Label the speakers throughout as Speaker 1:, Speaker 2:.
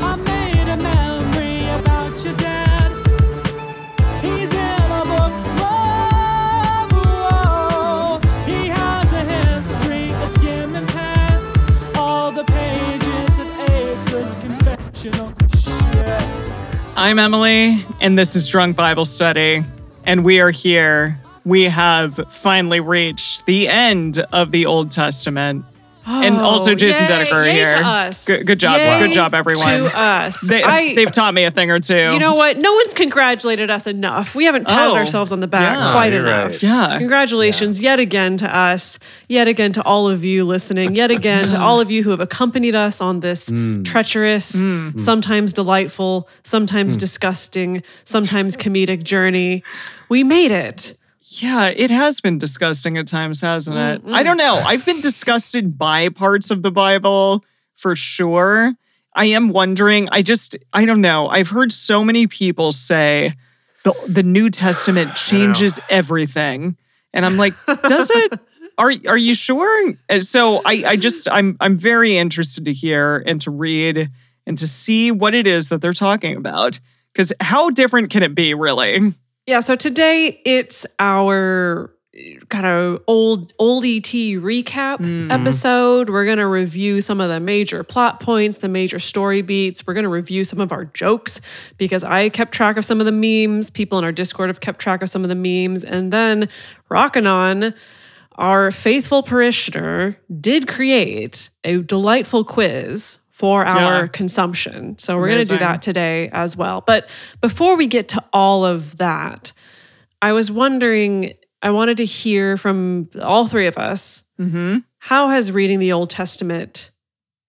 Speaker 1: I made a memory about your dad. He's in a book. Whoa, whoa. He has a history of skimming past all the pages of ageless confessional shit.
Speaker 2: I'm Emily, and this is Drunk Bible Study, and we are here. We have finally reached the end of the Old Testament, and also
Speaker 3: Oh,
Speaker 2: Jason
Speaker 3: yay,
Speaker 2: Dedeker
Speaker 3: yay
Speaker 2: here.
Speaker 3: to us.
Speaker 2: Good, good job,
Speaker 3: Yay
Speaker 2: good job, everyone.
Speaker 3: To us.
Speaker 2: They,
Speaker 3: I,
Speaker 2: have taught me a thing or two.
Speaker 3: you know what? No one's congratulated us enough. We haven't patted
Speaker 2: Oh,
Speaker 3: ourselves on the back
Speaker 2: yeah.
Speaker 3: quite
Speaker 4: You're
Speaker 3: enough.
Speaker 4: right.
Speaker 2: yeah,
Speaker 3: Congratulations yet again to us, yet again to all of you listening, yet again to all of you who have accompanied us on this treacherous,
Speaker 2: Mm.
Speaker 3: sometimes delightful, sometimes disgusting, sometimes comedic journey. We made it.
Speaker 2: yeah. It has been disgusting at times, hasn't it? I don't know. I've been disgusted by parts of the Bible for sure. I am wondering. I just, I don't know. I've heard so many people say the the New Testament changes everything, and I'm like, does it? Are are you sure? And so I I just I'm I'm very interested to hear and to read and to see what it is that they're talking about. Because how different can it be, really?
Speaker 3: Yeah, so today it's our eh, kind of old old ET recap
Speaker 2: Mm.
Speaker 3: episode. We're going to review some of the major plot points, the major story beats. We're going to review some of our jokes because I kept track of some of the memes. People in our Discord have kept track of some of the memes. And then Rockin' On, our faithful parishioner, did create a delightful quiz for our
Speaker 2: Yeah.
Speaker 3: consumption. So we're going to do
Speaker 2: Amazing.
Speaker 3: that today as well. But before we get to all of that, I was wondering, I wanted to hear from all three of us
Speaker 2: Mm-hmm.
Speaker 3: how has reading the Old Testament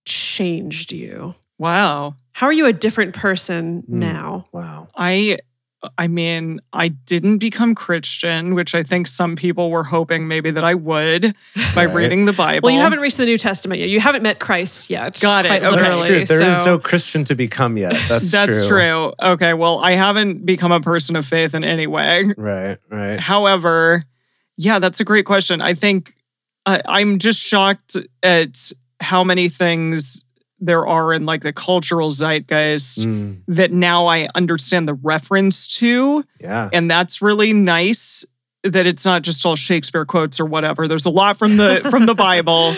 Speaker 3: changed you?
Speaker 2: Wow.
Speaker 3: How are you a different person
Speaker 4: Hmm.
Speaker 3: now?
Speaker 4: Wow.
Speaker 2: I I mean, I didn't become Christian, which I think some people were hoping maybe that I would by
Speaker 4: Right.
Speaker 2: reading the Bible.
Speaker 3: Well, you haven't reached the New Testament yet. You haven't met Christ yet.
Speaker 2: Got it.
Speaker 3: quite
Speaker 2: Okay.
Speaker 4: That's true.
Speaker 3: literally,
Speaker 4: There is
Speaker 3: so-
Speaker 4: no Christian to become yet. That's,
Speaker 2: That's true. Okay, well, I haven't become a person of faith in any way.
Speaker 4: Right, right.
Speaker 2: However, yeah, that's a great question. I think I, I'm just shocked at how many things there are in like the cultural zeitgeist
Speaker 4: Mm,
Speaker 2: that now I understand the reference to.
Speaker 4: yeah.
Speaker 2: and that's really nice that it's not just all Shakespeare quotes or whatever. There's a lot from the from the Bible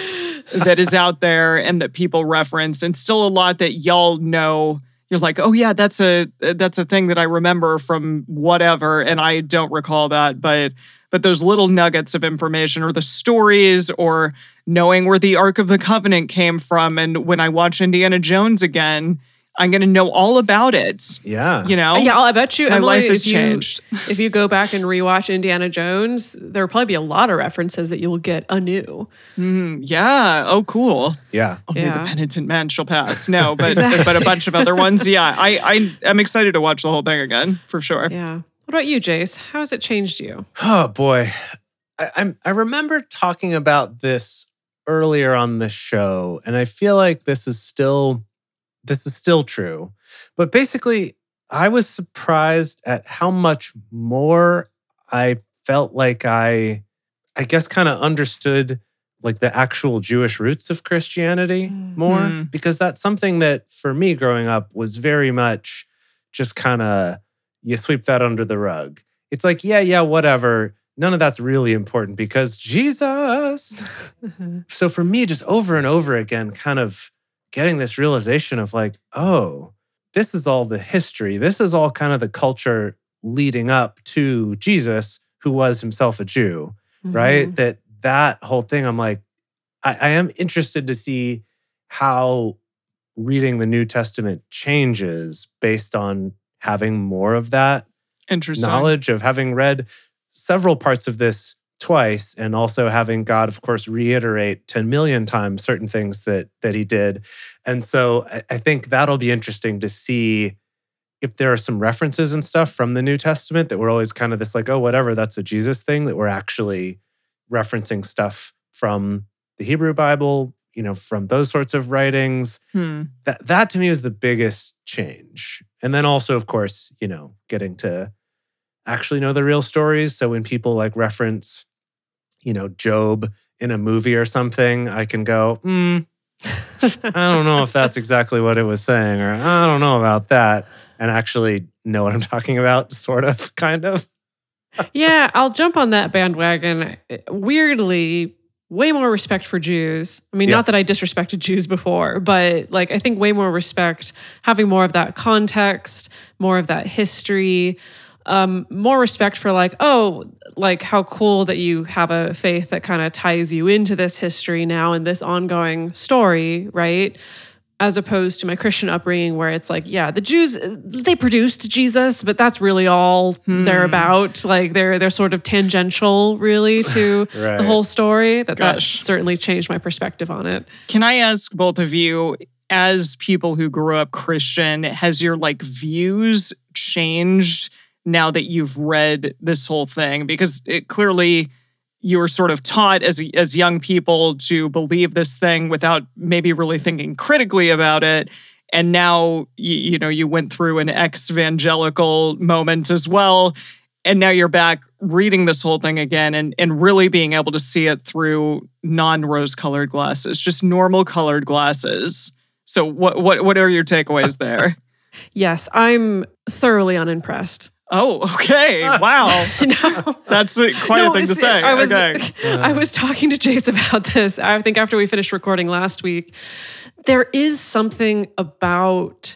Speaker 2: that is out there and that people reference, and still a lot that y'all know. You're like, oh yeah, that's a that's a thing that I remember from whatever, and I don't recall that, but but those little nuggets of information or the stories or knowing where the Ark of the Covenant came from, and when I watch Indiana Jones again, I'm gonna know all about it.
Speaker 4: Yeah.
Speaker 2: You know,
Speaker 3: Uh, Yeah, I'll, I bet you,
Speaker 2: my
Speaker 3: Emily,
Speaker 2: life has
Speaker 3: if you-
Speaker 2: changed.
Speaker 3: if you go back and rewatch Indiana Jones, there will probably be a lot of references that you will get anew.
Speaker 2: Mm, yeah. Oh, cool.
Speaker 4: yeah.
Speaker 2: Only
Speaker 3: Yeah.
Speaker 2: the penitent man shall pass. No, but
Speaker 3: Exactly.
Speaker 2: but a bunch of other ones. Yeah, I I am excited to watch the whole thing again for sure.
Speaker 3: Yeah. What about you, Jace? How has it changed you?
Speaker 4: Oh boy. I, I'm I remember talking about this earlier on the show, and I feel like this is still this is still true. But basically, I was surprised at how much more I felt like I I guess kind of understood like the actual Jewish roots of Christianity
Speaker 3: Mm.
Speaker 4: more
Speaker 2: Hmm.
Speaker 4: because that's something that for me growing up was very much just kind of you sweep that under the rug. It's like, yeah, yeah, whatever. None of that's really important because Jesus. So for me, just over and over again, kind of getting this realization of like, oh, this is all the history. This is all kind of the culture leading up to Jesus, who was himself a Jew
Speaker 3: Mm-hmm.
Speaker 4: right? That that whole thing, I'm like, I, I am interested to see how reading the New Testament changes based on having more of that
Speaker 2: Interesting.
Speaker 4: knowledge of having read several parts of this twice and also having God, of course, reiterate 10 million times certain things that that he did. And so I, I think that'll be interesting to see if there are some references and stuff from the New Testament that were always kind of this like, oh, whatever, that's a Jesus thing, that we're actually referencing stuff from the Hebrew Bible, you know, from those sorts of writings.
Speaker 2: Hmm.
Speaker 4: That that to me was the biggest change. And then also, of course, you know, getting to actually know the real stories. So when people like reference, you know, Job in a movie or something, I can go, hmm, I don't know if that's exactly what it was saying, or I don't know about that, and actually know what I'm talking about, sort of, kind of.
Speaker 3: yeah, I'll jump on that bandwagon. Weirdly, way more respect for Jews. I mean,
Speaker 4: Yeah.
Speaker 3: not that I disrespected Jews before, but like I think way more respect, having more of that context, more of that history, um, more respect for like, oh, like how cool that you have a faith that kind of ties you into this history now and this ongoing story, right? as opposed to my Christian upbringing, where it's like, yeah, the Jews uh, they produced Jesus, but that's really all they're about. Like they're they're sort of tangential, really, to
Speaker 4: Right.
Speaker 3: the whole story. That
Speaker 2: Gosh.
Speaker 3: that certainly changed my perspective on it.
Speaker 2: Can I ask both of you, as people who grew up Christian, has your like views changed now that you've read this whole thing? Because it clearly you were sort of taught as as young people to believe this thing without maybe really thinking critically about it. And now you, you know you went through an ex-evangelical moment as well, and now you're back reading this whole thing again and and really being able to see it through non-rose-colored glasses, just normal colored glasses. So what what what are your takeaways there?
Speaker 3: Yes, I'm thoroughly unimpressed.
Speaker 2: oh, okay, wow,
Speaker 3: no.
Speaker 2: that's uh, quite a
Speaker 3: No,
Speaker 2: thing to
Speaker 3: it's-
Speaker 2: say.
Speaker 3: I was,
Speaker 2: okay.
Speaker 3: I was talking to Jace about this. I think after we finished recording last week, there is something about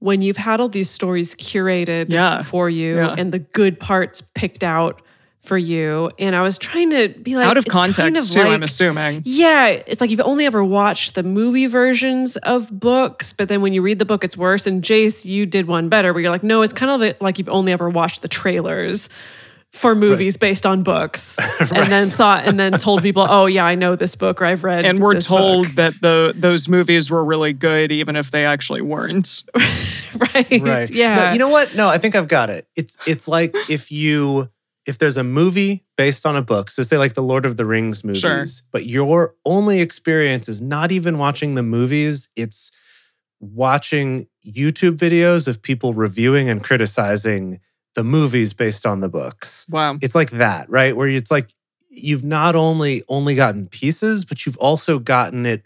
Speaker 3: when you've had all these stories curated
Speaker 2: Yeah.
Speaker 3: for you
Speaker 2: Yeah.
Speaker 3: and the good parts picked out for you. And I was trying to be like,
Speaker 2: Out of
Speaker 3: it's kind
Speaker 2: context
Speaker 3: of
Speaker 2: too, I'm
Speaker 3: like-
Speaker 2: assuming.
Speaker 3: yeah, it's like you've only ever watched the movie versions of books, but then when you read the book, it's worse. And Jace, you did one better where you're like, no, it's kind of li- like you've only ever watched the trailers for movies based on books. And then thought, and then told people, oh, yeah, I know this book or I've read
Speaker 2: and we're
Speaker 3: this
Speaker 2: told
Speaker 3: book."
Speaker 2: that the those movies were really good even if they actually weren't
Speaker 3: right.
Speaker 4: right
Speaker 3: Yeah.
Speaker 4: No, you know what no i think i've got it it's it's like if you if there's a movie based on a book so say like the lord of the rings movies
Speaker 2: Sure.
Speaker 4: but your only experience is not even watching the movies it's watching youtube videos of people reviewing and criticizing the movies based on the books
Speaker 2: wow
Speaker 4: it's like that, right? Where it's like you've not only only gotten pieces, but you've also gotten it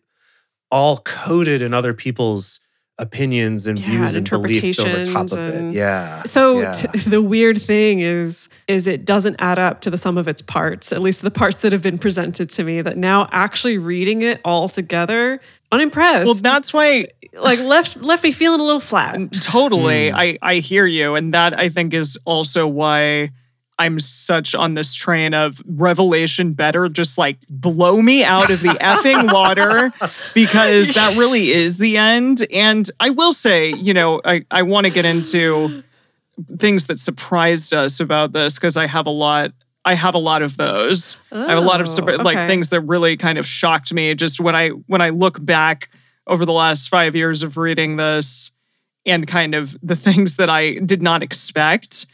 Speaker 4: all coded in other people's opinions and
Speaker 3: Yeah,
Speaker 4: views
Speaker 3: and
Speaker 4: and beliefs over top
Speaker 3: interpretations
Speaker 4: of it.
Speaker 3: and-
Speaker 4: Yeah.
Speaker 3: So
Speaker 4: Yeah.
Speaker 3: t- the weird thing is, is it doesn't add up to the sum of its parts. At least the parts that have been presented to me. That now actually reading it all together, unimpressed.
Speaker 2: well that's why
Speaker 3: like left left me feeling a little flat.
Speaker 2: totally
Speaker 4: Hmm.
Speaker 2: i i hear you and that i think is also why i'm such on this train of revelation better just like blow me out of the effing water because that really is the end and i will say you know i i want to get into things that surprised us about this because i have a lot i have a lot of those I have a lot of surpri-
Speaker 3: Oh,
Speaker 2: like
Speaker 3: okay.
Speaker 2: things that really kind of shocked me just when I when I look back over the last 5 years of reading this and kind of the things that I did not expect.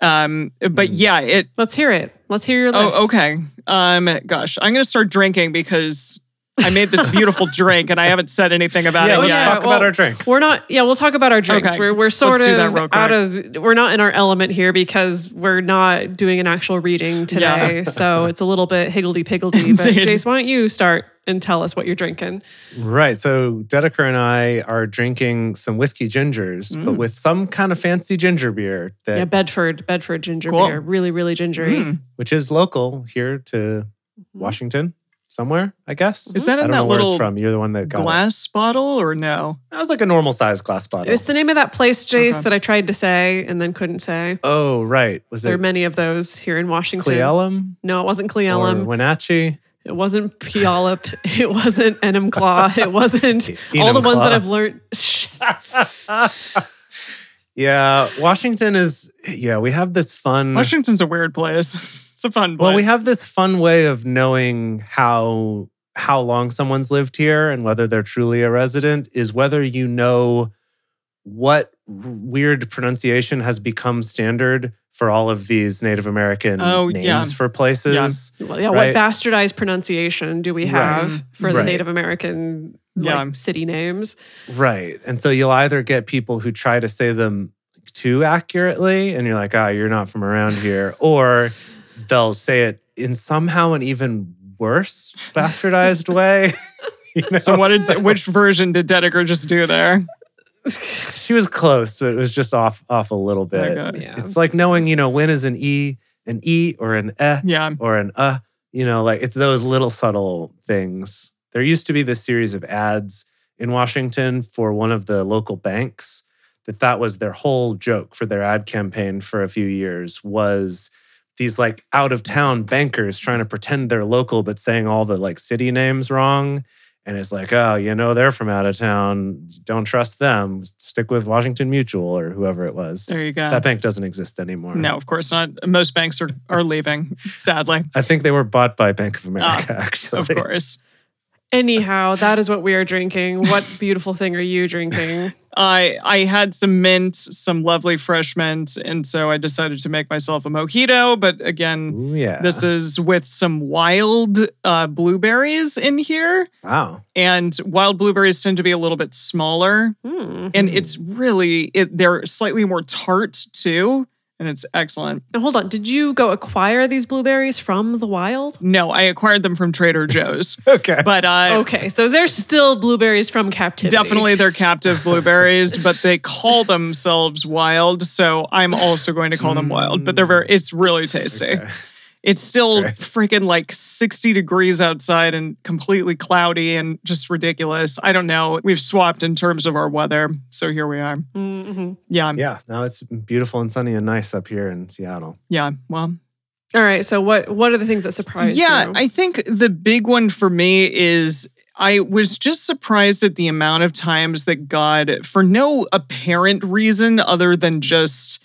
Speaker 2: Um but
Speaker 4: Mm.
Speaker 2: yeah, it
Speaker 3: Let's hear it. Let's hear your list.
Speaker 2: Oh, okay. Um gosh, I'm going to start drinking because I made this beautiful drink and I haven't said anything about
Speaker 4: yeah,
Speaker 2: it
Speaker 4: let's
Speaker 2: yet.
Speaker 4: talk
Speaker 3: well,
Speaker 4: about our drinks.
Speaker 3: We're not. Yeah, we'll talk about our drinks.
Speaker 2: Okay.
Speaker 3: We're we're sort
Speaker 2: Let's do that
Speaker 3: of
Speaker 2: real quick.
Speaker 3: out of. We're not in our element here because we're not doing an actual reading today. So it's a little bit higgledy piggledy. But
Speaker 2: Indeed.
Speaker 3: Jace, why don't you start and tell us what you're drinking?
Speaker 4: Right. So Dedeker and I are drinking some whiskey gingers, but
Speaker 2: Mm.
Speaker 4: with some kind of fancy ginger beer that
Speaker 3: Yeah, Bedford Bedford ginger
Speaker 2: Cool.
Speaker 3: beer, really really gingery.
Speaker 2: Mm.
Speaker 4: which is local here to Washington somewhere, I guess.
Speaker 2: Is that
Speaker 4: I
Speaker 2: in
Speaker 4: don't
Speaker 2: that
Speaker 4: know where it's
Speaker 2: little
Speaker 4: from. You're the one that got it.
Speaker 2: glass bottle or no?
Speaker 4: That was like a normal size glass
Speaker 3: It
Speaker 4: bottle.
Speaker 3: was the name of that place, Jace,
Speaker 2: Okay.
Speaker 3: that I tried to say and then couldn't say.
Speaker 4: oh, right. Was
Speaker 3: There are
Speaker 4: it
Speaker 3: many of those here in Washington.
Speaker 4: Cleellum
Speaker 3: No, it wasn't
Speaker 4: or
Speaker 3: Cleellum.
Speaker 4: Wenatchee.
Speaker 3: It wasn't Puyallup. it wasn't Enumclaw. It wasn't all the ones that I've learned. Shh.
Speaker 4: yeah, Washington is. Yeah, we have this fun.
Speaker 2: Washington's a weird place. it's a fun place.
Speaker 4: Hmm. well, we have this fun way of knowing how how long someone's lived here and whether they're truly a resident is whether you know what r- weird pronunciation has become standard for all of these Native American
Speaker 2: Oh,
Speaker 4: names
Speaker 2: yeah.
Speaker 4: for places.
Speaker 2: Yeah.
Speaker 3: Well, yeah,
Speaker 4: Right.
Speaker 3: what bastardized pronunciation do we
Speaker 4: Right.
Speaker 3: have for the
Speaker 4: Right.
Speaker 3: Native American like,
Speaker 2: Yeah.
Speaker 3: city names?
Speaker 4: Right. And so you'll either get people who try to say them too accurately and you're like, ah, you're not from around here, or they'll say it in somehow an even worse bastardized way. you know?
Speaker 2: So what did which version did Dedeker just do there?
Speaker 4: she was close, but it was just off off a little bit.
Speaker 2: Okay.
Speaker 3: Yeah.
Speaker 4: It's like knowing, you know, when is an E, an E or an eh
Speaker 2: Yeah.
Speaker 4: or an uh, you know, like it's those little subtle things. There used to be this series of ads in Washington for one of the local banks that that was their whole joke for their ad campaign for a few years was these like out of town bankers trying to pretend they're local but saying all the like city names wrong and it's like oh you know they're from out of town don't trust them stick with Washington Mutual or whoever it was
Speaker 2: There you go.
Speaker 4: that bank doesn't exist anymore
Speaker 2: uh, no, of course not. Most banks are, are leaving, sadly.
Speaker 4: I think they were bought by Bank of America, actually.
Speaker 2: Of course.
Speaker 3: Anyhow, that is what we are drinking. What beautiful thing are you drinking?
Speaker 2: I I had some mint, some lovely fresh mint, and so I decided to make myself a mojito. But again,
Speaker 4: Ooh, yeah.
Speaker 2: this is with some wild uh, blueberries in here,
Speaker 4: wow.
Speaker 2: and wild blueberries tend to be a little bit smaller,
Speaker 3: Hmm.
Speaker 2: and
Speaker 4: Mhm.
Speaker 2: it's really it, they're slightly more tart too, and it's excellent.
Speaker 3: Now, hold on. Did you go acquire these blueberries from the wild?
Speaker 2: No, I acquired them from Trader Joe's,
Speaker 4: Okay.
Speaker 2: but uh,
Speaker 3: Okay, so they're still blueberries from captivity.
Speaker 2: Definitely they're captive blueberries, but they call themselves wild. So I'm also going to call them wild, but they're very, it's really tasty.
Speaker 4: Okay.
Speaker 2: It's still
Speaker 4: Right.
Speaker 2: freaking like 60 degrees outside and completely cloudy and just ridiculous. I don't know. We've swapped in terms of our weather. So here we are.
Speaker 3: Mhm.
Speaker 2: Yeah.
Speaker 4: Yeah. Now it's beautiful and sunny and nice up here in Seattle.
Speaker 2: Yeah. Well,
Speaker 3: All right. So what what are the things that surprised
Speaker 2: yeah.
Speaker 3: you?
Speaker 2: I think the big one for me is I was just surprised at the amount of times that God, for no apparent reason other than just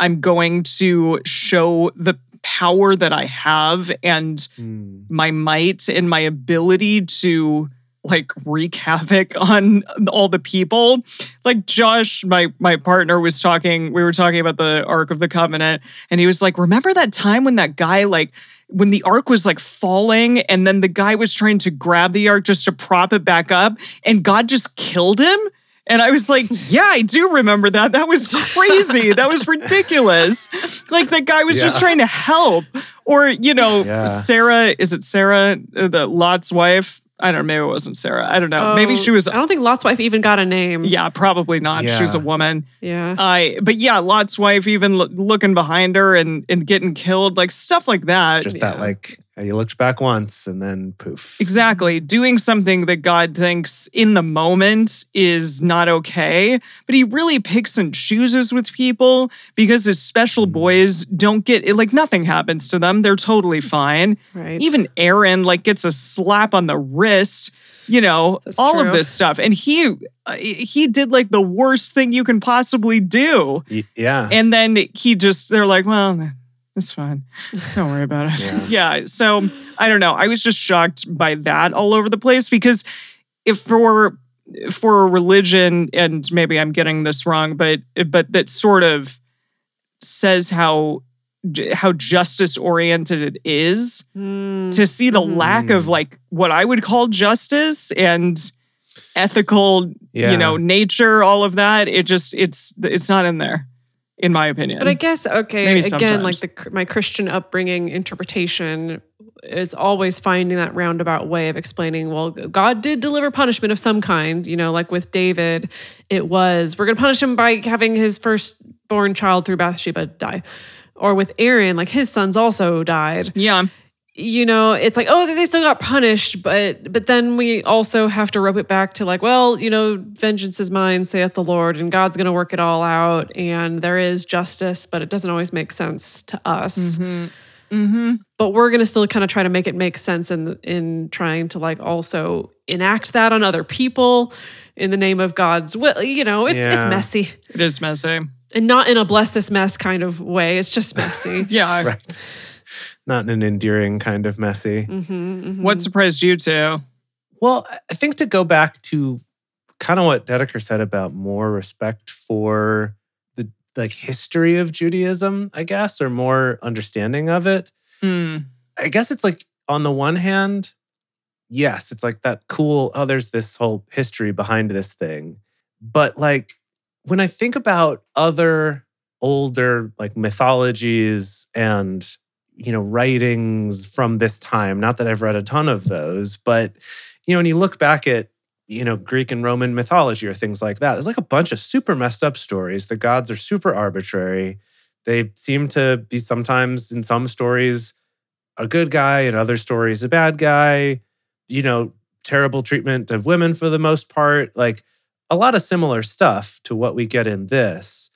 Speaker 2: I'm going to show the power that I have and
Speaker 4: Mm.
Speaker 2: my might and my ability to like wreak havoc on all the people. Like Josh, my my partner was talking, we were talking about the Ark of the Covenant, and he was like, remember that time when that guy like when the ark was like falling and then the guy was trying to grab the ark just to prop it back up and God just killed him? And I was like, yeah, I do remember that. That was crazy. that was ridiculous. Like that guy was just
Speaker 4: Yeah.
Speaker 2: trying to help. Or, you know,
Speaker 4: Yeah.
Speaker 2: Sarah, is it Sarah, uh, the Lot's wife? I don't know. Maybe it wasn't Sarah. I don't know. Maybe
Speaker 3: Oh,
Speaker 2: she was.
Speaker 3: I don't think Lot's wife even got a name.
Speaker 2: Yeah, probably not. She was a
Speaker 4: Yeah.
Speaker 2: woman.
Speaker 3: Yeah.
Speaker 2: I, but yeah, Lot's wife, even lo- looking behind her and, and getting killed, like stuff like that.
Speaker 4: Just
Speaker 3: yeah.
Speaker 4: that, like, you looked back once and then poof.
Speaker 2: Exactly. Doing something that God thinks in the moment is not okay, but he really picks and chooses with people because his
Speaker 4: Mm.
Speaker 2: special boys don't get it. Like nothing happens to them. They're totally fine.
Speaker 3: Right.
Speaker 2: Even Aaron like gets a slap on the wrist, you know,
Speaker 3: That's
Speaker 2: all of
Speaker 3: true.
Speaker 2: this stuff. And he uh, he did like the worst thing you can possibly do.
Speaker 4: Y- yeah.
Speaker 2: And then he just, they're like, well, it's fine. Don't worry about it. Yeah. So I don't know. I was just shocked by that all over the place because if for for a religion, and maybe I'm getting this wrong, but but that sort of says how ju- how justice oriented it is
Speaker 3: Hmm.
Speaker 2: to see the
Speaker 3: Mhm.
Speaker 2: lack of
Speaker 4: Mm.
Speaker 2: like what I would call justice and ethical
Speaker 4: yeah.
Speaker 2: you know nature all of that it just it's it's not in there in my opinion
Speaker 3: But I guess okay.
Speaker 2: Maybe
Speaker 3: again,
Speaker 2: sometimes.
Speaker 3: like the cr- my Christian upbringing interpretation is always finding that roundabout way of explaining. Well, God did deliver punishment of some kind. You know, like with David, it was we're going to punish him by having his firstborn child through Bathsheba die, or with Aaron, like his sons also died
Speaker 2: yeah
Speaker 3: you know it's like oh they still got punished but but then we also have to rope it back to like well you know vengeance is mine saith the lord and god's going to work it all out and there is justice but it doesn't always make sense to us
Speaker 2: mm-hmm. Mm-hmm.
Speaker 3: but we're going to still kind of try to make it make sense in in trying to like also enact that on other people in the name of god's will you know it's it's
Speaker 4: Yeah.
Speaker 3: messy
Speaker 2: it is messy
Speaker 3: and not in a bless this mess kind of way it's just messy
Speaker 2: yeah
Speaker 4: Right. Not in an endearing kind of messy.
Speaker 3: mm-hmm,
Speaker 2: what surprised you two
Speaker 4: Well, I think to go back to kind of what Dedeker said about more respect for the like history of Judaism, I guess, or more understanding of it.
Speaker 2: Hmm.
Speaker 4: I guess it's like on the one hand, yes, it's like that cool, oh, there's this whole history behind this thing. But like when I think about other older like mythologies and you know writings from this time, not that I've read a ton of those, but you know, when you look back at you know Greek and Roman mythology or things like that, there's like a bunch of super messed up stories. The gods are super arbitrary. They seem to be sometimes in some stories a good guy, in other stories a bad guy, you know, terrible treatment of women for the most part, like a lot of similar stuff to what we get in this.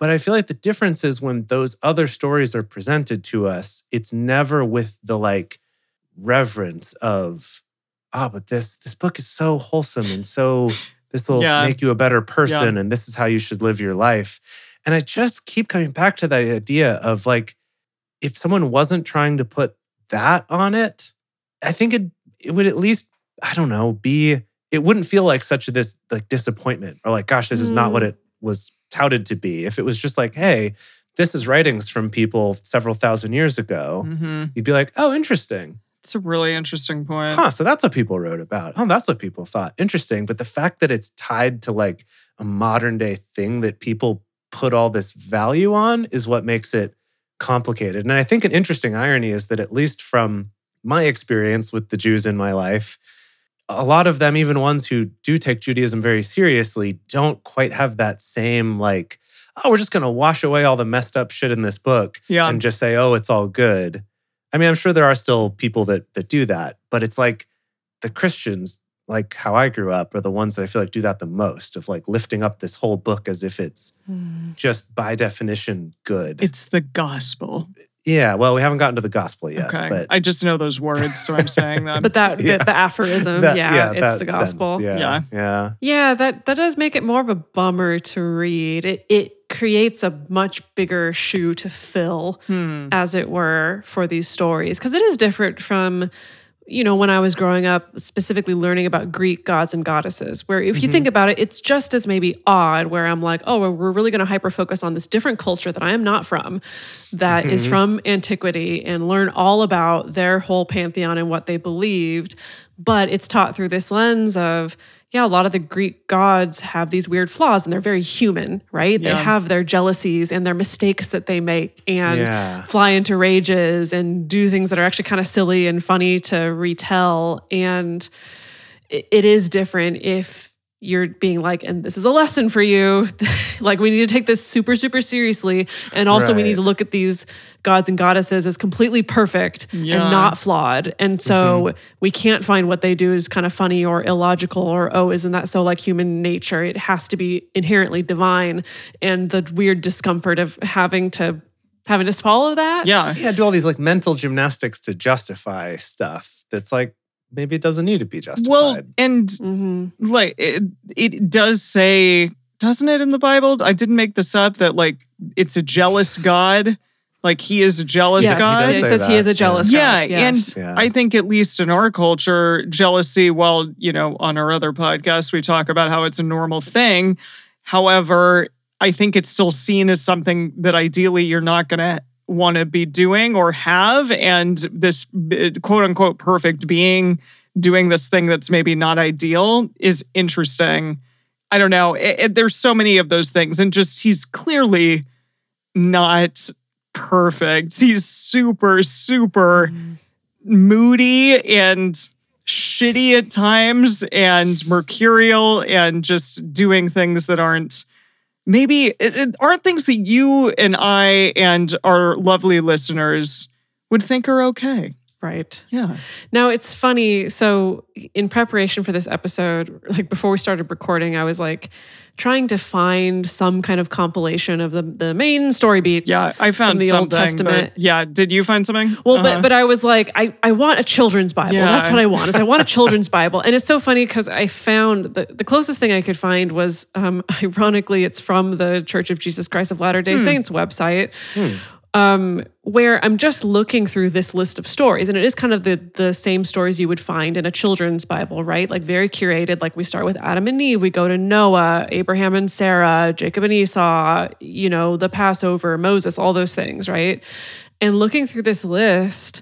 Speaker 4: But I feel like the difference is when those other stories are presented to us, it's never with the like reverence of, ah, but this this book is so wholesome and so this will
Speaker 2: Yeah.
Speaker 4: make you a better person and this is how you should live your life. And I just keep coming back to that idea of like if someone wasn't trying to put that on it, I think it it would at least I don't know be it wouldn't feel like such this like disappointment or like gosh this is not what
Speaker 3: Mm.
Speaker 4: it was touted to be. If it was just like hey this is writings from people several thousand years ago,
Speaker 2: Mhm.
Speaker 4: you'd be like oh interesting
Speaker 2: It's a really interesting point.
Speaker 4: huh so that's what people wrote about oh that's what people thought interesting but the fact that it's tied to like a modern day thing that people put all this value on is what makes it complicated and i think an interesting irony is that at least from my experience with the jews in my life a lot of them even ones who do take judaism very seriously don't quite have that same like oh we're just going to wash away all the messed up shit in this book
Speaker 2: Yeah.
Speaker 4: and just say, "Oh, it's all good." I mean, I'm sure there are still people that that do that, but it's like the Christians, like how I grew up, are the ones that I feel like do that the most of like lifting up this whole book as if it's just by definition good.
Speaker 2: It's the gospel.
Speaker 4: yeah, well, we haven't gotten to the gospel yet,
Speaker 2: okay.
Speaker 4: but
Speaker 2: I just know those words, so I'm saying them.
Speaker 3: But that
Speaker 4: Um, Yeah.
Speaker 3: the, the aphorism,
Speaker 4: that-
Speaker 3: yeah,
Speaker 4: that
Speaker 3: it's the
Speaker 4: sense,
Speaker 3: gospel. yeah.
Speaker 4: yeah,
Speaker 2: Yeah.
Speaker 4: yeah,
Speaker 3: that that does make it more of a bummer to read. It it creates a much bigger shoe to fill,
Speaker 2: Hmm.
Speaker 3: as it were, for these stories because it is different from. You know, when I was growing up, specifically learning about Greek gods and goddesses, where if you
Speaker 4: Mhm.
Speaker 3: think about it, it's just as maybe odd where I'm like, oh, well, we're really going to hyper focus on this different culture that I am not from, that is
Speaker 4: Mhm.
Speaker 3: from antiquity and learn all about their whole pantheon and what they believed. But it's taught through this lens of, yeah, a lot of the Greek gods have these weird flaws and they're very human, right? They
Speaker 2: Yeah.
Speaker 3: have their jealousies and their mistakes that they make and
Speaker 4: yeah.
Speaker 3: fly into rages and do things that are actually kind of silly and funny to retell. And it, it is different if you're being like, and this is a lesson for you. like, we need to take this super, super seriously. And also, we
Speaker 4: Right.
Speaker 3: need to look at these gods and goddesses as completely perfect
Speaker 2: Yeah.
Speaker 3: and not flawed. And so,
Speaker 4: Mm-hmm.
Speaker 3: we can't find what they do is kind of funny or illogical or, oh, isn't that so like human nature? It has to be inherently divine. And the weird discomfort of having to having to swallow that.
Speaker 2: yeah.
Speaker 4: yeah, do all these like mental gymnastics to justify stuff that's like maybe it doesn't need to be justified.
Speaker 2: Well, and
Speaker 3: hmm
Speaker 2: like it, it does say doesn't it in the bible i didn't make this up that like it's a jealous god like he is a jealous
Speaker 3: Yes,
Speaker 2: god
Speaker 4: does
Speaker 3: it
Speaker 4: say
Speaker 3: says he
Speaker 4: that,
Speaker 3: is a jealous
Speaker 2: yeah,
Speaker 3: god. Yes.
Speaker 2: and
Speaker 4: Yeah.
Speaker 2: i think at least in our culture jealousy well you know on our other podcast we talk about how it's a normal thing however i think it's still seen as something that ideally you're not going to want to be doing or have and this uh, quote unquote perfect being doing this thing that's maybe not ideal is interesting i don't know It- it- there's so many of those things and just he's clearly not perfect he's super super moody and shitty at times and mercurial and just doing things that aren't maybe it, it aren't things that you and I and our lovely listeners would think are okay.
Speaker 3: Right.
Speaker 2: Yeah.
Speaker 3: Now it's funny. So in preparation for this episode, like before we started recording, I was like trying to find some kind of compilation of the, the main story beats.
Speaker 2: Yeah, I found
Speaker 3: From the
Speaker 2: something.
Speaker 3: Old Testament.
Speaker 2: But yeah, did you find something?
Speaker 3: Well,
Speaker 2: Uh-huh.
Speaker 3: but but I was like, I, I want a children's Bible.
Speaker 2: Yeah.
Speaker 3: That's what I want. Is I want a children's Bible. And it's so funny because I found the, the closest thing I could find
Speaker 2: Hmm.
Speaker 3: was um, ironically, it's from the Church of Jesus Christ of Latter-day Saints website. um, where I'm just looking through this list of stories, and it is kind of the the same stories you would find in a children's Bible, right? Like very curated. Like we start with Adam and Eve, we go to Noah, Abraham and Sarah, Jacob and Esau, you know, the Passover, Moses, all those things, right? And looking through this list,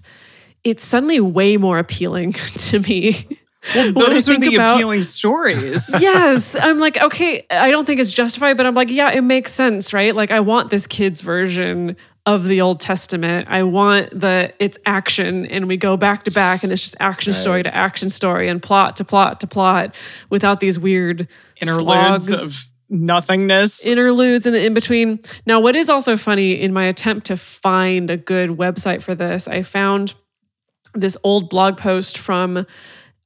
Speaker 3: it's suddenly way more appealing to me.
Speaker 2: Well,
Speaker 3: When I
Speaker 2: those are
Speaker 3: think
Speaker 2: the
Speaker 3: about-
Speaker 2: appealing stories.
Speaker 3: yes. I'm like, okay, I don't think it's justified, but I'm like, yeah, it makes sense, right? Like, I want this kid's version of the Old Testament. I want the it's action and we go back to back and it's just action story to action story and plot to plot to plot without these weird
Speaker 2: Interludes uh,
Speaker 3: slogs
Speaker 2: of nothingness.
Speaker 3: interludes in the in between. Now, what is also funny in my attempt to find a good website for this, I found this old blog post from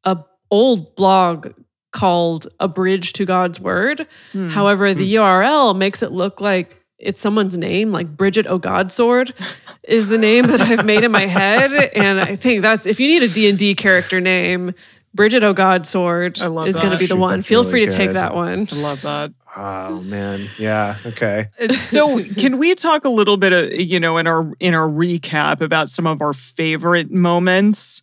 Speaker 3: a old blog called "A Bridge to God's Word."
Speaker 2: Hmm.
Speaker 3: However, the URL makes it look like it's someone's name, like Bridget O'Godsword is the name that I've made in my head, and I think that's if you need a D and D character name. Bridget O'Godsword
Speaker 2: I love
Speaker 3: is going to
Speaker 2: that.
Speaker 3: be the
Speaker 4: Shoot,
Speaker 3: one.
Speaker 4: that's
Speaker 3: Feel
Speaker 4: really
Speaker 3: free to take
Speaker 4: good.
Speaker 3: that one.
Speaker 2: I love that.
Speaker 4: Oh man, yeah. Okay.
Speaker 2: so can we talk a little bit uh, you know in our in our recap about some of our favorite moments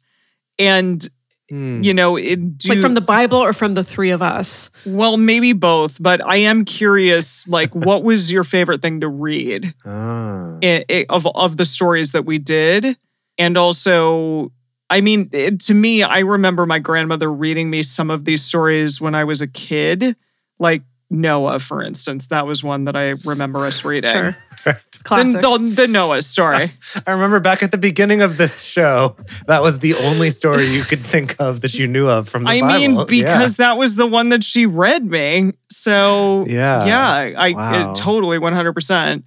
Speaker 2: and
Speaker 4: Hmm.
Speaker 2: you know it do,
Speaker 3: like from the Bible or from the three of us.
Speaker 2: well maybe both but i am curious like what was your favorite thing to read
Speaker 4: Ah.
Speaker 2: i i of of the stories that we did and also i mean it, to me i remember my grandmother reading me some of these stories when i was a kid like noah for instance that was one that i remember us reading
Speaker 4: Right.
Speaker 3: Classic.
Speaker 2: The, the, the Noah story.
Speaker 4: I remember back at the beginning of this show, that was the only story you could think of that you knew of from the
Speaker 2: I
Speaker 4: Bible.
Speaker 2: mean, because that was the one that she read me. So
Speaker 4: Yeah.
Speaker 2: yeah, I
Speaker 4: Wow.
Speaker 2: it, totally one hundred percent.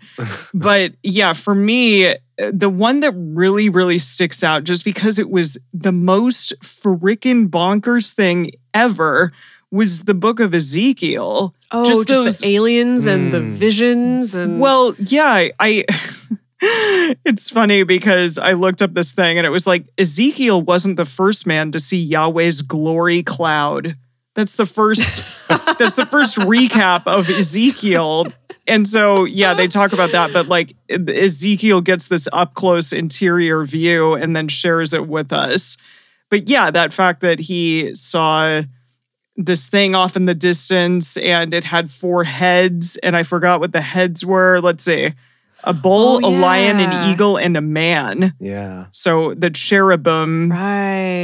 Speaker 2: But yeah, for me, uh, the one that really, really sticks out, just because it was the most freaking bonkers thing ever, was the Book of Ezekiel.
Speaker 3: oh,
Speaker 2: just
Speaker 3: just,
Speaker 2: those- Hmm.
Speaker 3: the aliens and the
Speaker 4: Mm.
Speaker 3: visions and
Speaker 2: Well, yeah, I. it's funny because I looked up this thing and it was like Ezekiel wasn't the first man to see Yahweh's glory cloud. That's the first. that's the first recap of Ezekiel. And so, yeah, they talk about that, but like Ezekiel gets this up close interior view and then shares it with us. But yeah, that fact that he saw this thing off in the distance and it had four heads, and I forgot what the heads were. Let's see a bull,
Speaker 3: Oh,
Speaker 2: a lion, an
Speaker 3: yeah.
Speaker 2: eagle, and a man.
Speaker 4: yeah.
Speaker 2: So the cherubim
Speaker 3: right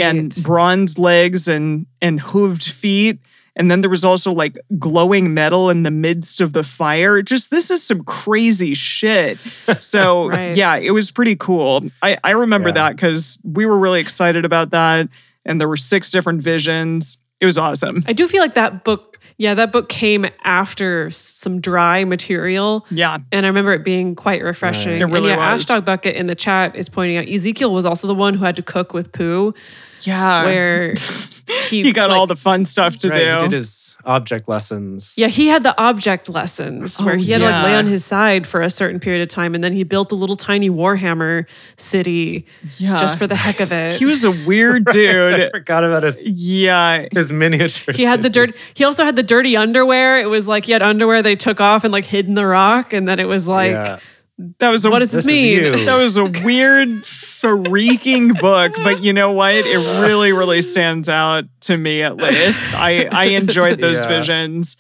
Speaker 2: and bronze legs and and hooved feet and then there was also like glowing metal in the midst of the fire just this is some crazy shit so
Speaker 3: Right.
Speaker 2: yeah it was pretty cool i i remember
Speaker 4: Yeah.
Speaker 2: that because we were really excited about that and there were six different visions it was awesome
Speaker 3: I do feel like that book. Yeah, that book came after some dry material.
Speaker 2: yeah
Speaker 3: And I remember it being quite refreshing.
Speaker 4: Right.
Speaker 2: It really
Speaker 3: and yeah,
Speaker 2: was.
Speaker 3: Ashdog Bucket in the chat is pointing out Ezekiel was also the one who had to cook with poo,
Speaker 2: yeah
Speaker 3: where he,
Speaker 2: Uh, he got
Speaker 3: like-
Speaker 2: all the fun stuff to
Speaker 4: right. He
Speaker 2: do
Speaker 4: did his object lessons.
Speaker 3: Yeah, he had the object lessons where
Speaker 2: Oh,
Speaker 3: he had to
Speaker 2: yeah.
Speaker 3: like lay on his side for a certain period of time, and then he built a little tiny Warhammer city
Speaker 2: yeah
Speaker 3: just for the heck of it.
Speaker 2: he was a weird
Speaker 4: I
Speaker 2: dude
Speaker 4: forgot about his
Speaker 2: yeah
Speaker 4: his miniature.
Speaker 3: he had the
Speaker 4: city.
Speaker 3: dirt. He also had the dirty underwear. It was like he had underwear they took off and like hid in the rock, and then it was like,
Speaker 4: Yeah.
Speaker 2: that was a
Speaker 3: what does
Speaker 4: This
Speaker 3: this,
Speaker 4: is
Speaker 3: mean?
Speaker 4: you.
Speaker 2: That was a weird, freaking book, but you know what? It really, really stands out to me. At least I, I enjoyed those
Speaker 4: Yeah.
Speaker 2: visions,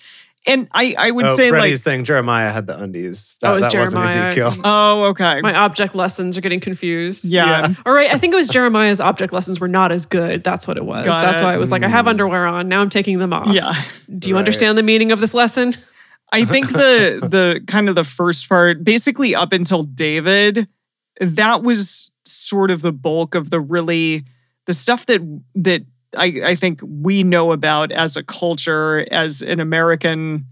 Speaker 2: and I, I would
Speaker 4: oh,
Speaker 2: say
Speaker 4: Freddie's
Speaker 2: like,
Speaker 4: saying Jeremiah had the undies.
Speaker 3: That
Speaker 4: That,
Speaker 3: was
Speaker 4: that
Speaker 3: Jeremiah.
Speaker 4: wasn't Ezekiel.
Speaker 2: oh, okay,
Speaker 3: My object lessons are getting confused.
Speaker 2: yeah,
Speaker 3: All right, I think it was Jeremiah's object lessons were not as good. That's what it was.
Speaker 2: Got
Speaker 3: That's
Speaker 2: it. Hmm.
Speaker 3: why it was like I have underwear on. Now I'm taking them
Speaker 2: yeah.
Speaker 3: off. Do you
Speaker 4: Right.
Speaker 3: understand the meaning of this lesson?
Speaker 2: I think the the kind of the first part, basically up until David, that was sort of the bulk of the really the stuff that that I, I think we know about as a culture, as an American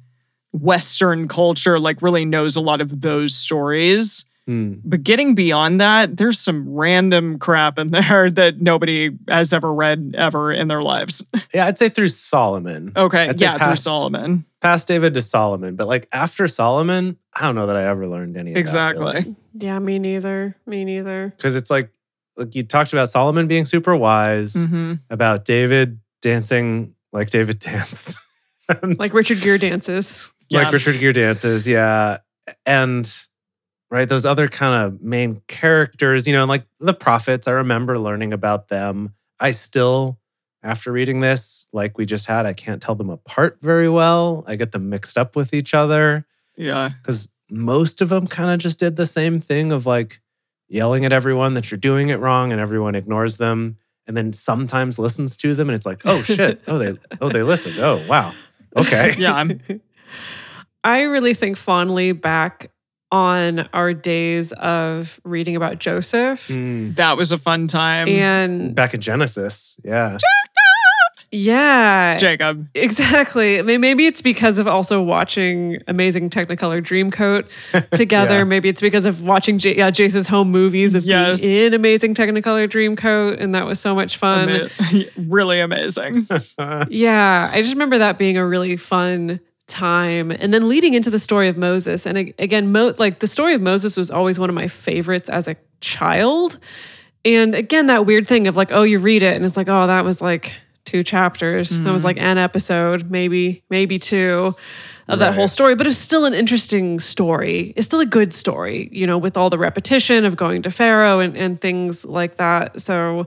Speaker 2: Western culture, like really knows a lot of those stories.
Speaker 4: Hmm.
Speaker 2: But getting beyond that, there's some random crap in there that nobody has ever read ever in their lives.
Speaker 4: Yeah, I'd say through Solomon.
Speaker 2: Okay.
Speaker 4: I'd say
Speaker 2: yeah, through
Speaker 4: past-
Speaker 2: Solomon.
Speaker 4: Past David to Solomon, but like after Solomon, I don't know that I ever learned any of that.
Speaker 2: Exactly.
Speaker 3: Yeah, me neither. Me neither.
Speaker 4: Because it's like like you talked about Solomon being super wise,
Speaker 2: hmm
Speaker 4: about David dancing like David danced. And-
Speaker 3: Like Richard Gere dances.
Speaker 4: like Richard Gere dances, yeah. And right? Those other kind of main characters, you know, like the prophets, I remember learning about them. I still, after reading this, like we just had, I can't tell them apart very well. I get them mixed up with each other
Speaker 2: Yeah.
Speaker 4: because most of them kind of just did the same thing of like yelling at everyone that you're doing it wrong and everyone ignores them and then sometimes listens to them and it's like oh shit oh they oh they listened oh wow okay
Speaker 2: Yeah. I'm,
Speaker 3: I really think fondly back on our days of reading about Joseph.
Speaker 2: Mm.
Speaker 4: Hmm.
Speaker 2: that was a fun time.
Speaker 3: And
Speaker 4: back in genesis yeah
Speaker 3: yeah,
Speaker 2: Jacob.
Speaker 3: Exactly. I mean, maybe it's because of also watching Amazing Technicolor Dreamcoat together.
Speaker 4: Yeah.
Speaker 3: Maybe it's because of watching J- yeah, Jace's home movies of
Speaker 2: Yes.
Speaker 3: being in Amazing Technicolor Dreamcoat, and that was so much fun.
Speaker 2: Ama- really amazing.
Speaker 3: Yeah, I just remember that being a really fun time. And then leading into the story of Moses, and a- again, Mo- like the story of Moses was always one of my favorites as a child. And again, that weird thing of like, oh, you read it, and it's like, oh, that was like two chapters. That was
Speaker 2: Mhm.
Speaker 3: like an episode, maybe, maybe two of that whole
Speaker 4: Right.
Speaker 3: story. But it's still an interesting story. It's still a good story, you know, with all the repetition of going to Pharaoh and, and things like that. So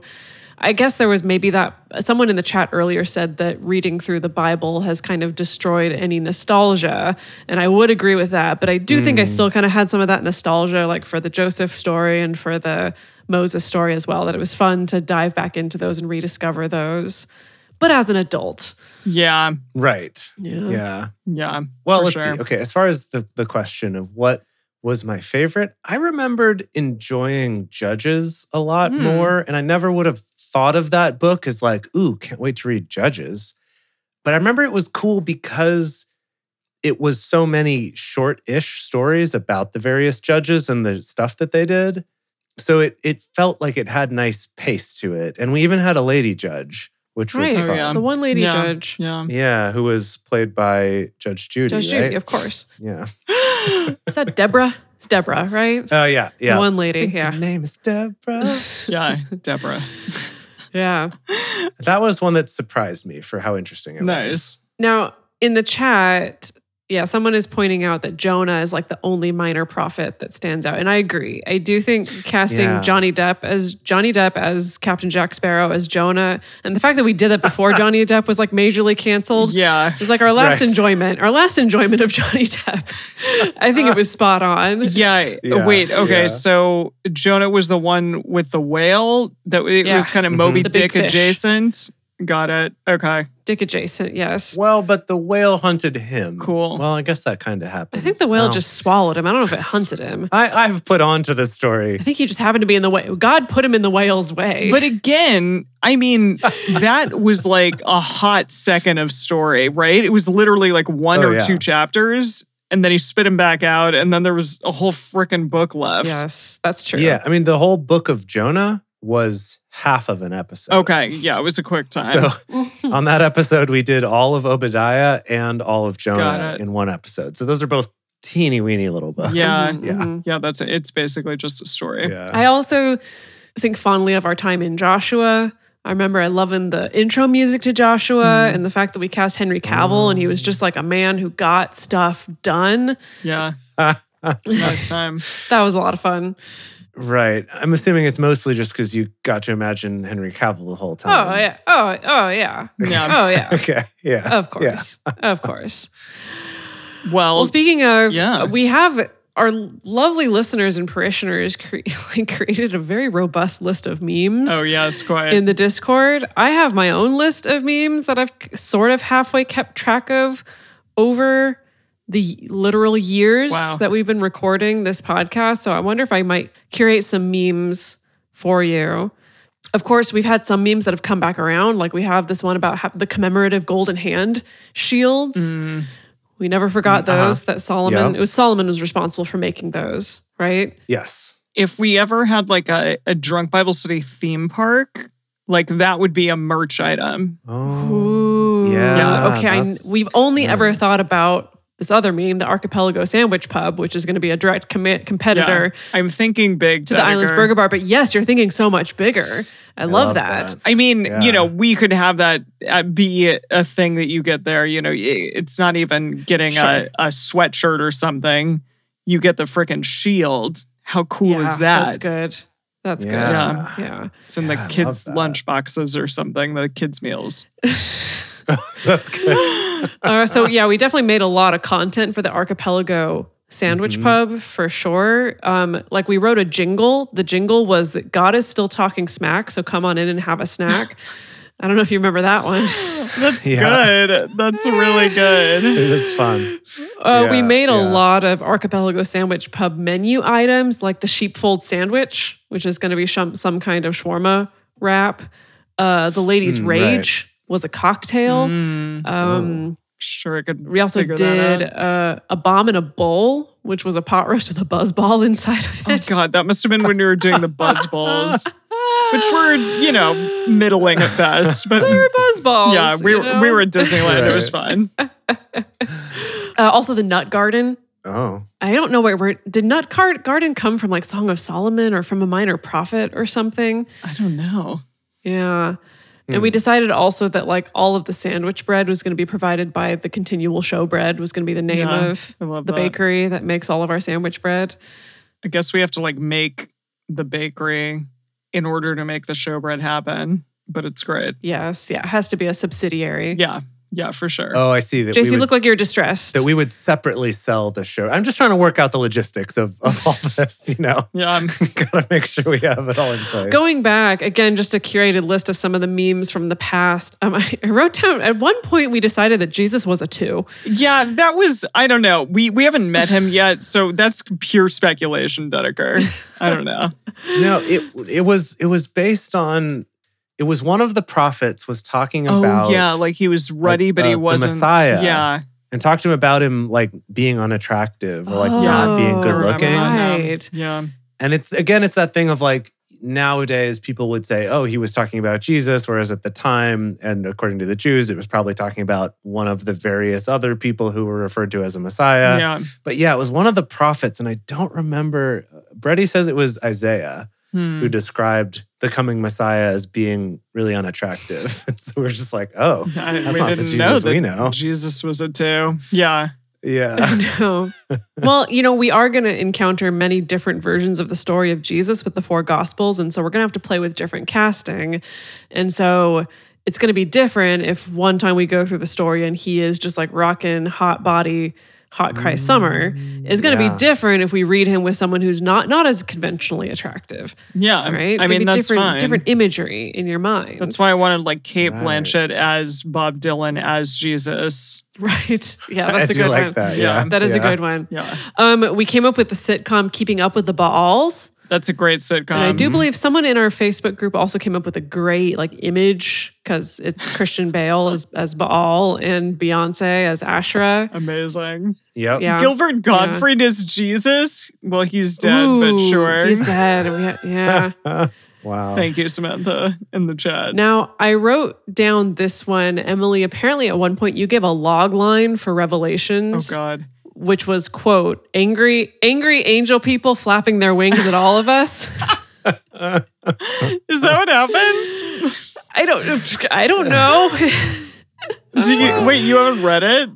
Speaker 3: I guess there was maybe that someone in the chat earlier said that reading through the Bible has kind of destroyed any nostalgia. And I would agree with that. But I do think I still kind of had some of that nostalgia, like for the Joseph story and for the Moses story as well, that it was fun to dive back into those and rediscover those. But as an adult,
Speaker 2: Yeah.
Speaker 4: right
Speaker 3: yeah.
Speaker 4: yeah
Speaker 2: Yeah.
Speaker 4: Well,
Speaker 2: for
Speaker 4: let's
Speaker 2: sure.
Speaker 4: see. Okay, as far as the, the question of what was my favorite, I remembered enjoying Judges a lot
Speaker 2: Hmm.
Speaker 4: more. And I never would have thought of that book as like, ooh, can't wait to read Judges. But I remember it was cool because it was so many short ish stories about the various judges and the stuff that they did. So it, it felt like it had nice pace to it. And we even had a lady judge, which was
Speaker 3: Right.
Speaker 2: Oh,
Speaker 4: fun.
Speaker 2: yeah.
Speaker 3: The one lady
Speaker 2: Yeah.
Speaker 3: judge,
Speaker 2: Yeah.
Speaker 4: Yeah, who was played by Judge Judy,
Speaker 3: Judge
Speaker 4: right?
Speaker 3: Judy, of course.
Speaker 4: Yeah.
Speaker 3: Is that Deborah? It's Deborah, right?
Speaker 4: Oh yeah, yeah.
Speaker 3: The one lady,
Speaker 4: Her
Speaker 3: yeah.
Speaker 4: name is Deborah.
Speaker 2: Yeah. Deborah.
Speaker 3: Yeah.
Speaker 4: that was one that surprised me for how interesting it was.
Speaker 2: nice.
Speaker 3: Now, in the chat, yeah, someone is pointing out that Jonah is like the only minor prophet that stands out. And I agree. I do think casting
Speaker 4: Yeah.
Speaker 3: Johnny Depp as Johnny Depp as Captain Jack Sparrow as Jonah, and the fact that we did that before Johnny Depp was like majorly canceled.
Speaker 2: Yeah.
Speaker 3: It was like our last
Speaker 4: Right.
Speaker 3: enjoyment, our last enjoyment of Johnny Depp. I think it was spot on.
Speaker 2: Yeah. Oh,
Speaker 4: Yeah,
Speaker 2: Wait. Okay.
Speaker 4: yeah.
Speaker 2: So Jonah was the one with the whale that it
Speaker 3: Yeah.
Speaker 2: was kind of
Speaker 4: Mhm.
Speaker 2: Moby
Speaker 3: The big
Speaker 2: Dick
Speaker 3: fish.
Speaker 2: adjacent. Got it. Okay.
Speaker 3: Dick adjacent, yes.
Speaker 4: Well, but the whale hunted him.
Speaker 2: Cool.
Speaker 4: Well, I guess that kind of
Speaker 3: I
Speaker 4: happened.
Speaker 3: think the whale just swallowed him. I don't know if it hunted him.
Speaker 4: I, I've put on to the
Speaker 3: I
Speaker 4: story.
Speaker 3: think he just happened to be in the way. God put him in the whale's way.
Speaker 2: But again, I mean, that was like a hot second of story, right? It was literally like one
Speaker 4: Oh,
Speaker 2: or
Speaker 4: yeah.
Speaker 2: two chapters, and then he spit him back out, and then there was a whole freaking book left.
Speaker 3: yes, that's true.
Speaker 4: Yeah, I mean the whole book of Jonah was half of an episode.
Speaker 2: Okay. Yeah. It was a quick time.
Speaker 4: So on that episode, we did all of Obadiah and all of Jonah
Speaker 2: it.
Speaker 4: in one episode. So those are both teeny weeny little books.
Speaker 2: Yeah.
Speaker 3: Mhm,
Speaker 4: Yeah.
Speaker 3: mhm.
Speaker 2: yeah. That's it. It's basically just a story.
Speaker 4: Yeah.
Speaker 3: I also think fondly of our time in Joshua. I remember I loving the intro music to Joshua
Speaker 2: Mm.
Speaker 3: and the fact that we cast Henry Cavill and he was just like a man who got stuff done.
Speaker 2: Yeah. It's a nice time.
Speaker 3: That was a lot of fun.
Speaker 4: Right. I'm assuming it's mostly just because you got to imagine Henry Cavill the whole time.
Speaker 3: Oh yeah. Oh oh yeah.
Speaker 2: Yeah.
Speaker 3: Oh yeah.
Speaker 4: Okay. Yeah.
Speaker 3: Of
Speaker 4: Yeah.
Speaker 3: course. Of course.
Speaker 2: Well,
Speaker 3: Well, speaking of, uh,
Speaker 2: yeah.
Speaker 3: we have our lovely listeners and parishioners cre- like created a very robust list of memes.
Speaker 2: oh, yes. Quite.
Speaker 3: in the Discord. I have my own list of memes that I've k- sort of halfway kept track of over the literal years
Speaker 2: Wow.
Speaker 3: that we've been recording this podcast. So I wonder if I might curate some memes for you. Of course, we've had some memes that have come back around. Like we have this one about ha- the commemorative golden hand shields.
Speaker 2: Mm.
Speaker 3: We never forgot
Speaker 4: Mm, uh-huh.
Speaker 3: those that Solomon,
Speaker 4: Yeah.
Speaker 3: it was Solomon was responsible for making those, right?
Speaker 4: Yes.
Speaker 2: if we ever had like a, a drunk Bible study theme park, like that would be a merch item.
Speaker 3: Ooh.
Speaker 4: Yeah,
Speaker 3: Okay. I,
Speaker 4: that's-
Speaker 3: we've only
Speaker 4: yeah.
Speaker 3: ever thought about this other meme, the Archipelago Sandwich Pub, which is going to be a direct commi- competitor
Speaker 2: I'm thinking big
Speaker 3: to the Islands Burger Bar. But yes, you're thinking so much bigger. I, love, that.
Speaker 2: I mean,
Speaker 4: Yeah.
Speaker 2: you know, we could have that uh, be a- a thing that you get there. You know, i- it's not even getting a, a sweatshirt or something. you get the freaking shield. How cool
Speaker 3: yeah,
Speaker 2: is that?
Speaker 3: That's good. That's
Speaker 4: Yeah.
Speaker 3: good. Yeah.
Speaker 2: It's in
Speaker 4: Yeah, I
Speaker 2: the
Speaker 4: love
Speaker 2: kids'
Speaker 4: that.
Speaker 2: lunch boxes or something, the kids' meals.
Speaker 4: That's good.
Speaker 3: uh, so yeah, we definitely made a lot of content for the archipelago sandwich
Speaker 4: Mhm.
Speaker 3: pub for sure. Um, like we wrote a jingle. The jingle was that God is still talking smack, so come on in and have a snack. I don't know if you remember that one.
Speaker 2: That's
Speaker 4: Yeah.
Speaker 2: good. That's really good.
Speaker 4: It was fun.
Speaker 3: Uh, we
Speaker 4: Yeah,
Speaker 3: made a
Speaker 4: yeah.
Speaker 3: lot of archipelago sandwich pub menu items, like the sheepfold sandwich, which is going to be some, some kind of shawarma wrap. Uh, the ladies'
Speaker 4: Mm, right. Oh.
Speaker 3: rage was a cocktail.
Speaker 2: Mm,
Speaker 3: Um,
Speaker 2: sure, I could.
Speaker 3: We also
Speaker 2: figure
Speaker 3: did
Speaker 2: That out.
Speaker 3: uh, a bomb in a bowl, which was a pot roast with a buzz ball inside of
Speaker 2: Oh
Speaker 3: it.
Speaker 2: God, that must have been when we were doing the buzz balls, Oh, which were you know middling at best. But
Speaker 3: They were buzz balls.
Speaker 2: yeah, we
Speaker 3: you
Speaker 2: were
Speaker 3: know?
Speaker 2: we were at Disneyland. It was fun.
Speaker 3: Uh, also, the Nut Garden.
Speaker 4: Oh,
Speaker 3: I don't know where we're, did Nut Gar- Garden come from, like Song of Solomon or from a minor prophet or something.
Speaker 2: I don't know.
Speaker 3: Yeah. And
Speaker 2: Hmm.
Speaker 3: we decided also that like all of the sandwich bread was going to be provided by the continual show bread was going to be the name
Speaker 2: Yeah,
Speaker 3: of
Speaker 2: I love
Speaker 3: the
Speaker 2: that.
Speaker 3: bakery that makes all of our sandwich bread.
Speaker 2: I guess we have to like make the bakery in order to make the showbread happen. But it's great.
Speaker 3: Yes, yeah, it has to be a subsidiary.
Speaker 2: Yeah, yeah, for sure.
Speaker 4: oh, I see that.
Speaker 3: JC,
Speaker 4: we
Speaker 3: you
Speaker 4: would,
Speaker 3: look like you're distressed.
Speaker 4: that we would separately sell the show. I'm just trying to work out the logistics of, of all this. You know,
Speaker 2: Yeah, um, I'm-
Speaker 4: gotta make sure we have it all in place.
Speaker 3: Going back again, just a curated list of some of the memes from the past. Um, I, I wrote down at one point we decided that Jesus was a two.
Speaker 2: yeah. That was I don't know. We we haven't met him yet, so that's pure speculation, Dedeker. I don't know.
Speaker 4: no, it it was it was based on it was one of the prophets was talking
Speaker 2: Oh
Speaker 4: about
Speaker 2: yeah, like he was ruddy, but
Speaker 4: uh,
Speaker 2: he
Speaker 4: the
Speaker 2: wasn't
Speaker 4: Messiah.
Speaker 2: Yeah,
Speaker 4: and talked to him about him like being unattractive or like
Speaker 3: Oh,
Speaker 4: not being good
Speaker 2: I remember
Speaker 4: looking.
Speaker 2: that now.
Speaker 3: Right.
Speaker 2: Yeah,
Speaker 4: And it's again, it's that thing of like nowadays people would say, oh, he was talking about Jesus, whereas at the time, and according to the Jews, it was probably talking about one of the various other people who were referred to as a Messiah.
Speaker 2: yeah.
Speaker 4: But yeah, it was one of the prophets, and I don't remember. Brady says it was Isaiah
Speaker 2: Hmm.
Speaker 4: who described the coming Messiah as being really unattractive. and so we're just like, oh,
Speaker 2: I-
Speaker 4: that's
Speaker 2: we
Speaker 4: not the
Speaker 2: didn't
Speaker 4: Jesus
Speaker 2: know that
Speaker 4: we know.
Speaker 2: Jesus was a two. Yeah,
Speaker 4: yeah.
Speaker 3: no. Well, you know, we are going to encounter many different versions of the story of Jesus with the four gospels. And so we're going to have to play with different casting. And so it's going to be different if one time we go through the story and he is just like rocking hot body, hot Christ summer. It's going to
Speaker 4: Mm, yeah.
Speaker 3: be different if we read him with someone who's not not as conventionally attractive,
Speaker 2: yeah.
Speaker 3: right?
Speaker 2: I
Speaker 3: There'd
Speaker 2: mean,
Speaker 3: be
Speaker 2: that's
Speaker 3: different
Speaker 2: fine.
Speaker 3: different imagery in your mind.
Speaker 2: That's why I wanted like Kate
Speaker 4: Right.
Speaker 2: Blanchett as Bob Dylan as Jesus.
Speaker 3: right. Yeah, that's
Speaker 4: I
Speaker 3: a
Speaker 4: do
Speaker 3: good
Speaker 4: like
Speaker 3: one.
Speaker 4: that.
Speaker 2: Yeah,
Speaker 4: Yeah.
Speaker 3: That is a
Speaker 4: Yeah.
Speaker 3: good one.
Speaker 2: Yeah,
Speaker 3: Um, we came up with the sitcom Keeping Up with the Baals.
Speaker 2: that's a great sitcom.
Speaker 3: And I do believe someone in our Facebook group also came up with a great like image because it's Christian Bale as, as Baal and Beyonce as Ashra.
Speaker 2: Amazing.
Speaker 4: Yep.
Speaker 3: Yeah.
Speaker 2: Gilbert Gottfried is Jesus. Well, he's dead, but
Speaker 3: Ooh,
Speaker 2: sure.
Speaker 3: He's dead. and we ha- yeah.
Speaker 4: wow.
Speaker 2: Thank you, Samantha, in the chat.
Speaker 3: now I wrote down this one, Emily. Apparently, at one point you gave a log line for
Speaker 2: oh
Speaker 3: Revelations,
Speaker 2: God.
Speaker 3: which was quote angry angry angel people flapping their wings at all of us.
Speaker 2: Is that what happens?
Speaker 3: I don't I don't know.
Speaker 2: Do you,
Speaker 3: Uh,
Speaker 4: Wow.
Speaker 2: wait, you haven't read it?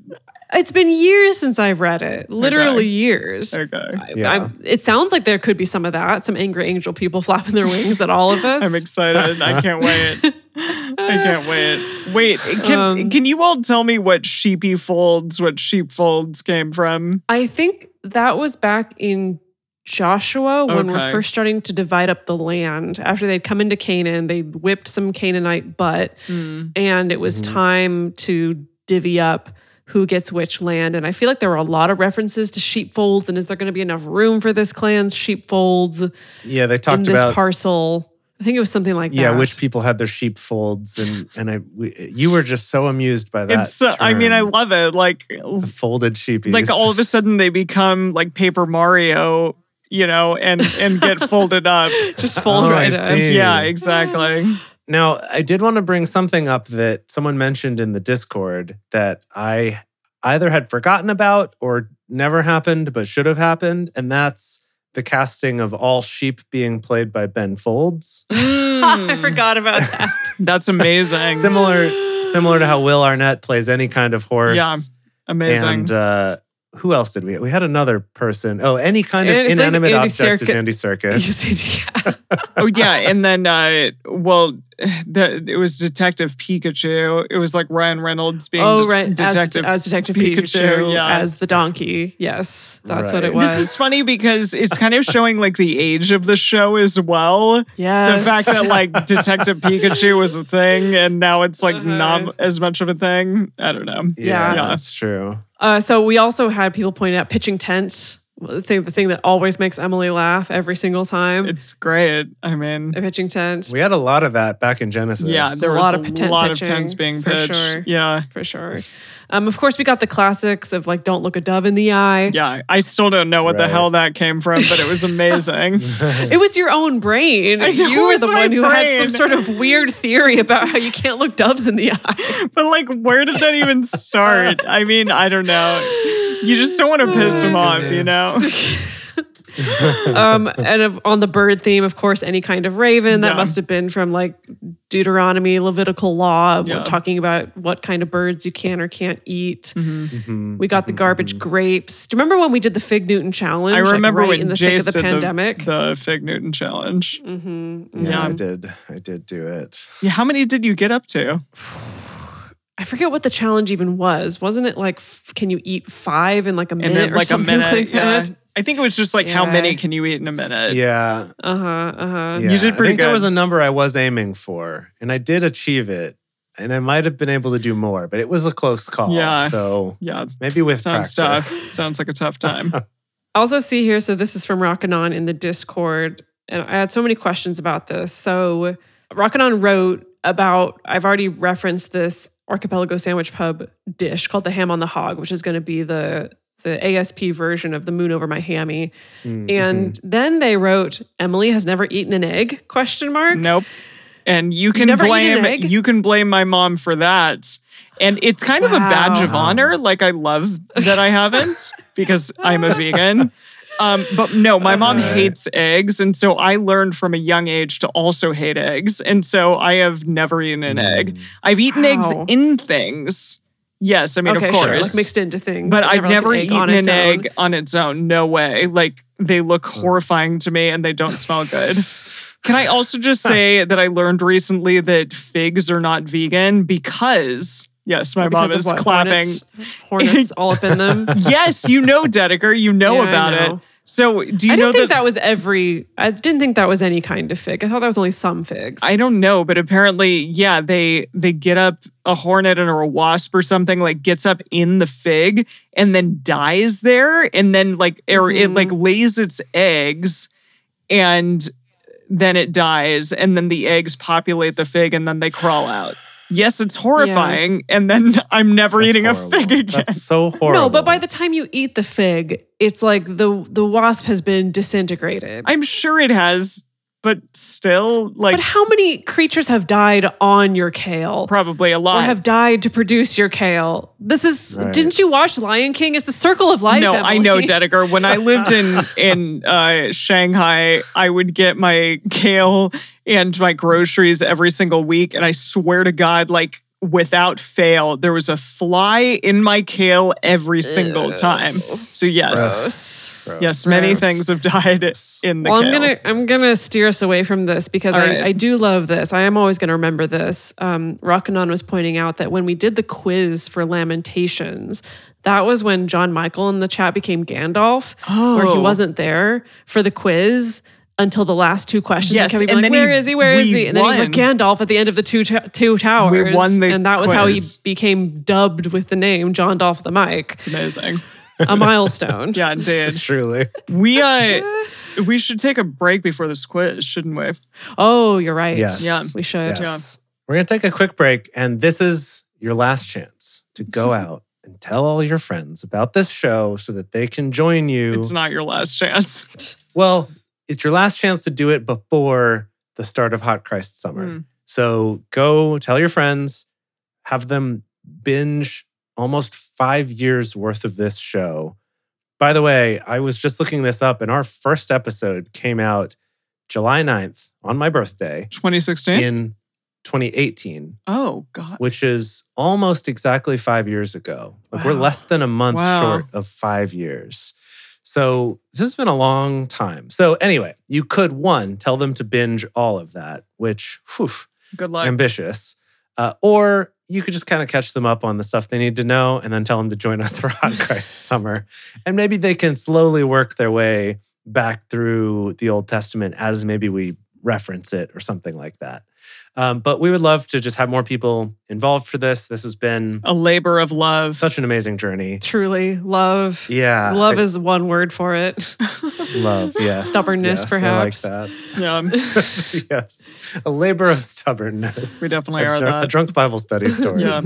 Speaker 3: It's been years since I've read it, literally years.
Speaker 2: Okay.
Speaker 3: I-
Speaker 4: Yeah.
Speaker 3: I'm- it sounds like there could be some of that, some angry angel people flapping their wings at all of us.
Speaker 2: I'm excited. I can't wait. I can't wait. Wait, can
Speaker 3: Um,
Speaker 2: can you all tell me what sheepy folds, what sheep folds came from?
Speaker 3: I think that was back in Joshua when we're
Speaker 2: Okay.
Speaker 3: first starting to divide up the land. After they'd come into Canaan, they whipped some Canaanite butt,
Speaker 2: Hmm.
Speaker 3: and it was
Speaker 4: Mhm.
Speaker 3: time to divvy up who gets which land. And I feel like there were a lot of references to sheepfolds, and is there going to be enough room for this clan's sheepfolds
Speaker 4: Yeah, they
Speaker 3: in
Speaker 4: talked
Speaker 3: this
Speaker 4: about
Speaker 3: parcel? I think it was something like
Speaker 4: yeah,
Speaker 3: that.
Speaker 4: which people had their sheep folds, and and I we, you were just so amused by that.
Speaker 2: It's so, I mean, I
Speaker 4: term,
Speaker 2: love it. Like
Speaker 4: the folded sheepies.
Speaker 2: like all of a sudden they become like Paper Mario, you know, and and get folded up.
Speaker 3: just fold
Speaker 4: Oh, I
Speaker 3: right up.
Speaker 4: see.
Speaker 2: Yeah, exactly.
Speaker 4: Now, I did want to bring something up that someone mentioned in the Discord that I either had forgotten about or never happened, but should have happened, and that's the casting of all sheep being played by Ben Folds.
Speaker 3: I forgot about that.
Speaker 2: That's amazing.
Speaker 4: similar, similar to how Will Arnett plays any kind of horse.
Speaker 2: Yeah, amazing.
Speaker 4: And uh, who else did we? We had another person. Oh, any kind of
Speaker 3: And I think
Speaker 4: inanimate
Speaker 3: Andy
Speaker 4: object is
Speaker 3: Serkis-
Speaker 4: Andy
Speaker 3: You
Speaker 4: Circus.
Speaker 3: said, yeah.
Speaker 2: oh yeah, and then uh, well, the, it was Detective Pikachu. It was like Ryan Reynolds being
Speaker 3: oh,
Speaker 2: det-
Speaker 3: right. As-
Speaker 2: Detective.
Speaker 3: as, Detective
Speaker 2: Pikachu,
Speaker 3: Pikachu,
Speaker 2: yeah.
Speaker 3: as the donkey. Yes, that's what it
Speaker 4: Right.
Speaker 3: was.
Speaker 2: this is funny because it's kind of showing like the age of the show as well.
Speaker 3: yes.
Speaker 2: The fact that like Detective Pikachu was a thing and now it's like
Speaker 3: Uh-huh.
Speaker 2: not as much of a thing. I don't know.
Speaker 4: yeah,
Speaker 2: Yeah.
Speaker 4: that's true.
Speaker 3: Uh, so we also had people point out pitching tents. The thing, the thing that always makes Emily laugh every single time.
Speaker 2: It's great. I mean,
Speaker 3: a pitching tent
Speaker 4: We had a lot of that back in Genesis.
Speaker 2: yeah, there
Speaker 3: a
Speaker 2: was
Speaker 3: lot
Speaker 2: a
Speaker 3: of tent
Speaker 2: lot of
Speaker 3: pitching,
Speaker 2: tents being
Speaker 3: for
Speaker 2: pitched.
Speaker 3: sure.
Speaker 2: Yeah.
Speaker 3: for sure. Um, of course, we got the classics of like "Don't look a dove in the eye."
Speaker 2: Yeah. I still don't know what the
Speaker 4: Right.
Speaker 2: hell that came from, but it was amazing.
Speaker 3: It was your own brain.
Speaker 2: I know,
Speaker 3: you were
Speaker 2: it's
Speaker 3: the
Speaker 2: my
Speaker 3: one who had
Speaker 2: brain.
Speaker 3: some sort of weird theory about how you can't look doves in the eye.
Speaker 2: but like, where did that even start? I mean, I don't know. You just don't want to piss
Speaker 3: Oh,
Speaker 2: them off, you know?
Speaker 3: um, and of, on the bird theme, of course, any kind of raven that
Speaker 2: Yeah.
Speaker 3: must have been from like Deuteronomy, Levitical law, of
Speaker 2: Yeah.
Speaker 3: talking about what kind of birds you can or can't eat.
Speaker 2: Mhm.
Speaker 4: Mhm.
Speaker 3: We got the garbage grapes. Do you remember when we did the Fig Newton challenge?
Speaker 2: I
Speaker 3: like,
Speaker 2: remember
Speaker 3: right
Speaker 2: when
Speaker 3: in the
Speaker 2: Jace
Speaker 3: thick of the
Speaker 2: did
Speaker 3: pandemic.
Speaker 2: the Fig Newton challenge.
Speaker 3: Mhm, mhm.
Speaker 4: Yeah,
Speaker 2: Yeah.
Speaker 4: I did. I did do it.
Speaker 2: Yeah, how many did you get up to?
Speaker 3: I forget what the challenge even was. Wasn't it like, f- can you eat five in like a minute
Speaker 2: And then
Speaker 3: or
Speaker 2: like a
Speaker 3: something
Speaker 2: minute.
Speaker 3: like
Speaker 2: yeah.
Speaker 3: that?
Speaker 2: I think it was just like how
Speaker 3: Yeah.
Speaker 2: many can you eat in a minute?
Speaker 4: Yeah,
Speaker 3: Uh huh. Uh huh.
Speaker 4: yeah.
Speaker 2: You did
Speaker 4: I
Speaker 2: pretty
Speaker 4: think there
Speaker 2: good.
Speaker 4: was a number I was aiming for, and I did achieve it. And I might have been able to do more, but it was a close call.
Speaker 2: Yeah.
Speaker 4: So
Speaker 2: Yeah,
Speaker 4: maybe with
Speaker 2: sounds
Speaker 4: practice.
Speaker 2: tough. Sounds like a tough time.
Speaker 3: Also, see here. So this is from Rockin' On in the Discord, and I had so many questions about this. So Rockin' On wrote about. I've already referenced this archipelago sandwich pub dish called the ham on the hog, which is going to be the the ASP version of the moon over my hammy.
Speaker 4: Mhm.
Speaker 2: Mm-hmm.
Speaker 3: And then they wrote, Emily has never eaten an egg? Question mark.
Speaker 2: nope. And you can
Speaker 3: never eaten an
Speaker 2: blame
Speaker 3: egg?
Speaker 2: you can blame my mom for that. And it's kind of a badge of
Speaker 4: Wow.
Speaker 2: honor. Like I love that I haven't because I'm a vegan. Um, but no, my mom
Speaker 4: Right.
Speaker 2: hates eggs, and so I learned from a young age to also hate eggs. And so I have never eaten an egg.
Speaker 4: Mm.
Speaker 2: I've eaten eggs
Speaker 3: Wow.
Speaker 2: in things. Yes, I mean
Speaker 3: okay,
Speaker 2: of
Speaker 3: sure. Like
Speaker 2: course.
Speaker 3: mixed into things.
Speaker 2: but I've
Speaker 3: like,
Speaker 2: never
Speaker 3: egg
Speaker 2: eaten
Speaker 3: on its
Speaker 2: an
Speaker 3: own. Mm.
Speaker 2: egg on its own. No way. Like they look horrifying to me and they don't smell good. Can I also just say that I learned recently that figs are not vegan because yes, my
Speaker 3: Or because
Speaker 2: mom
Speaker 3: of
Speaker 2: is
Speaker 3: what?
Speaker 2: clapping.
Speaker 3: Hornets, hornets all up in them.
Speaker 2: yes, you know Dedeker, you know
Speaker 3: Yeah, I
Speaker 2: about
Speaker 3: know.
Speaker 2: it. So do you
Speaker 3: I
Speaker 2: know
Speaker 3: didn't think that was every. I didn't think that was any kind of fig. I thought that was only some figs.
Speaker 2: I don't know, but apparently, yeah, they they get up a hornet or a wasp or something like gets up in the fig and then dies there, and then like or it
Speaker 3: Mhm.
Speaker 2: like lays its eggs, and then it dies, and then the eggs populate the fig, and then they crawl out. Yes, it's horrifying, and then I'm never
Speaker 4: That's
Speaker 2: eating
Speaker 4: horrible.
Speaker 2: a fig again.
Speaker 4: That's so horrible.
Speaker 3: No, but by the time you eat the fig, it's like the the wasp has been disintegrated.
Speaker 2: I'm sure it has, but still, like
Speaker 3: but how many creatures have died on your kale?
Speaker 2: probably a
Speaker 3: Or
Speaker 2: lot.
Speaker 3: have died to produce your kale. This is.
Speaker 4: Right.
Speaker 3: Didn't you watch Lion King? It's the circle of life.
Speaker 2: No, I know
Speaker 3: Emily.
Speaker 2: Dedeker. When I lived in in uh, Shanghai, I would get my kale and my groceries every single week, and I swear to God, like without fail, there was a fly in my kale every single
Speaker 3: Ew.
Speaker 2: time. So yes,
Speaker 3: Gross.
Speaker 4: Gross.
Speaker 2: yes, many
Speaker 4: Gross.
Speaker 2: things have died in the
Speaker 3: Well,
Speaker 2: kale.
Speaker 3: I'm gonna I'm gonna steer us away from this because
Speaker 2: All
Speaker 3: I,
Speaker 2: right.
Speaker 3: I do love this. I am always gonna remember this. Um, Rockanon was pointing out that when we did the quiz for Lamentations, that was when John Michael in the chat became Gandalf, where he
Speaker 2: Oh.
Speaker 3: wasn't there for the quiz until the last two questions.
Speaker 2: Yes,
Speaker 3: and kept being
Speaker 2: and then
Speaker 3: like, where
Speaker 2: he-
Speaker 3: is he? Where is
Speaker 2: we
Speaker 3: he? And then he was like Gandalf at the end of the two ta- two towers.
Speaker 2: won the
Speaker 3: and that was how he
Speaker 2: quiz.
Speaker 3: became dubbed with the name John Dolph the Mike,
Speaker 2: It's amazing.
Speaker 3: a milestone.
Speaker 2: Yeah, indeed.
Speaker 4: Truly.
Speaker 2: We uh, we should take a break before this quiz, shouldn't we?
Speaker 3: Oh, you're right.
Speaker 4: Yes.
Speaker 2: Yeah.
Speaker 3: we should.
Speaker 4: Yes. We're going to take a quick break, and this is your last chance to go out and tell all your friends about this show so that they can join you.
Speaker 2: It's not your last chance.
Speaker 4: well, it's your last chance to do it before the start of Hot Christ Summer.
Speaker 2: Mm.
Speaker 4: So go tell your friends, have them binge almost five years worth of this show. By the way, I was just looking this up, and our first episode came out July 9th on my birthday
Speaker 2: 2016.
Speaker 4: in 2018,
Speaker 2: Oh God.
Speaker 4: which is almost exactly five years ago. Like we're
Speaker 3: Wow.
Speaker 4: less than a month
Speaker 2: Wow.
Speaker 4: short of five years. So this has been a long time. So anyway, you could one tell them to binge all of that, which whew,
Speaker 2: Good luck.
Speaker 4: ambitious, uh, or you could just kind of catch them up on the stuff they need to know, and then tell them to join us for Hot Christ Summer, and maybe they can slowly work their way back through the Old Testament as maybe we reference it or something like that. Um, but we would love to just have more people involved for this. This has been
Speaker 2: a labor of love.
Speaker 4: such an amazing journey.
Speaker 3: Truly, love.
Speaker 4: Yeah,
Speaker 3: love
Speaker 4: I-
Speaker 3: is one word for it.
Speaker 4: love. Yeah,
Speaker 3: Stubbornness,
Speaker 4: yes,
Speaker 3: perhaps.
Speaker 4: I like that.
Speaker 2: yeah.
Speaker 4: yes, a labor of stubbornness.
Speaker 2: We definitely
Speaker 4: a
Speaker 2: are
Speaker 4: drunk,
Speaker 2: that.
Speaker 4: A drunk Bible study story.
Speaker 2: Yeah.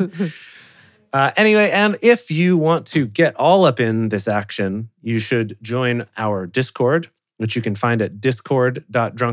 Speaker 4: Uh, anyway, and if you want to get all up in this action, you should join our Discord, which you can find at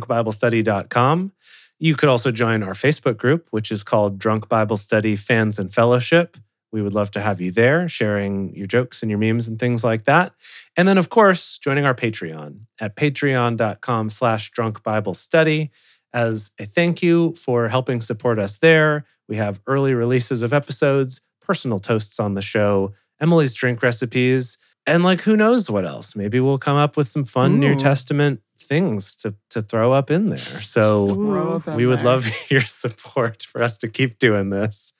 Speaker 4: discord.drunkbiblestudy.com. You could also join our Facebook group, which is called Drunk Bible Study Fans and Fellowship. We would love to have you there, sharing your jokes and your memes and things like that. And then, of course, joining our Patreon at patreon.com slash drunk Bible study as a thank you for helping support us there. We have early releases of episodes, personal toasts on the show, Emily's drink recipes, and like who knows what else. Maybe we'll come up with some fun New
Speaker 2: Ooh.
Speaker 4: Testament things to, to throw up in there. So
Speaker 3: Ooh.
Speaker 2: Throw up in
Speaker 4: we would
Speaker 2: there.
Speaker 4: love your support for us to keep doing this.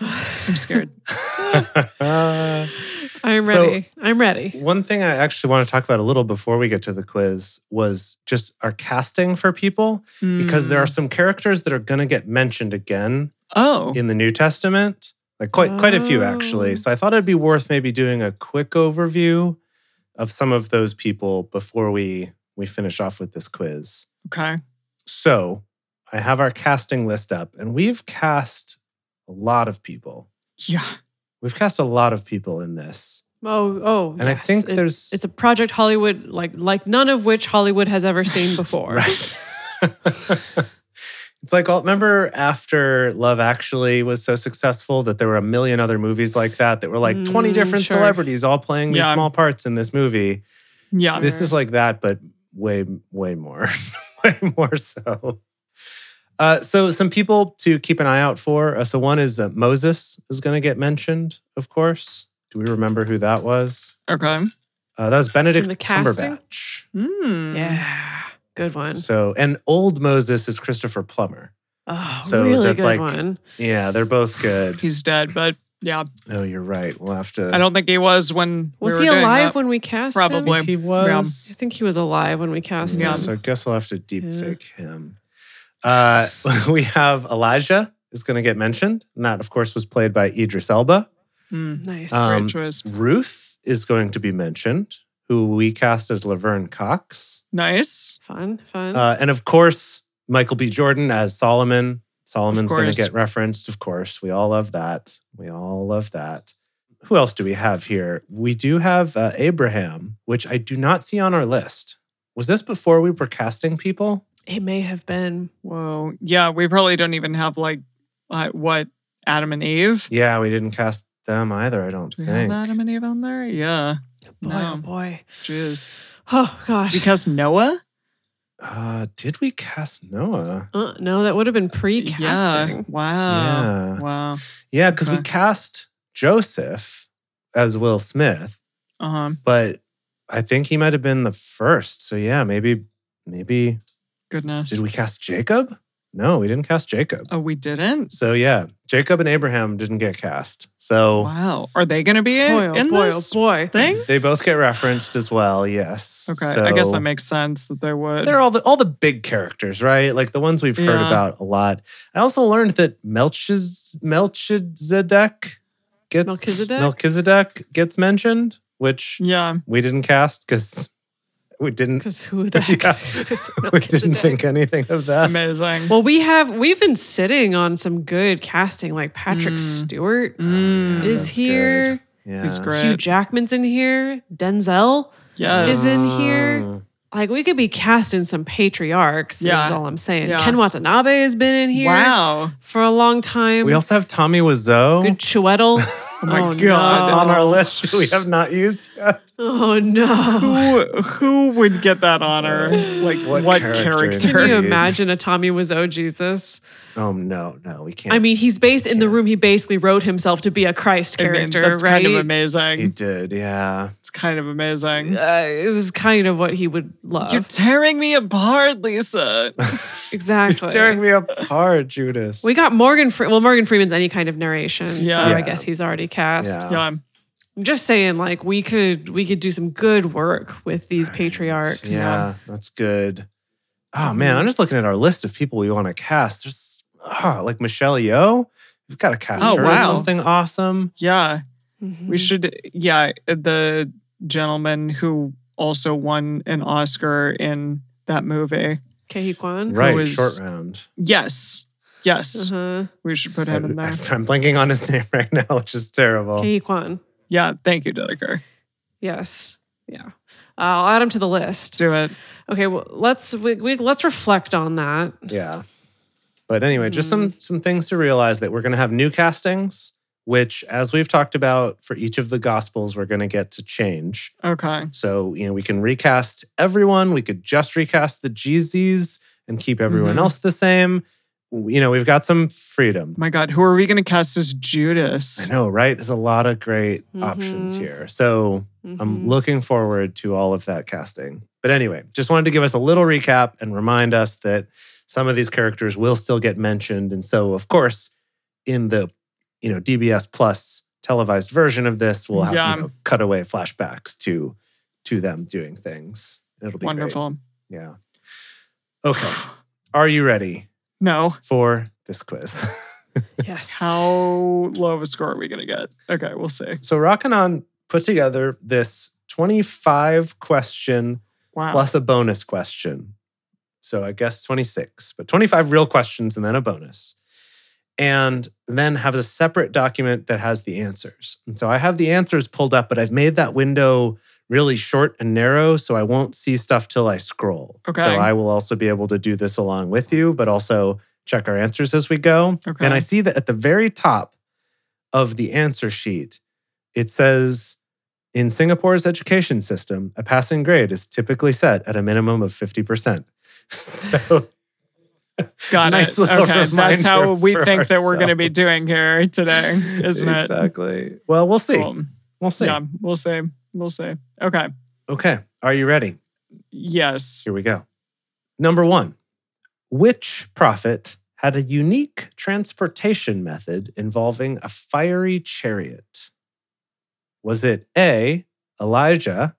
Speaker 2: I'm scared.
Speaker 3: I'm
Speaker 4: So-
Speaker 3: ready. I'm ready.
Speaker 4: One thing I actually want to talk about a little before we get to the quiz was just our casting for people because there are
Speaker 2: Mm.
Speaker 4: some characters that are going to get mentioned again
Speaker 2: Oh.
Speaker 4: in the New Testament, like quite quite a few actually.
Speaker 3: Oh.
Speaker 4: So I thought it'd be worth maybe doing a quick overview of some of those people before we we finish off with this quiz.
Speaker 2: Okay.
Speaker 4: So I have our casting list up, and we've cast a lot of people.
Speaker 2: Yeah.
Speaker 4: We've cast a lot of people in this.
Speaker 3: Oh, oh.
Speaker 4: And I
Speaker 3: yes.
Speaker 4: think
Speaker 3: It's-
Speaker 4: there's-
Speaker 3: it's a project Hollywood like like none of which Hollywood has ever seen before.
Speaker 4: Right. it's like, all- remember after Love Actually was so successful that there were a million other movies like that that were like 20
Speaker 3: Mm,
Speaker 4: different
Speaker 3: sure.
Speaker 4: celebrities all playing these
Speaker 2: Yeah.
Speaker 4: small parts in this movie.
Speaker 2: Yeah.
Speaker 4: This is like that, but way, way more, way more so. Uh, so, some people to keep an eye out for. Uh, so, one is uh, Moses is going to get mentioned, of course. Do we remember who that was?
Speaker 2: Okay.
Speaker 4: Uh, that was Benedict
Speaker 3: the casting?
Speaker 4: Cumberbatch.
Speaker 2: Mm.
Speaker 3: Yeah. Good one.
Speaker 4: So, and old Moses is Christopher Plummer.
Speaker 3: Oh,
Speaker 4: so
Speaker 3: really
Speaker 4: that's
Speaker 3: good
Speaker 4: like-
Speaker 3: one.
Speaker 4: Yeah, they're both good.
Speaker 2: He's dead, but yeah,
Speaker 4: No, you're right. We'll have to.
Speaker 2: I don't think he was when
Speaker 3: Was
Speaker 2: we were
Speaker 3: he
Speaker 2: doing
Speaker 3: alive
Speaker 2: that.
Speaker 3: when we cast
Speaker 4: I
Speaker 3: him?
Speaker 2: Probably.
Speaker 4: think he
Speaker 3: I
Speaker 4: was.
Speaker 3: think he was alive when we cast
Speaker 4: Yeah,
Speaker 2: Yeah.
Speaker 3: him.
Speaker 4: so I guess we'll have to deep fake him. Uh, we have Elijah is going to get mentioned, and that, of course, was played by Idris Elba.
Speaker 2: Mm.
Speaker 3: nice.
Speaker 4: Um,
Speaker 2: Great choice.
Speaker 4: Ruth is going to be mentioned, who we cast as Laverne Cox,
Speaker 2: Nice.
Speaker 3: fun, fun.
Speaker 4: uh, and of course Michael B. Jordan as Solomon. Solomon's going
Speaker 2: course.
Speaker 4: to get referenced, of course. We all love that. We all love that. Who else do we have here? We do have uh, Abraham, which I do not see on our list. Was this before we were casting people?
Speaker 3: it may have been.
Speaker 2: Whoa. Yeah, we probably don't even have like uh, what Adam and Eve.
Speaker 4: Yeah, we didn't cast them either, I don't
Speaker 2: Do we
Speaker 4: think.
Speaker 2: have Adam and Eve on there? Yeah.
Speaker 3: Boy,
Speaker 2: No.
Speaker 3: oh boy.
Speaker 2: Jeez.
Speaker 3: Oh gosh.
Speaker 2: Because Noah.
Speaker 4: Uh, did we cast Noah?
Speaker 3: Uh, no, that would have been
Speaker 2: Yeah.
Speaker 3: pre-casting.
Speaker 2: Wow.
Speaker 4: Yeah.
Speaker 2: Wow.
Speaker 4: Yeah, because we
Speaker 2: Oh. Okay.
Speaker 4: cast Joseph as Will Smith,
Speaker 2: Uh huh.
Speaker 4: but I think he might have been the first. So yeah, maybe maybe
Speaker 2: Goodness.
Speaker 4: did we cast Jacob? No, we didn't cast Jacob.
Speaker 2: oh, we didn't.
Speaker 4: So yeah, Jacob and Abraham didn't get cast. So
Speaker 2: Wow. Are they going to be in,
Speaker 3: Boy, oh
Speaker 2: in
Speaker 3: boy,
Speaker 2: this
Speaker 3: oh boy.
Speaker 2: thing?
Speaker 4: they both get referenced as well, yes.
Speaker 2: Okay. I guess
Speaker 4: So-
Speaker 2: that makes sense that they would.
Speaker 4: They're all the all the big characters, right? Like the ones we've heard
Speaker 2: Yeah.
Speaker 4: about a lot. I also learned that Melchiz, Melchizedek gets
Speaker 3: Melchizedek? Mm.
Speaker 4: Melchizedek gets mentioned, which
Speaker 2: yeah.
Speaker 4: we didn't cast because we didn't
Speaker 3: Because who the heck?
Speaker 4: Yeah.
Speaker 3: is
Speaker 4: we didn't
Speaker 3: Melchizedek?
Speaker 4: think anything of that.
Speaker 2: Amazing.
Speaker 3: Well, we have we've been sitting on some good casting, like Patrick
Speaker 2: Mm.
Speaker 3: Stewart
Speaker 2: Mm.
Speaker 4: Yeah,
Speaker 3: is
Speaker 4: that's
Speaker 3: here,
Speaker 4: Yeah.
Speaker 2: He's great.
Speaker 3: Hugh Jackman's in here, Denzel.
Speaker 2: Yes.
Speaker 3: is
Speaker 4: Oh.
Speaker 3: in here. Like we could be casting some patriarchs.
Speaker 2: Yeah.
Speaker 3: is all I'm saying.
Speaker 2: Yeah.
Speaker 3: Ken Watanabe has been in here
Speaker 2: Wow.
Speaker 3: for a long time.
Speaker 4: We also have Tommy Wiseau.
Speaker 3: good Chiwetel.
Speaker 2: Oh my
Speaker 3: Oh,
Speaker 2: god.
Speaker 3: no.
Speaker 4: on our list we have not used yet.
Speaker 3: Oh no.
Speaker 2: Who who would get that honor? Like what,
Speaker 4: What
Speaker 2: character?
Speaker 4: character?
Speaker 3: Can you
Speaker 4: Dude.
Speaker 3: imagine a Tommy Wiseau Jesus?
Speaker 4: Oh no, no, we can't.
Speaker 3: I mean, he's based in the
Speaker 4: Yeah.
Speaker 3: room. He basically wrote himself to be a Christ
Speaker 2: I mean,
Speaker 3: character,
Speaker 2: that's
Speaker 3: right?
Speaker 2: kind of
Speaker 4: he
Speaker 2: amazing.
Speaker 4: did, yeah.
Speaker 2: It's kind of amazing.
Speaker 3: uh, this is kind of what he would love.
Speaker 2: You're tearing me apart, Lisa.
Speaker 3: exactly.
Speaker 4: Tearing me apart, Judas.
Speaker 3: we got Morgan. Fre- well, Morgan Freeman's any kind of narration, so
Speaker 2: Yeah.
Speaker 3: I
Speaker 4: Yeah.
Speaker 3: guess he's already cast.
Speaker 4: Yeah.
Speaker 2: yeah.
Speaker 3: I'm just saying, like we could we could do some good work with these patriarchs.
Speaker 4: Yeah, that's good. Oh man, I'm just looking at our list of people we want to cast. There's ah, like Michelle Yeoh. We've got to cast
Speaker 2: Oh,
Speaker 4: her as
Speaker 2: wow.
Speaker 4: something awesome.
Speaker 2: Yeah.
Speaker 3: Mhm.
Speaker 2: We should yeah, the gentleman who also won an Oscar in that movie.
Speaker 3: Ke Huy Quan.
Speaker 4: Right,
Speaker 2: is-
Speaker 4: short round.
Speaker 2: Yes. Yes.
Speaker 3: Uh-huh.
Speaker 2: We should put
Speaker 4: I,
Speaker 2: him in there.
Speaker 4: am blanking on his name right now, which is terrible.
Speaker 3: Ke Huy Quan.
Speaker 2: Yeah, thank you, Dedeker.
Speaker 3: Yes. Yeah. I'll add him to the list.
Speaker 2: Do it.
Speaker 3: Okay. Well, let's we, we, let's reflect on that.
Speaker 4: Yeah. But anyway, just
Speaker 3: Mm-hmm.
Speaker 4: some some things to realize that we're going to have new castings, which, as we've talked about for each of the gospels, we're going to get to change.
Speaker 2: Okay.
Speaker 4: So, you know, we can recast everyone. We could just recast the Jeezys and keep everyone
Speaker 2: Mhm.
Speaker 4: else the same. You know, we've got some freedom.
Speaker 2: My God, who are we going to cast as Judas?
Speaker 4: I know, right? There's a lot of great options
Speaker 3: Mhm.
Speaker 4: here. So I'm
Speaker 2: Mm-hmm.
Speaker 3: Mhm.
Speaker 4: looking forward to all of that casting. But anyway, just wanted to give us a little recap and remind us that some of these characters will still get mentioned. And so, of course, in the you know DBS Plus televised version of this, we'll have
Speaker 2: Yeah.
Speaker 4: you know, cutaway flashbacks to to them doing things. It'll be great.
Speaker 2: Wonderful.
Speaker 4: Yeah. Okay. Are you ready
Speaker 2: No.
Speaker 4: for this quiz?
Speaker 3: yes.
Speaker 2: How low of a score are we going to get? Okay, we'll see.
Speaker 4: So Rakanon put together this 25 question
Speaker 2: Wow.
Speaker 4: plus a bonus question. So I guess 26, but 25 real questions and then a bonus. And then have a separate document that has the answers. And so I have the answers pulled up, but I've made that window really short and narrow so I won't see stuff till I scroll.
Speaker 2: Okay.
Speaker 4: So I will also be able to do this along with you, but also check our answers as we go.
Speaker 2: Okay.
Speaker 4: And I see that at the very top of the answer sheet, it says in Singapore's education system, a passing grade is typically set at a minimum of 50%. So
Speaker 2: Got
Speaker 4: nice
Speaker 2: it.
Speaker 4: little
Speaker 2: Okay, that's
Speaker 4: reminder
Speaker 2: how we
Speaker 4: for
Speaker 2: think that we're going to be
Speaker 4: ourselves.
Speaker 2: doing here today, isn't it?
Speaker 4: Exactly. Well, we'll see.
Speaker 2: Cool.
Speaker 4: We'll see.
Speaker 2: Yeah, we'll see. We'll see. Okay.
Speaker 4: Okay. Are you ready?
Speaker 2: Yes.
Speaker 4: Here we go. Number one Which prophet had a unique transportation method involving a fiery chariot? Was it A, Elijah,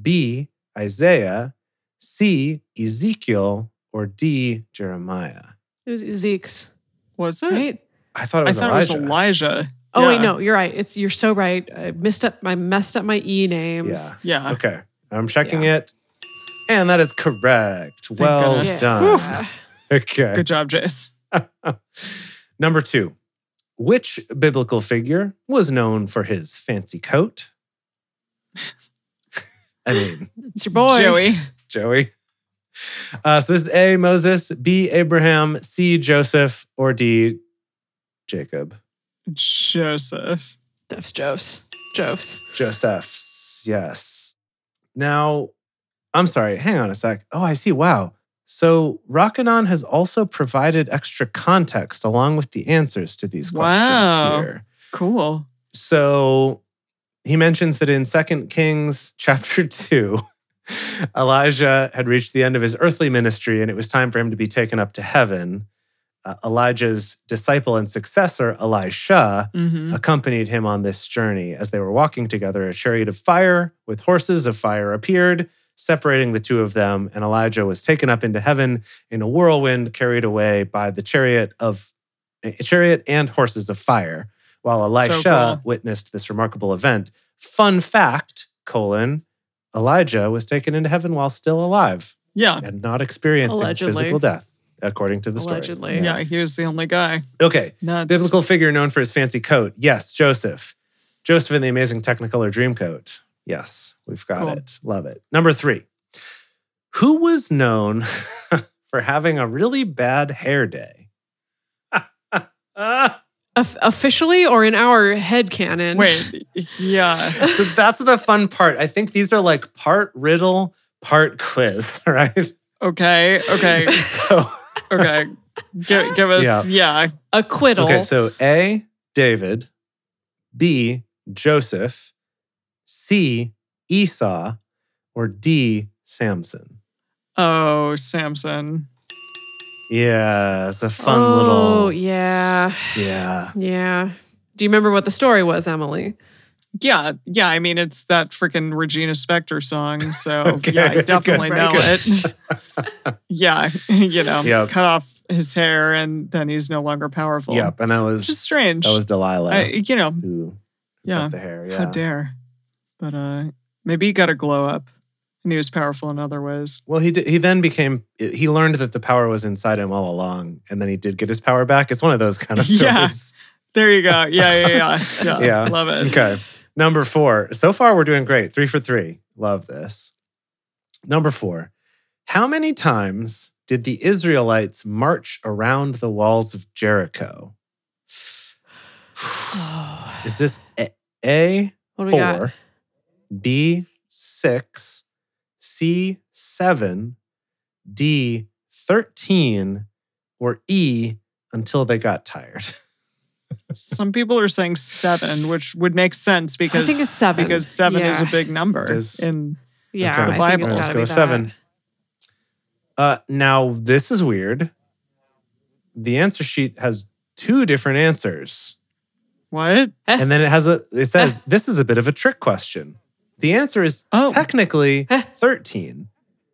Speaker 4: B, Isaiah, C, Ezekiel, or D, Jeremiah?
Speaker 3: It was Zeke's,
Speaker 2: Was it?
Speaker 3: right?
Speaker 4: I thought it
Speaker 2: I
Speaker 4: was
Speaker 2: thought
Speaker 4: Elijah.
Speaker 2: it was Elijah.
Speaker 3: Oh wait,
Speaker 2: Yeah.
Speaker 3: no, you're right. It's you're so right. I messed up. I messed up my e names.
Speaker 4: Yeah.
Speaker 2: Yeah.
Speaker 4: Okay. I'm checking it. And that is correct. well
Speaker 2: goodness.
Speaker 4: done. Okay.
Speaker 2: Good job, Jace.
Speaker 4: Number two, which biblical figure was known for his fancy coat? I mean,
Speaker 3: It's your boy.
Speaker 2: Joey.
Speaker 4: Joey. Uh, so this is A, Moses, B, Abraham, C, Joseph, or D, Jacob.
Speaker 2: Joseph.
Speaker 3: Def's Joves. Joves.
Speaker 4: Joseph's, yes. Now, I'm sorry, hang on a sec. Oh, I see. Wow. So Rakanon has also provided extra context along with the answers to these questions
Speaker 2: Wow.
Speaker 4: here.
Speaker 2: Cool.
Speaker 4: So he mentions that in 2 Kings chapter 2, Elijah had reached the end of his earthly ministry and it was time for him to be taken up to heaven. Uh, Elijah's disciple and successor, Elisha,
Speaker 3: Mm-hmm.
Speaker 2: hmm
Speaker 4: accompanied him on this journey. As they were walking together, a chariot of fire with horses of fire appeared, separating the two of them. And Elijah was taken up into heaven in a whirlwind, carried away by the chariot of a chariot and horses of fire, while Elisha
Speaker 2: cool.
Speaker 4: witnessed this remarkable event. Fun fact: colon Elijah was taken into heaven while still alive
Speaker 2: Yeah.
Speaker 4: and not experiencing
Speaker 3: Allegedly.
Speaker 4: physical death, according to the story.
Speaker 3: Allegedly.
Speaker 2: yeah. he was the only guy.
Speaker 4: Okay.
Speaker 2: Nuts.
Speaker 4: Biblical figure known for his fancy coat. Yes, Joseph. Joseph in the amazing Technicolor Dreamcoat. Yes, we've got
Speaker 2: Cool.
Speaker 4: it. Love it. Number three. Who was known for having a really bad hair day?
Speaker 3: Of- officially or in our head canon.
Speaker 2: Wait, yeah.
Speaker 4: so that's the fun part. I think these are like part riddle, part quiz, right?
Speaker 2: Okay, okay,
Speaker 4: So
Speaker 2: okay. Give, give us,
Speaker 4: Yeah.
Speaker 2: yeah.
Speaker 3: acquittal.
Speaker 4: okay, so A, David, B, Joseph, C, Esau, or D, Samson.
Speaker 2: Oh, Samson.
Speaker 4: Yeah, it's a fun
Speaker 3: oh,
Speaker 4: little
Speaker 3: yeah.
Speaker 4: yeah.
Speaker 3: Yeah. Do you remember what the story was, Emily?
Speaker 2: Yeah, yeah. I mean, it's that freaking Regina Spektor song. So
Speaker 4: Okay,
Speaker 2: yeah, I definitely
Speaker 3: good,
Speaker 2: know
Speaker 4: good.
Speaker 2: it. yeah, you know,
Speaker 4: Yep.
Speaker 2: cut off his hair and then he's no longer powerful.
Speaker 4: Yep, and that was
Speaker 2: Which is strange.
Speaker 4: That was Delilah
Speaker 2: I, you know,
Speaker 4: who who
Speaker 2: yeah,
Speaker 4: cut the hair. Yeah,
Speaker 2: How dare? But uh, maybe he got a glow up, and he was powerful in other ways.
Speaker 4: Well, he did, he then became he learned that the power was inside him all along, and then he did get his power back. It's one of those kind of
Speaker 2: Yeah.
Speaker 4: stories.
Speaker 2: There you go. Yeah, yeah, yeah, yeah.
Speaker 4: Yeah.
Speaker 2: Love it.
Speaker 4: Okay, number four. So far, we're doing great. Three for three. Love this. Number four. How many times did the Israelites march around the walls of Jericho?
Speaker 3: Oh.
Speaker 4: Is this A, a
Speaker 3: What do we got?
Speaker 4: four, B six, C seven, D thirteen, or E until they got tired.
Speaker 2: Some people are saying seven, which would make sense because
Speaker 3: I think it's seven.
Speaker 2: because seven is a
Speaker 3: Yeah.
Speaker 2: big number.
Speaker 4: It is.
Speaker 2: And
Speaker 3: Yeah,
Speaker 4: Okay.
Speaker 3: I
Speaker 2: Bible.
Speaker 3: think it's
Speaker 2: Let's
Speaker 3: gotta
Speaker 4: go
Speaker 3: be
Speaker 4: with
Speaker 3: that.
Speaker 4: seven. Uh, now this is weird. The answer sheet has two different answers,
Speaker 2: what?
Speaker 4: and then it has a. It says this is a bit of a trick question. The answer is
Speaker 2: Oh.
Speaker 4: technically
Speaker 3: Huh.
Speaker 4: thirteen,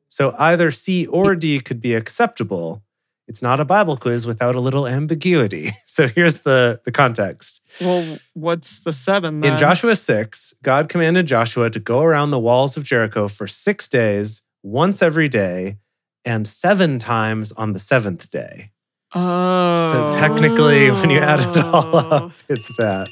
Speaker 4: so either C or D could be acceptable. It's not a Bible quiz without a little ambiguity. So here's the the context.
Speaker 2: Well, what's the seven? Then?
Speaker 4: In Joshua 6, God commanded Joshua to go around the walls of Jericho for six days, once every day, and seven times on the seventh day.
Speaker 2: Oh,
Speaker 4: So technically, when you add it all
Speaker 3: Oh.
Speaker 4: up, it's that.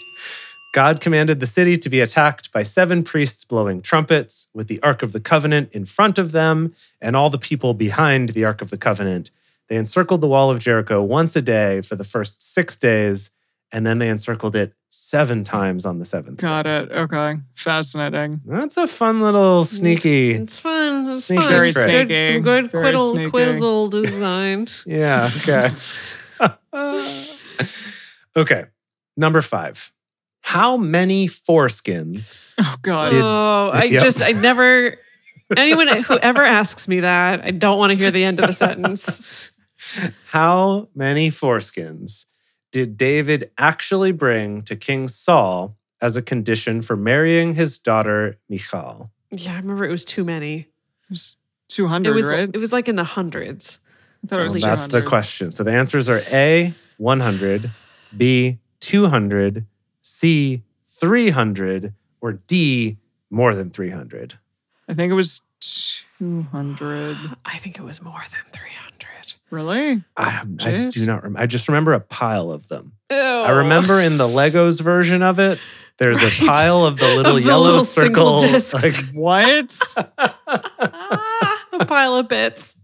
Speaker 4: God commanded the city to be attacked by seven priests blowing trumpets, with the Ark of the Covenant in front of them and all the people behind the Ark of the Covenant. They encircled the wall of Jericho once a day for the first six days, and then they encircled it seven times on the seventh day.
Speaker 2: got it. Okay, fascinating.
Speaker 4: That's a fun little sneaky.
Speaker 3: It's fun. It's
Speaker 4: Sneaky
Speaker 3: fun.
Speaker 4: Very
Speaker 3: It's good,
Speaker 2: sneaky.
Speaker 3: some good
Speaker 2: Very
Speaker 3: quiddle,
Speaker 2: sneaky.
Speaker 3: quizzle design. Oh,
Speaker 4: Yeah. Okay. okay. Number five. How many foreskins?
Speaker 2: Oh God,
Speaker 4: Did-
Speaker 3: oh, I
Speaker 4: Yep.
Speaker 3: just, I never, anyone who ever asks me that, I don't want to hear the end of the sentence.
Speaker 4: How many foreskins did David actually bring to King Saul as a condition for marrying his daughter Michal?
Speaker 3: Yeah, I remember it was too many.
Speaker 2: two
Speaker 3: It
Speaker 2: hundred,
Speaker 3: was,
Speaker 2: right?
Speaker 3: it was like in the hundreds.
Speaker 2: I thought it was
Speaker 4: Well,
Speaker 3: least
Speaker 4: that's the
Speaker 2: 200.
Speaker 4: question. So the answers are A, 100, B, 200, C, 300, or D, more than 300.
Speaker 2: I think it was two hundred.
Speaker 3: I think it was more than 300.
Speaker 2: Really?
Speaker 4: I, I
Speaker 2: Jeez.
Speaker 4: do not remember. I just remember a pile of them.
Speaker 3: Ew.
Speaker 4: I remember in the Legos version of it, there's
Speaker 3: Oh. Right.
Speaker 4: a pile of the little
Speaker 3: Of the
Speaker 4: yellow
Speaker 3: little
Speaker 4: circle.
Speaker 3: single discs.
Speaker 4: like-
Speaker 2: What?
Speaker 3: Ah, a pile of bits.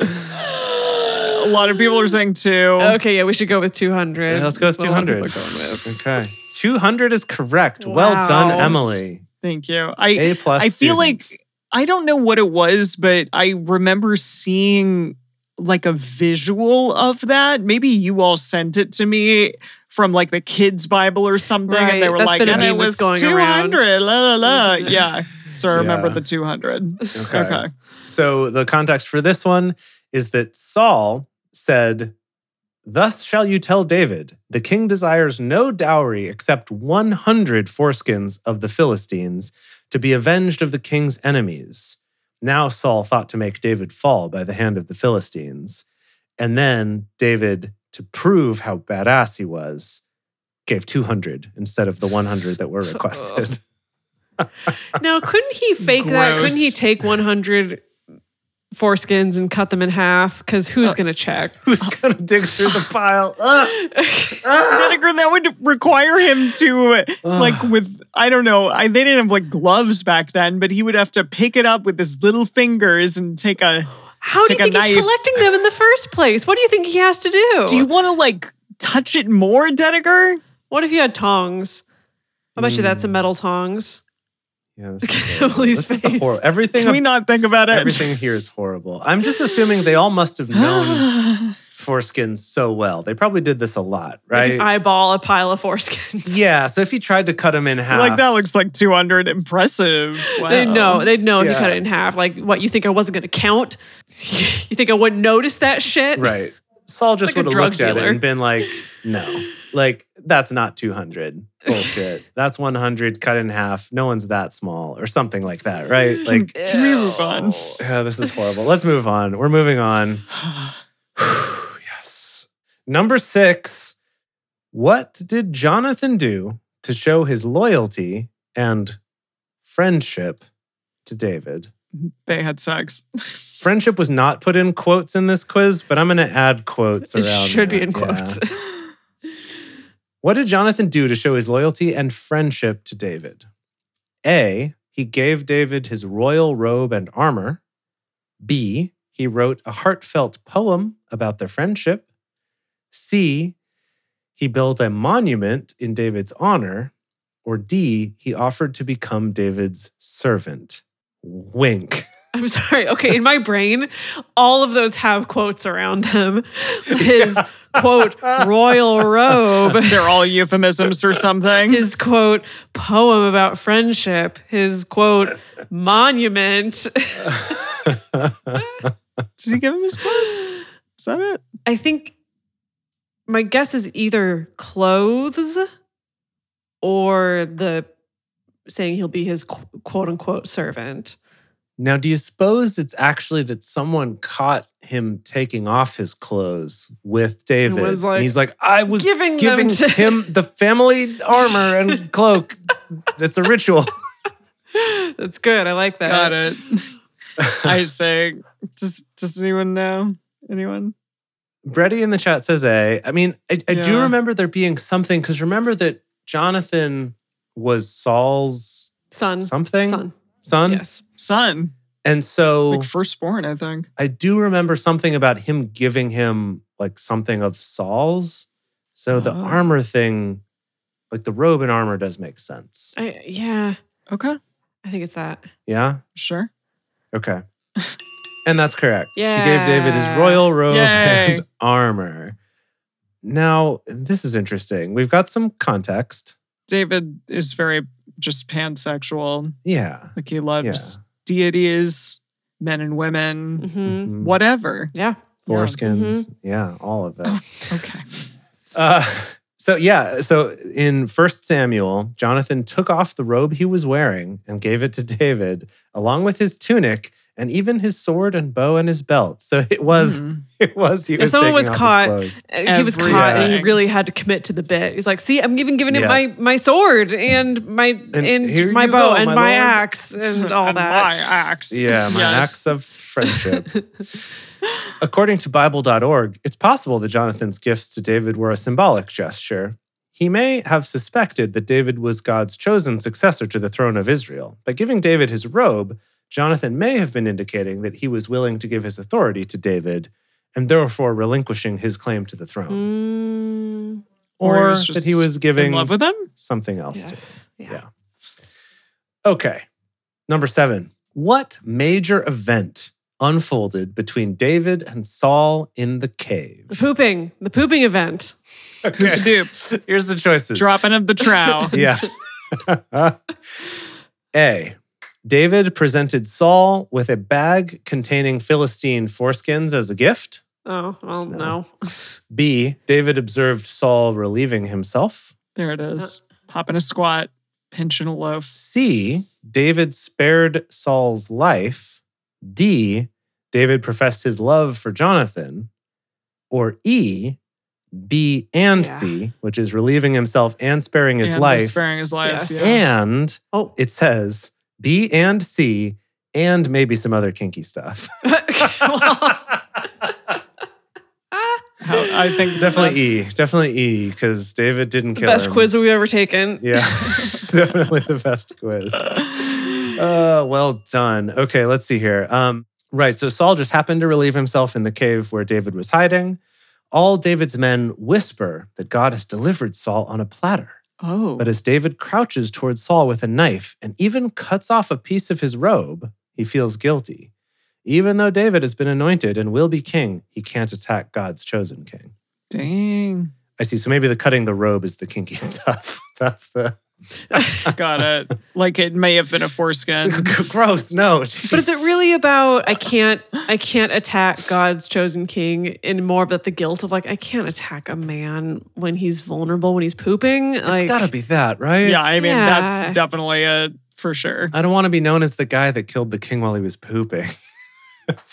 Speaker 2: a lot of people are saying two.
Speaker 3: Okay, yeah, we should go with 200.
Speaker 4: Yeah, let's go with
Speaker 3: That's what a lot of
Speaker 4: 200.
Speaker 3: people are going with.
Speaker 4: okay. 200 is correct. Well
Speaker 3: Wow.
Speaker 4: done, Emily.
Speaker 2: Thank you. I
Speaker 4: A plus.
Speaker 2: I feel
Speaker 4: student.
Speaker 2: like I don't know what it was, but I remember seeing like a visual of that. Maybe you all sent it to me from like the kids' Bible or something,
Speaker 3: Right,
Speaker 2: and they were
Speaker 3: that's
Speaker 2: like,
Speaker 3: been a
Speaker 2: "And it
Speaker 3: meme that's
Speaker 2: was
Speaker 3: going
Speaker 2: two
Speaker 3: around."
Speaker 2: hundred, la la la."
Speaker 3: Mhm.
Speaker 2: Yeah. So I remember
Speaker 4: Yeah.
Speaker 2: the two hundred.
Speaker 4: Okay.
Speaker 2: Okay.
Speaker 4: So the context for this one is that Saul said, Thus shall you tell David, the king desires no dowry except 100 foreskins of the Philistines to be avenged of the king's enemies. Now Saul thought to make David fall by the hand of the Philistines. And then David, to prove how badass he was, gave 200 instead of the 100 that were requested.
Speaker 3: Now, couldn't he fake that?
Speaker 2: Gross.
Speaker 3: Couldn't he take 100 foreskins and cut them in half? Because who's going to check?
Speaker 4: Who's going to dig through the pile? Ah! Ah!
Speaker 2: Dedeker, that would require him to like with I don't know. I, they didn't have like gloves back then, but he would have to pick it up with his little fingers and take a.
Speaker 3: How do you
Speaker 2: Take a
Speaker 3: think he's
Speaker 2: knife.
Speaker 3: collecting them in the first place? What do you think he has to do?
Speaker 2: Do you want to like touch it more, Dedeker?
Speaker 3: What if you had tongs? I bet you that's a
Speaker 4: Mm.
Speaker 3: metal tongs.
Speaker 4: Yeah, this is horrible.
Speaker 3: Emily's
Speaker 4: This is a
Speaker 3: face.
Speaker 4: horrible. Everything,
Speaker 2: Can we not think about it?
Speaker 4: everything here is horrible. I'm just assuming they all must have known foreskins so well. They probably did this a lot,
Speaker 3: You
Speaker 4: right?
Speaker 3: can eyeball a pile of foreskins.
Speaker 4: yeah. So if you tried to cut them in half,
Speaker 2: Like that looks like 200. Impressive. Wow.
Speaker 3: They'd know. They'd know if you
Speaker 4: Yeah.
Speaker 3: cut it in half. Like what you think I wasn't going to count? you think I wouldn't notice that shit?
Speaker 4: right. Saul just
Speaker 3: Like a
Speaker 4: would have
Speaker 3: drug
Speaker 4: looked at
Speaker 3: dealer.
Speaker 4: it and been like, "No, like that's not 200. Bullshit. that's 100 cut in half. No one's that small, or something like that, right? Like,
Speaker 2: Can we move on?
Speaker 4: yeah, this is horrible. Let's move on. We're moving on. yes. Number six. What did Jonathan do to show his loyalty and friendship to David?
Speaker 2: They had sex.
Speaker 4: Friendship was not put in quotes in this quiz, but I'm going to add quotes
Speaker 3: It
Speaker 4: around.
Speaker 3: should be
Speaker 4: that,
Speaker 3: in
Speaker 4: yeah.
Speaker 3: quotes.
Speaker 4: What did Jonathan do to show his loyalty and friendship to David? A. He gave David his royal robe and armor. B. He wrote a heartfelt poem about their friendship. C. He built a monument in David's honor. Or D. He offered to become David's servant. Wink.
Speaker 3: I'm sorry. Okay, in my brain, all of those have quotes around them. His quote royal robe.
Speaker 2: They're all euphemisms for something.
Speaker 3: His quote poem about friendship. His quote monument.
Speaker 2: Did he give him his quotes? Is that it?
Speaker 3: I think my guess is either clothes or the saying he'll be his qu- quote unquote servant.
Speaker 4: Now, do you suppose it's actually that someone caught him taking off his clothes with David?
Speaker 3: was like,
Speaker 4: and he's like, I was
Speaker 3: giving
Speaker 4: giving,
Speaker 3: them to-
Speaker 4: him the family armor and cloak. That's a ritual.
Speaker 3: That's good. I like that.
Speaker 2: Got it. I say, does does anyone know? Anyone?
Speaker 4: Brady in the chat says A. I mean, I, I do
Speaker 2: Yeah.
Speaker 4: remember there being something because remember that Jonathan was Saul's
Speaker 3: Son.
Speaker 4: something
Speaker 3: Son.
Speaker 4: son?
Speaker 3: Yes.
Speaker 2: Son.
Speaker 4: and so
Speaker 2: Like firstborn, I think.
Speaker 4: I do remember something about him giving him like something of Saul's. So the
Speaker 2: Oh.
Speaker 4: armor thing, like the robe and armor, does make sense.
Speaker 3: I, yeah.
Speaker 2: Okay.
Speaker 3: I think it's that.
Speaker 4: Yeah.
Speaker 2: Sure.
Speaker 4: Okay. and that's correct. She gave David his
Speaker 3: Yeah.
Speaker 4: royal robe
Speaker 2: Yay.
Speaker 4: and armor. Now, this is interesting. We've got some context.
Speaker 2: David is very just pansexual.
Speaker 4: Yeah.
Speaker 2: Like he
Speaker 4: Yeah.
Speaker 2: loves deities, men and women,
Speaker 3: hmm
Speaker 4: Mhm.
Speaker 2: whatever.
Speaker 3: Yeah.
Speaker 4: Foreskins. Yeah. All of that.
Speaker 2: Okay.
Speaker 4: Uh, so yeah, so in First Samuel, Jonathan took off the robe he was wearing and gave it to David, along with his tunic and even his sword and bow and his belt. So it was
Speaker 2: Mhm.
Speaker 4: it was he
Speaker 3: If
Speaker 4: was
Speaker 3: Mm. someone
Speaker 4: taking
Speaker 3: was
Speaker 4: off
Speaker 3: caught-
Speaker 4: his clothes.
Speaker 3: Uh, He was
Speaker 2: Everything.
Speaker 3: caught and he really had to commit to the bit. He's like, see, I'm even giving him
Speaker 4: Yeah.
Speaker 3: my my sword and my and,
Speaker 4: here
Speaker 3: my
Speaker 4: you
Speaker 3: bow
Speaker 4: go,
Speaker 3: and my,
Speaker 4: my lord."
Speaker 3: axe and all
Speaker 2: And
Speaker 3: that.
Speaker 2: My axe.
Speaker 4: Yeah, my
Speaker 2: Yes.
Speaker 4: acts of friendship. According to Bible.org, it's possible that Jonathan's gifts to David were a symbolic gesture. He may have suspected that David was God's chosen successor to the throne of Israel. By giving David his robe, Jonathan may have been indicating that he was willing to give his authority to David and therefore relinquishing his claim to the throne.
Speaker 3: Mm,
Speaker 2: Or he
Speaker 4: Or,
Speaker 2: was
Speaker 4: that
Speaker 2: just
Speaker 4: he was
Speaker 2: In
Speaker 4: giving
Speaker 2: love with him?
Speaker 4: something else to
Speaker 3: yes. Yeah.
Speaker 4: Yeah. Okay. Number seven. What major event unfolded between David and Saul in the cave?
Speaker 3: The pooping. The pooping event.
Speaker 4: Okay.
Speaker 2: Doop.
Speaker 4: Here's the choices.
Speaker 2: Dropping of the trowel.
Speaker 4: Yeah. A. David presented Saul with a bag containing Philistine foreskins as a gift.
Speaker 3: Oh, well, no.
Speaker 4: No. B. David observed Saul relieving himself.
Speaker 2: There it is. Popping a squat, pinching a loaf.
Speaker 4: C. David spared Saul's life. D. David professed his love for Jonathan. Or E. B and
Speaker 3: Yeah.
Speaker 4: C, which is relieving himself and sparing his
Speaker 2: and
Speaker 4: life.
Speaker 2: Sparing his life.
Speaker 3: Yes.
Speaker 2: yeah.
Speaker 4: And
Speaker 3: Oh.
Speaker 4: it says B and C and maybe some other kinky stuff.
Speaker 3: Well,
Speaker 2: How- I think
Speaker 4: definitely E. Definitely E, because David didn't
Speaker 3: the
Speaker 4: kill
Speaker 3: best
Speaker 4: him.
Speaker 3: quiz we've ever taken.
Speaker 4: Yeah, definitely the best quiz. Uh, well done. Okay, let's see here. Um, right, so Saul just happened to relieve himself in the cave where David was hiding. All David's men whisper that God has delivered Saul on a platter.
Speaker 2: Oh.
Speaker 4: But as David crouches toward Saul with a knife and even cuts off a piece of his robe, he feels guilty. Even though David has been anointed and will be king, he can't attack God's chosen king.
Speaker 2: Dang.
Speaker 4: I see. So maybe the cutting the robe is the kinky stuff. That's the
Speaker 2: Got it. Like it may have been a foreskin.
Speaker 4: gross. No.
Speaker 3: But is it really about I can't I can't attack God's chosen king and more about the guilt of like I can't attack a man when he's vulnerable when he's pooping?
Speaker 4: It's
Speaker 3: Like
Speaker 4: gotta be that, right?
Speaker 2: Yeah, I mean,
Speaker 3: Yeah.
Speaker 2: that's definitely a for sure.
Speaker 4: I don't want to be known as the guy that killed the king while he was pooping.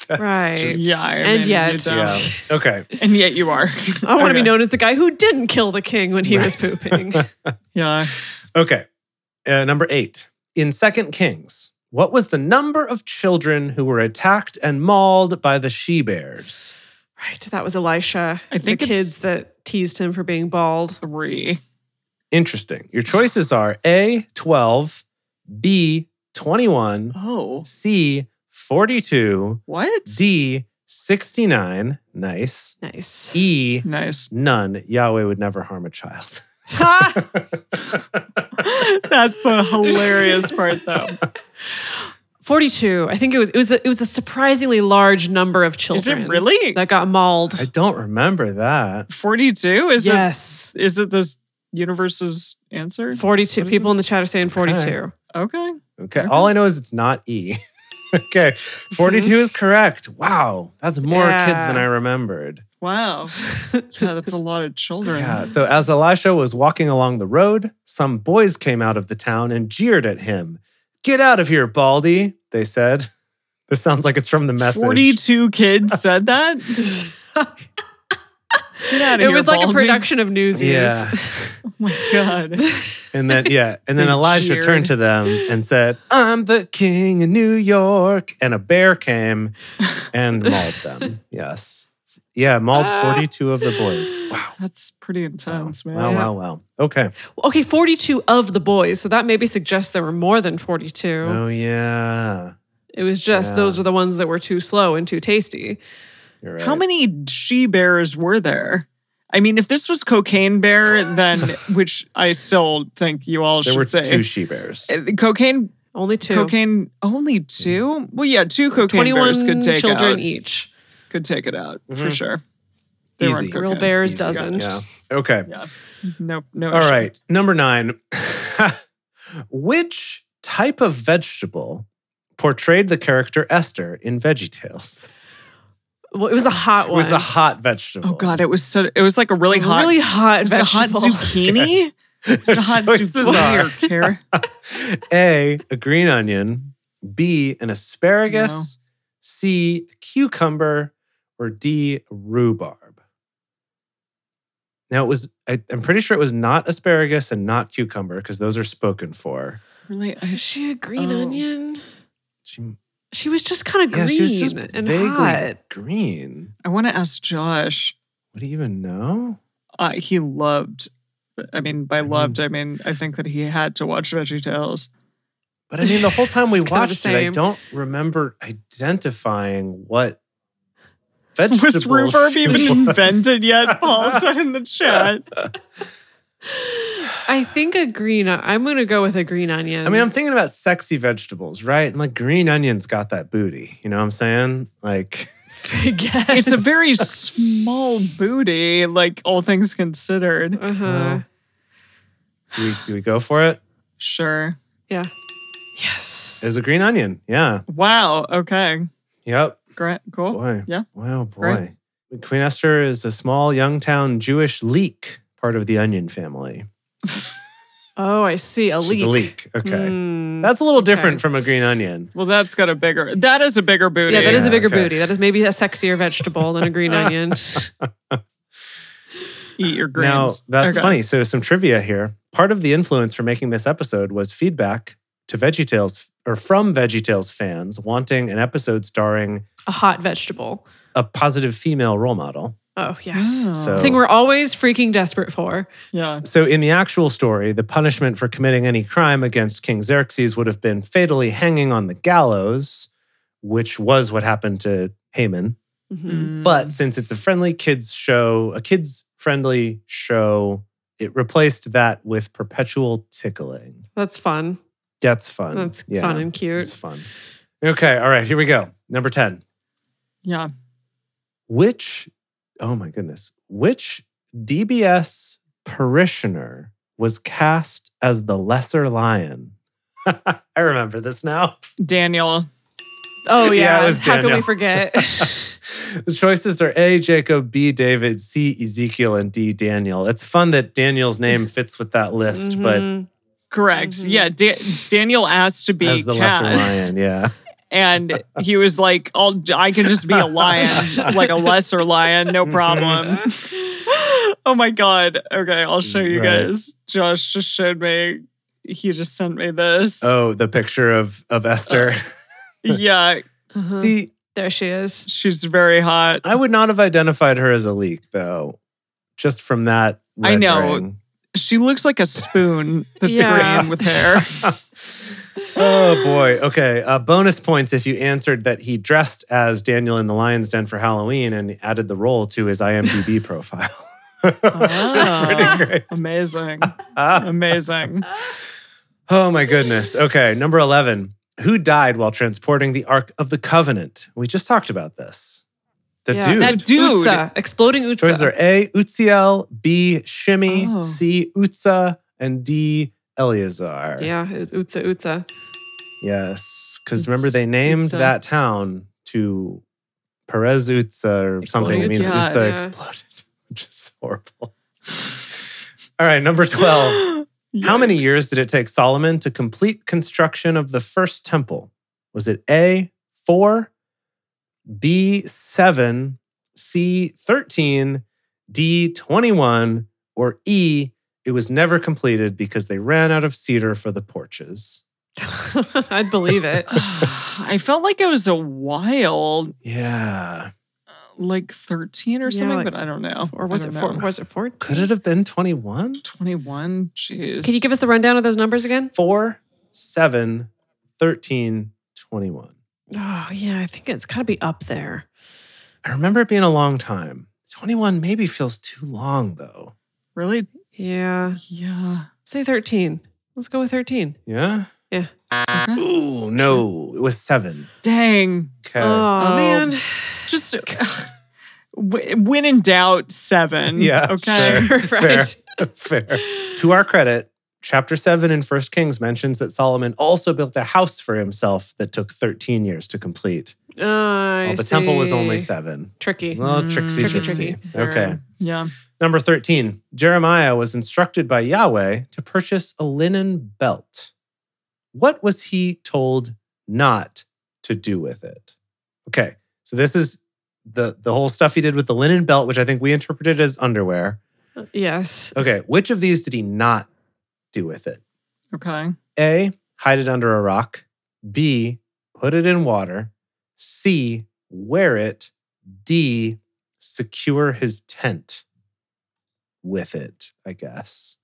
Speaker 4: That's
Speaker 3: Right.
Speaker 4: just-
Speaker 2: Yeah. I
Speaker 3: And
Speaker 2: mean, you
Speaker 3: yet-
Speaker 2: don't.
Speaker 4: yeah. Okay.
Speaker 2: And yet you are.
Speaker 3: I want to
Speaker 2: Okay.
Speaker 3: be known as the guy who didn't kill the king when he was
Speaker 4: Right.
Speaker 3: pooping.
Speaker 2: Yeah.
Speaker 4: Okay. Uh, number eight. In Second Kings, what was the number of children who were attacked and mauled by the she bears?
Speaker 3: right, that was Elisha.
Speaker 2: I think
Speaker 3: the
Speaker 2: it's-
Speaker 3: kids that teased him for being bald.
Speaker 2: Three.
Speaker 4: Interesting. Your choices are A, 12, B, 21,
Speaker 2: Oh.
Speaker 4: C, 42,
Speaker 2: What?
Speaker 4: D, 69. Nice.
Speaker 3: Nice.
Speaker 4: E,
Speaker 2: Nice.
Speaker 4: none. Yahweh would never harm a child. E
Speaker 3: Ha!
Speaker 2: That's the hilarious part, though.
Speaker 3: 42. I think it was it was a, it was a surprisingly large number of
Speaker 2: Is
Speaker 3: children.
Speaker 2: it really
Speaker 3: that got mauled?
Speaker 4: I don't remember that.
Speaker 2: 42? Is it?
Speaker 3: yes.
Speaker 2: Is it this universe's answer?
Speaker 3: 42
Speaker 2: What is
Speaker 3: people in the chat are saying 42.
Speaker 2: Okay.
Speaker 4: Okay.
Speaker 2: Okay.
Speaker 4: All I know is it's not E. okay. 42
Speaker 2: Mm-hmm.
Speaker 4: is correct. Wow. That's more kids than
Speaker 3: Yeah.
Speaker 4: I remembered.
Speaker 2: Wow. Yeah, that's a lot of children.
Speaker 4: Yeah. So as Elisha was walking along the road, some boys came out of the town and jeered at him. Get out of here, Baldy, they said. This sounds like it's from the message.
Speaker 2: 42 kids said that? Get out of
Speaker 3: it
Speaker 2: here,
Speaker 3: was like
Speaker 2: Baldy.
Speaker 3: a production of Newsies.
Speaker 4: Yeah.
Speaker 2: Oh my God.
Speaker 4: And then yeah, and then
Speaker 2: They
Speaker 4: Elisha
Speaker 2: jeered.
Speaker 4: turned to them and said, "I'm the king of New York." And a bear came and mauled them. Yes. Yeah, mauled
Speaker 2: Uh,
Speaker 3: Ah.
Speaker 4: 42 of the boys. Wow.
Speaker 2: That's pretty intense, man.
Speaker 4: Oh, Wow, wow, wow. Okay.
Speaker 3: Okay, 42 of the boys. So that maybe suggests there were more than 42.
Speaker 4: Oh yeah.
Speaker 3: It was just
Speaker 4: Yeah.
Speaker 3: those were the ones that were too slow and too tasty.
Speaker 4: You're right.
Speaker 2: How many she bears were there? I mean, if this was cocaine bear, then which I still think you all
Speaker 4: There
Speaker 2: should
Speaker 4: were
Speaker 2: say.
Speaker 4: two she bears.
Speaker 2: Uh, cocaine,
Speaker 3: Only two.
Speaker 2: cocaine, only two. Well, yeah, two
Speaker 3: So
Speaker 2: cocaine
Speaker 3: 21
Speaker 2: bears could take
Speaker 3: children
Speaker 2: out,
Speaker 3: each.
Speaker 2: could take it out for
Speaker 4: Mhm.
Speaker 2: sure. They weren't
Speaker 4: Easy.
Speaker 2: cocaine.
Speaker 3: Real bears
Speaker 4: Easy.
Speaker 3: dozen.
Speaker 4: Yeah. Okay.
Speaker 2: Yeah. Nope. No.
Speaker 4: All
Speaker 2: issue.
Speaker 4: right. Number nine. Which type of vegetable portrayed the character Esther in VeggieTales?
Speaker 3: Well, it was a hot
Speaker 4: It
Speaker 3: one.
Speaker 4: was the hot vegetable.
Speaker 2: Oh god, it was so. It was like a really hot.
Speaker 3: really hot
Speaker 2: it was a hot
Speaker 3: vegetable.
Speaker 2: zucchini. It was a hot
Speaker 4: Choices
Speaker 2: zucchini
Speaker 4: are-
Speaker 2: or carrot.
Speaker 4: A, a green onion. B, an asparagus. C, a cucumber. Or D, rhubarb. Now it was, I, I'm pretty sure it was not asparagus and not cucumber because those are spoken for.
Speaker 2: Really, I
Speaker 3: Is she a green
Speaker 2: Oh.
Speaker 3: onion?
Speaker 4: She,
Speaker 3: She was just kind of
Speaker 4: yeah,
Speaker 3: green
Speaker 4: she was just
Speaker 3: and
Speaker 4: vaguely
Speaker 3: hot.
Speaker 4: green.
Speaker 2: I want to ask Josh.
Speaker 4: What do you even know?
Speaker 2: Uh, he loved. I mean, by
Speaker 4: I mean-
Speaker 2: loved, I mean I think that he had to watch VeggieTales.
Speaker 4: But I mean, the whole time we
Speaker 3: It's kind of the
Speaker 4: watched it, I
Speaker 3: same.
Speaker 4: don't remember identifying what
Speaker 2: Was
Speaker 4: vegetable
Speaker 2: rhubarb
Speaker 4: she
Speaker 2: even
Speaker 4: was.
Speaker 2: invented yet? Paul said in the chat.
Speaker 3: I think a green. I'm gonna go with a green onion.
Speaker 4: I mean, I'm thinking about sexy vegetables, right? And like green onions got that booty. You know what I'm saying? Like,
Speaker 3: I guess.
Speaker 2: It's a very small booty, like all things considered.
Speaker 3: Uh huh.
Speaker 4: Well. do we, do we go for it?
Speaker 2: Sure.
Speaker 3: Yes.
Speaker 4: It was a green onion. Yeah.
Speaker 2: Wow. Okay.
Speaker 4: Yep.
Speaker 2: Great.
Speaker 3: Oh,
Speaker 2: Cool.
Speaker 4: Boy.
Speaker 2: yeah.
Speaker 4: Wow, boy.
Speaker 2: Great.
Speaker 4: Queen Esther is a small young town Jewish leek, part of the onion family.
Speaker 3: Oh, I see. A
Speaker 4: She's
Speaker 3: leek.
Speaker 4: a leek. Okay.
Speaker 3: Mm.
Speaker 4: That's a little
Speaker 3: Okay.
Speaker 4: different from a green onion.
Speaker 2: Well, that's got a bigger. That is a bigger booty.
Speaker 3: Yeah, that is a
Speaker 4: Yeah,
Speaker 3: bigger
Speaker 4: okay.
Speaker 3: booty. That is maybe a sexier vegetable than a green onion.
Speaker 2: Eat your
Speaker 4: Now,
Speaker 2: grains.
Speaker 4: that's
Speaker 2: Okay.
Speaker 4: funny. So, some trivia here. Part of the influence for making this episode was feedback to VeggieTales or from VeggieTales fans wanting an episode starring
Speaker 3: A hot vegetable.
Speaker 4: a positive female role model.
Speaker 3: Oh, yes.
Speaker 2: Oh.
Speaker 4: So-
Speaker 3: Thing we're always freaking desperate for.
Speaker 2: yeah.
Speaker 4: So, in the actual story, the punishment for committing any crime against King Xerxes would have
Speaker 2: Mm-hmm.
Speaker 4: been fatally hanging on the gallows, which was what happened to Haman.
Speaker 3: Mhm.
Speaker 4: But since it's a friendly kids show, a kids friendly show, it replaced that with perpetual tickling.
Speaker 3: That's fun.
Speaker 4: That's fun.
Speaker 3: That's
Speaker 4: Yeah,
Speaker 3: fun and cute.
Speaker 4: It's fun. Okay, all right, here we go. Number 10.
Speaker 2: Yeah.
Speaker 4: Which, oh my goodness, which DBS parishioner was cast as the lesser lion? I remember this now.
Speaker 2: Daniel.
Speaker 3: Oh
Speaker 4: Yeah,
Speaker 3: yeah,
Speaker 4: it was
Speaker 3: how can we
Speaker 4: Daniel.
Speaker 3: forget?
Speaker 4: the choices are A, Jacob, B, David, C, Ezekiel, and D, Daniel. It's fun that Daniel's name fits with that list,
Speaker 3: Mhm.
Speaker 2: Correct.
Speaker 3: Mhm.
Speaker 2: Yeah. Da- Daniel asked to
Speaker 4: but
Speaker 2: be
Speaker 4: as the lesser
Speaker 2: cast,
Speaker 4: lion, yeah.
Speaker 2: and he was like, I'll, "I can just be a lion, like a lesser lion, no
Speaker 4: Mm-hmm.
Speaker 2: problem." oh my god. Okay, I'll show you
Speaker 4: Right.
Speaker 2: guys. Josh just showed me. He just sent me this.
Speaker 4: Oh, the picture of of Esther.
Speaker 2: Yeah,
Speaker 3: Uh-huh.
Speaker 4: See,
Speaker 3: there she is.
Speaker 2: she's very hot.
Speaker 4: I would not have identified her as a leak though, just from that.
Speaker 2: I know.
Speaker 4: rendering.
Speaker 2: She looks like a spoon that's
Speaker 3: Yeah.
Speaker 2: green with hair.
Speaker 4: oh boy. Okay. Uh, bonus points if you answered that he dressed as Daniel in the Lion's Den for Halloween and added the role to his IMDb profile. Which is
Speaker 2: Oh.
Speaker 4: pretty great.
Speaker 2: Amazing.
Speaker 4: Ah.
Speaker 2: Amazing.
Speaker 4: Oh my goodness. Okay, number 11. Who died while transporting the Ark of the Covenant? We just talked about this. The
Speaker 3: Yeah.
Speaker 4: dude.
Speaker 2: That dude.
Speaker 3: Utsa, exploding Utsa.
Speaker 4: Choices are A, Utziel, B, Shimmy,
Speaker 2: Oh.
Speaker 4: C, Utza, and D, Eleazar.
Speaker 3: Yeah, it's Utsa Utsa.
Speaker 4: Yes.
Speaker 3: Uts-
Speaker 4: Because remember, they named
Speaker 3: Utza.
Speaker 4: that town to Perez Utza or something. It means
Speaker 3: Exploded.
Speaker 4: Utza
Speaker 3: Yeah, yeah.
Speaker 4: exploded, which is horrible. All right, number 12. How many
Speaker 2: Yikes.
Speaker 4: years did it take Solomon to complete construction of the first temple? Was it A, 4, B, 7, C, 13, D, 21, or E, it was never completed because they ran out of cedar for the porches?
Speaker 3: I'd believe it.
Speaker 2: I felt like it was a while,
Speaker 4: Yeah.
Speaker 2: like 13 or
Speaker 3: Yeah,
Speaker 2: something,
Speaker 3: like-
Speaker 2: but I don't know.
Speaker 3: Or was
Speaker 2: I
Speaker 3: it
Speaker 2: don't
Speaker 3: four,
Speaker 2: know.
Speaker 3: was it four?
Speaker 4: Could it have been 21?
Speaker 2: 21? Jeez.
Speaker 3: Can you give us the rundown of those numbers again?
Speaker 4: 4, 7, 13, 21.
Speaker 3: Oh yeah, I think it's got to be up there.
Speaker 4: I remember it being a long time. 21 maybe feels too long though.
Speaker 2: really?
Speaker 3: Yeah,
Speaker 2: Yeah.
Speaker 3: say thirteen. Let's go with thirteen.
Speaker 4: Yeah?
Speaker 2: Uh-huh.
Speaker 4: Ooh, no, it was seven.
Speaker 2: Dang.
Speaker 4: Okay.
Speaker 3: Oh,
Speaker 2: Oh.
Speaker 3: man,
Speaker 2: Just w- when in doubt, seven.
Speaker 4: Yeah,
Speaker 2: Okay.
Speaker 4: sure. Fair.
Speaker 3: right?
Speaker 4: Fair. To our credit, chapter seven in First Kings mentions that Solomon also built a house for himself that took 13 years to complete.
Speaker 3: Oh, I
Speaker 4: While the temple was only
Speaker 3: see.
Speaker 4: seven.
Speaker 3: tricky.
Speaker 4: Well,
Speaker 2: Mm,
Speaker 4: tricksy,
Speaker 3: tricky,
Speaker 4: tricksy.
Speaker 3: tricky.
Speaker 4: Okay.
Speaker 2: Yeah.
Speaker 4: Number 13. Jeremiah was instructed by Yahweh to purchase a linen belt. What was he told not to do with it? Okay. So this is the the whole stuff he did with the linen belt, which I think we interpreted as underwear.
Speaker 3: Yes.
Speaker 4: Okay, which of these did he not do with it?
Speaker 2: Okay.
Speaker 4: A, hide it under a rock. B, put it in water. C, wear it. D, secure his tent with it, I guess.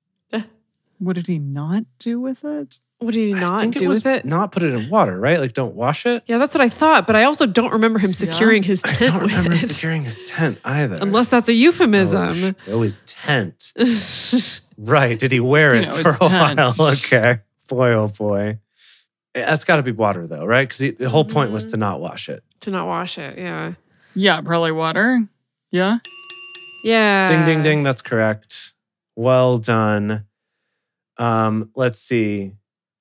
Speaker 2: What did he not do with it?
Speaker 3: What did he
Speaker 4: I
Speaker 3: not
Speaker 4: think
Speaker 3: do
Speaker 4: was
Speaker 3: with it?
Speaker 4: Not put it in water, right? Like don't wash it.
Speaker 3: Yeah, that's what I thought, but I also don't remember him securing his
Speaker 4: I
Speaker 3: tent
Speaker 4: don't
Speaker 3: with
Speaker 4: remember him
Speaker 3: it.
Speaker 4: securing his tent either.
Speaker 3: Unless that's a
Speaker 4: Oh, sh-
Speaker 3: euphemism.
Speaker 4: oh, his tent. Right. Did he wear
Speaker 2: You
Speaker 4: it
Speaker 2: know,
Speaker 4: for
Speaker 2: his
Speaker 4: a
Speaker 2: tent.
Speaker 4: while? Okay. Boy, oh boy. That's got to be water, though, right? Because the whole point was
Speaker 3: Mhm.
Speaker 4: to not wash it.
Speaker 3: to not wash it, yeah.
Speaker 2: Yeah, probably water. Yeah.
Speaker 3: Yeah.
Speaker 4: ding, ding, ding. That's correct. Well done. Um, let's see.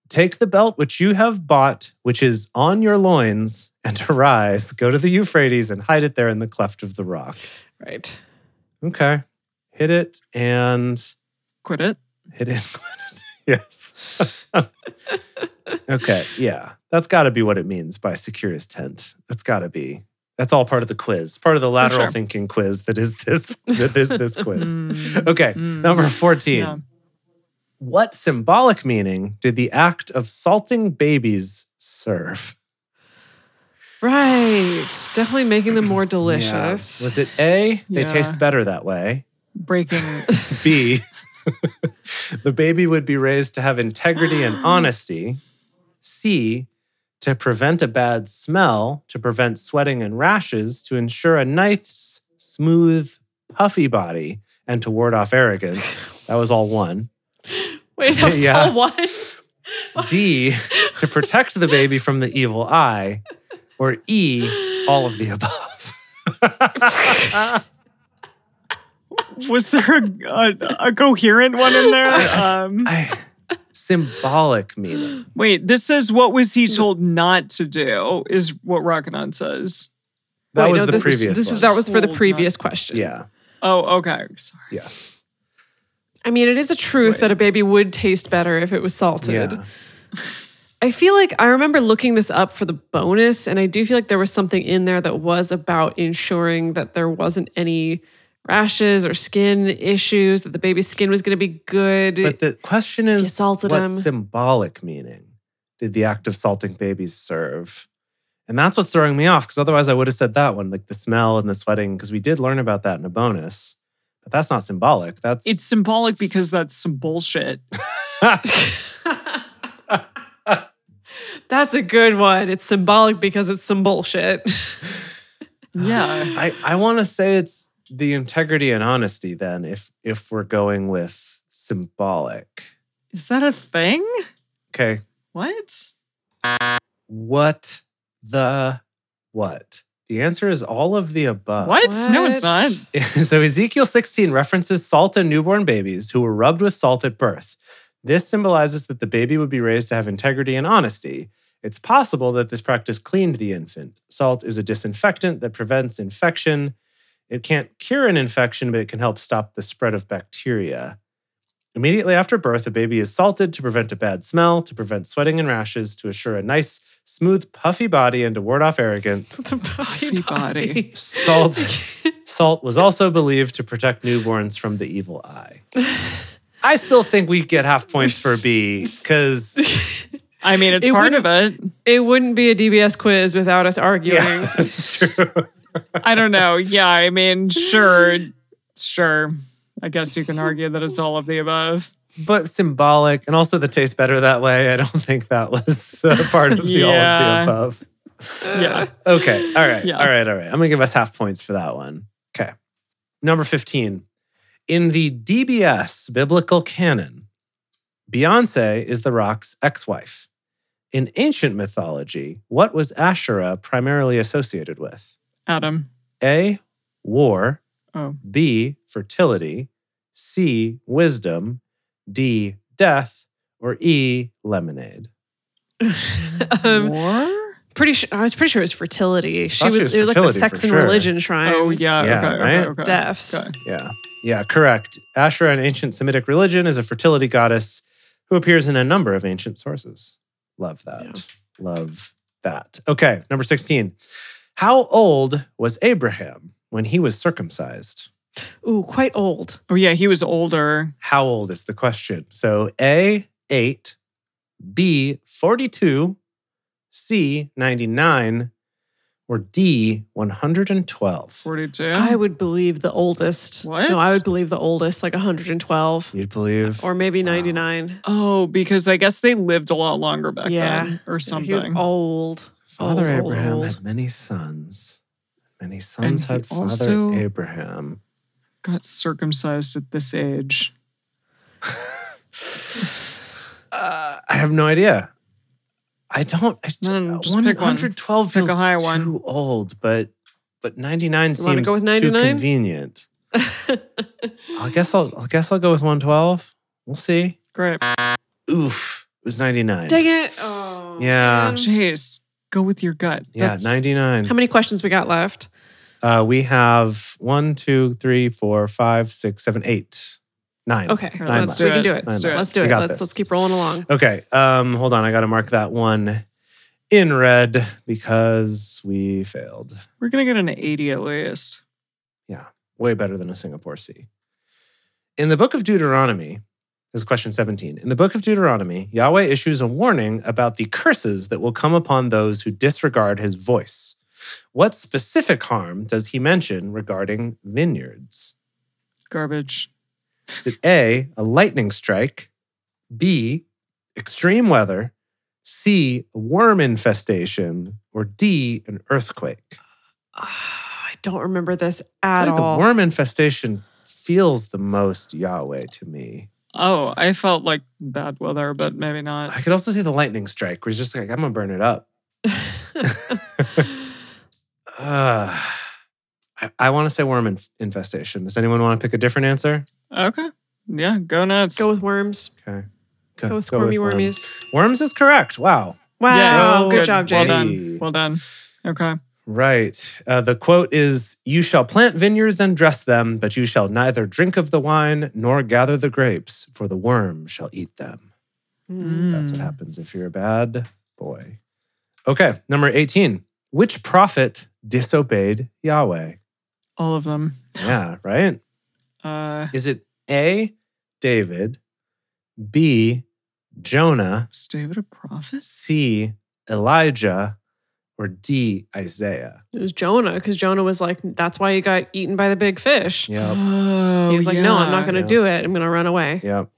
Speaker 4: Take the belt which you have bought, which is on your loins, and arise, go to the Euphrates and hide it there in the cleft of the rock.
Speaker 3: Right.
Speaker 4: Okay. Hit it and
Speaker 2: Quit it.
Speaker 4: Hit it. yes. okay. Yeah. That's got to be what it means by secure his tent. That's got to be. That's all part of the quiz, part of the lateral
Speaker 2: sure.
Speaker 4: thinking quiz that is this that is this quiz.
Speaker 2: Mm,
Speaker 4: Okay.
Speaker 2: mm,
Speaker 4: Number 14.
Speaker 2: yeah.
Speaker 4: What symbolic meaning did the act of salting babies serve?
Speaker 3: Right. Definitely making them more delicious.
Speaker 4: Yeah. Was it A, they
Speaker 2: Yeah.
Speaker 4: taste better that way?
Speaker 2: Breaking.
Speaker 4: B, the baby would be raised to have integrity and honesty. C, to prevent a bad smell, to prevent sweating and rashes, to ensure a nice, smooth, puffy body, and to ward off arrogance. That was all one.
Speaker 3: Wait, that was
Speaker 4: Yeah.
Speaker 3: all one.
Speaker 4: D, to protect the baby from the evil eye, or E, all of the above.
Speaker 2: Was there a, a, a coherent one in there? Um,
Speaker 4: I- symbolic meaning.
Speaker 2: wait, this says what was he told not to do is what Rockanon says.
Speaker 4: That
Speaker 3: Wait,
Speaker 4: was
Speaker 3: no,
Speaker 4: the
Speaker 3: this is-
Speaker 4: previous
Speaker 3: this is-
Speaker 4: one.
Speaker 3: that was for the
Speaker 2: Hold on.
Speaker 3: previous question.
Speaker 4: yeah.
Speaker 2: Oh, okay. Sorry.
Speaker 4: Yes.
Speaker 3: I mean, it is a truth
Speaker 2: Wait.
Speaker 3: that a baby would taste better if it was salted.
Speaker 4: Yeah.
Speaker 3: I feel like I remember looking this up for the bonus, and I do feel like there was something in there that was about ensuring that there wasn't any rashes or skin issues, that the baby's skin was going to be good.
Speaker 4: But the question
Speaker 3: If you
Speaker 4: is what
Speaker 3: salted him.
Speaker 4: symbolic meaning did the act of salting babies serve? And that's what's throwing me off because otherwise I would have said that one, like the smell and the sweating, because we did learn about that in a bonus. But that's not symbolic. That's
Speaker 2: It's symbolic because that's some bullshit.
Speaker 3: That's a good one. It's symbolic because it's some bullshit.
Speaker 2: Yeah.
Speaker 4: I, I want to say it's the integrity and honesty then if if we're going with symbolic.
Speaker 2: Is that a thing?
Speaker 4: Okay.
Speaker 2: What?
Speaker 4: What the what? The answer is all of the above.
Speaker 2: what? No, it's
Speaker 3: What?
Speaker 2: not.
Speaker 4: so Ezekiel 16 references salt and newborn babies who were rubbed with salt at birth. This symbolizes that the baby would be raised to have integrity and honesty. It's possible that this practice cleaned the infant. Salt is a disinfectant that prevents infection. It can't cure an infection, but it can help stop the spread of bacteria. Immediately after birth, a baby is salted to prevent a bad smell, to prevent sweating and rashes, to assure a nice, smooth, puffy body, and to ward off arrogance.
Speaker 3: the
Speaker 2: Puffy
Speaker 3: puffy
Speaker 2: body.
Speaker 4: Salt Salt was also believed to protect newborns from the evil eye. I still think we get half points for B because
Speaker 2: I mean, it's
Speaker 3: It
Speaker 2: part of it.
Speaker 3: It wouldn't be a DBS quiz without us arguing.
Speaker 4: yeah, that's true.
Speaker 2: I don't know. Yeah. I mean, sure. Sure. I guess you can argue that it's all of the above.
Speaker 4: But symbolic, and also the taste better that way. I don't think that was uh, part of the all
Speaker 2: Yeah.
Speaker 4: of the above.
Speaker 2: Yeah.
Speaker 4: Okay. All right.
Speaker 2: Yeah.
Speaker 4: All right. All right. I'm going to give us half points for that one. Okay. Number 15. In the DBS biblical canon, Beyonce is The Rock's ex wife. In ancient mythology, what was Asherah primarily associated with?
Speaker 2: Adam.
Speaker 4: A. War.
Speaker 2: Oh.
Speaker 4: B. Fertility. C. Wisdom. D. Death. Or E. Lemonade.
Speaker 3: um,
Speaker 2: War?
Speaker 3: pretty sure I was pretty sure it was fertility. She
Speaker 4: Thought
Speaker 3: was,
Speaker 4: she was
Speaker 3: it was like the
Speaker 4: fertility
Speaker 3: sex
Speaker 4: for
Speaker 3: and
Speaker 4: sure.
Speaker 3: religion shrine.
Speaker 2: Oh, yeah.
Speaker 4: Yeah,
Speaker 2: okay,
Speaker 4: right?
Speaker 2: okay. Okay.
Speaker 3: Deaths.
Speaker 2: Okay.
Speaker 4: Yeah. Yeah, correct. Asherah in ancient Semitic religion is a fertility goddess who appears in a number of ancient sources. Love that. Love that. Okay, number 16. How old was Abraham when he was circumcised?
Speaker 3: Ooh, quite old.
Speaker 2: Oh, yeah. He was older.
Speaker 4: How old is the question? So A, 8, B, 42, C, 99, or D, 112.
Speaker 2: 42.
Speaker 3: I would believe the oldest.
Speaker 2: What?
Speaker 3: No, I would believe the oldest, like 112
Speaker 4: You'd believe.
Speaker 3: or maybe
Speaker 4: Wow.
Speaker 3: 99.
Speaker 2: oh, because I guess they lived a lot longer back
Speaker 3: Yeah.
Speaker 2: then or
Speaker 3: He was
Speaker 2: something.
Speaker 3: old.
Speaker 4: Father
Speaker 3: Old, old,
Speaker 4: Abraham
Speaker 3: old.
Speaker 4: had many sons. Many sons
Speaker 2: he
Speaker 4: had Father
Speaker 2: also-
Speaker 4: Abraham.
Speaker 2: Got circumcised at this age.
Speaker 4: Uh, I have no idea. I don't. I,
Speaker 2: No, just pick one.
Speaker 4: 112
Speaker 2: Pick a
Speaker 4: feels
Speaker 2: high
Speaker 4: too
Speaker 2: one.
Speaker 4: old, but but 99
Speaker 3: You wanna
Speaker 4: seems
Speaker 3: go with
Speaker 4: too
Speaker 3: 99?
Speaker 4: convenient. I guess I'll I guess I'll go with 112. We'll see.
Speaker 2: Great.
Speaker 4: Oof, it was 99.
Speaker 3: Dang it. Oh.
Speaker 4: Yeah.
Speaker 3: man.
Speaker 2: Jeez. Go with your gut.
Speaker 4: Uh, Yeah,
Speaker 2: That's-
Speaker 4: 99.
Speaker 3: How many questions we got left?
Speaker 4: uh, we have one, two, three, four, five, six, seven, eight, nine.
Speaker 3: Okay.
Speaker 2: All
Speaker 4: right,
Speaker 3: let's,
Speaker 4: let's
Speaker 3: we
Speaker 2: do
Speaker 3: can
Speaker 2: it.
Speaker 3: do it.
Speaker 4: Let's
Speaker 3: Let's do
Speaker 4: do it.
Speaker 3: it. Let's
Speaker 4: We got
Speaker 3: Let's,
Speaker 4: this.
Speaker 3: keep rolling along.
Speaker 4: Okay. Um, hold on. I got to mark that one in red because we failed.
Speaker 2: We're going to get an 80 at least.
Speaker 4: Way better than a Singapore C. In the book of Deuteronomy, this is question 17. In the book of Deuteronomy, Yahweh issues a warning about the curses that will come upon those who disregard his voice. What specific harm does he mention regarding vineyards?
Speaker 2: Garbage.
Speaker 4: Is it A, a lightning strike, B, extreme weather, C, a worm infestation, or D, an earthquake?
Speaker 3: Ah, I don't remember this
Speaker 4: I
Speaker 3: at
Speaker 4: feel like
Speaker 3: all.
Speaker 4: the worm infestation feels the most Yahweh to me.
Speaker 2: Oh, I felt like bad weather, but maybe not.
Speaker 4: I could also see the lightning strike, where he's just like, I'm gonna burn it up. Uh, I, I want to say worm inf- infestation. Does anyone want to pick a different answer?
Speaker 2: Okay. Yeah, go nuts.
Speaker 3: Go with worms.
Speaker 4: Okay.
Speaker 3: Go with squirmy wormies.
Speaker 4: Worms is correct. Wow.
Speaker 3: Wow.
Speaker 2: Yeah, oh,
Speaker 3: good,
Speaker 4: good.
Speaker 3: job,
Speaker 2: Well
Speaker 3: James.
Speaker 2: done. Well done. Okay.
Speaker 4: Right. Uh, the quote is You shall plant vineyards and dress them, but you shall neither drink of the wine nor gather the grapes, for the worm shall eat them.
Speaker 3: Mm.
Speaker 4: That's what
Speaker 2: Mm.
Speaker 4: happens if you're a bad boy. Okay. Number 18. Which prophet disobeyed Yahweh?
Speaker 2: All of them.
Speaker 4: Yeah, right?
Speaker 2: Uh,
Speaker 4: Is it A, David, B, Jonah,
Speaker 2: is David a prophet?
Speaker 4: C, Elijah, or D, Isaiah?
Speaker 3: It was Jonah because Jonah was like, "That's why you got eaten by the big fish."
Speaker 4: Yep.
Speaker 2: Oh,
Speaker 3: he was like, "No, I'm not going to
Speaker 4: Yeah.
Speaker 3: do it. I'm going to run away."
Speaker 4: Yep.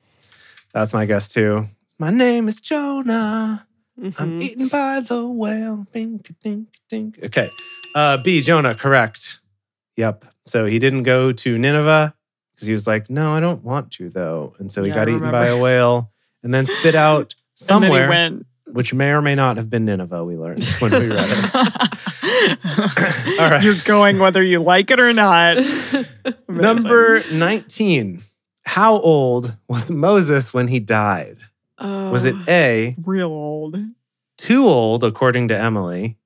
Speaker 4: That's my guess too. My name is Jonah. I'm
Speaker 2: Mm-hmm.
Speaker 3: Mhm.
Speaker 4: eaten by the whale. Bink, dink, dink. Okay. Uh, B, Jonah, correct. Yep. So he didn't go to Nineveh because he was like, no, I don't want to though. And so he
Speaker 2: Yeah, I
Speaker 4: got eaten by a
Speaker 2: remember.
Speaker 4: whale and then spit out
Speaker 2: And then he
Speaker 4: somewhere,
Speaker 2: went-
Speaker 4: which may or may not have been Nineveh, we learned when we read it.
Speaker 2: All
Speaker 4: right.
Speaker 2: Just going whether you like it or not. Amazing.
Speaker 4: Number 19. How old was Moses when he died? Was it
Speaker 3: Oh.
Speaker 4: A,
Speaker 2: real old
Speaker 4: too old, according to Emily.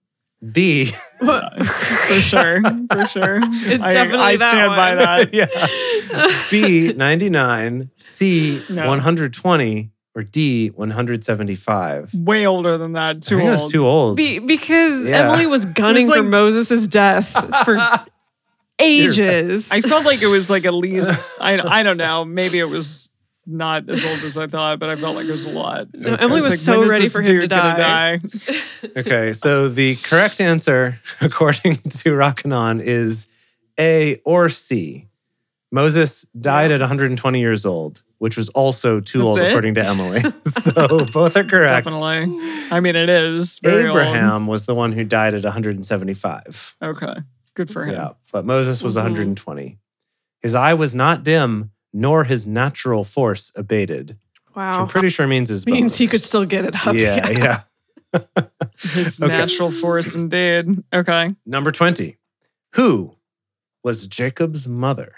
Speaker 4: B,
Speaker 3: What-
Speaker 2: for sure, for sure.
Speaker 3: It's
Speaker 2: I,
Speaker 3: definitely
Speaker 2: I
Speaker 3: that
Speaker 2: stand by
Speaker 3: one.
Speaker 2: that.
Speaker 4: yeah. B, 99. C,
Speaker 2: No.
Speaker 4: 120. Or D, 175.
Speaker 2: Way older than that.
Speaker 4: I
Speaker 2: Too
Speaker 4: think it was
Speaker 2: old.
Speaker 4: too old.
Speaker 3: Be- because
Speaker 4: Yeah.
Speaker 3: Emily was gunning
Speaker 2: It was
Speaker 3: for
Speaker 2: like-
Speaker 3: Moses' death for ages.
Speaker 2: I felt like it was like at least I I don't know. Maybe it was not as old as I thought, but I felt like it was a lot.
Speaker 3: No,
Speaker 4: Okay.
Speaker 2: I
Speaker 3: Emily was,
Speaker 4: was
Speaker 2: like,
Speaker 3: so
Speaker 2: when is
Speaker 3: ready
Speaker 2: this
Speaker 3: for him to
Speaker 2: dude gonna
Speaker 3: die.
Speaker 4: okay, so the correct answer, according to Rakanon, is A or C. Moses died at 120 years old, which was also too
Speaker 2: That's
Speaker 4: old,
Speaker 2: it?
Speaker 4: according to Emily. so both are correct.
Speaker 2: Definitely. I mean, it is very old.
Speaker 4: Abraham was the one who died at 175.
Speaker 2: Okay, good for him.
Speaker 4: Yeah, but Moses was
Speaker 3: Mhm.
Speaker 4: 120. His eye was not dim, nor his natural force abated, which I'm
Speaker 3: Wow.
Speaker 4: pretty sure means his
Speaker 3: Oh. Means he could
Speaker 4: bones.
Speaker 3: still get it up.
Speaker 4: Yeah, yeah.
Speaker 2: His
Speaker 4: Okay.
Speaker 2: natural force, indeed. Okay,
Speaker 4: Number 20. Who was Jacob's mother?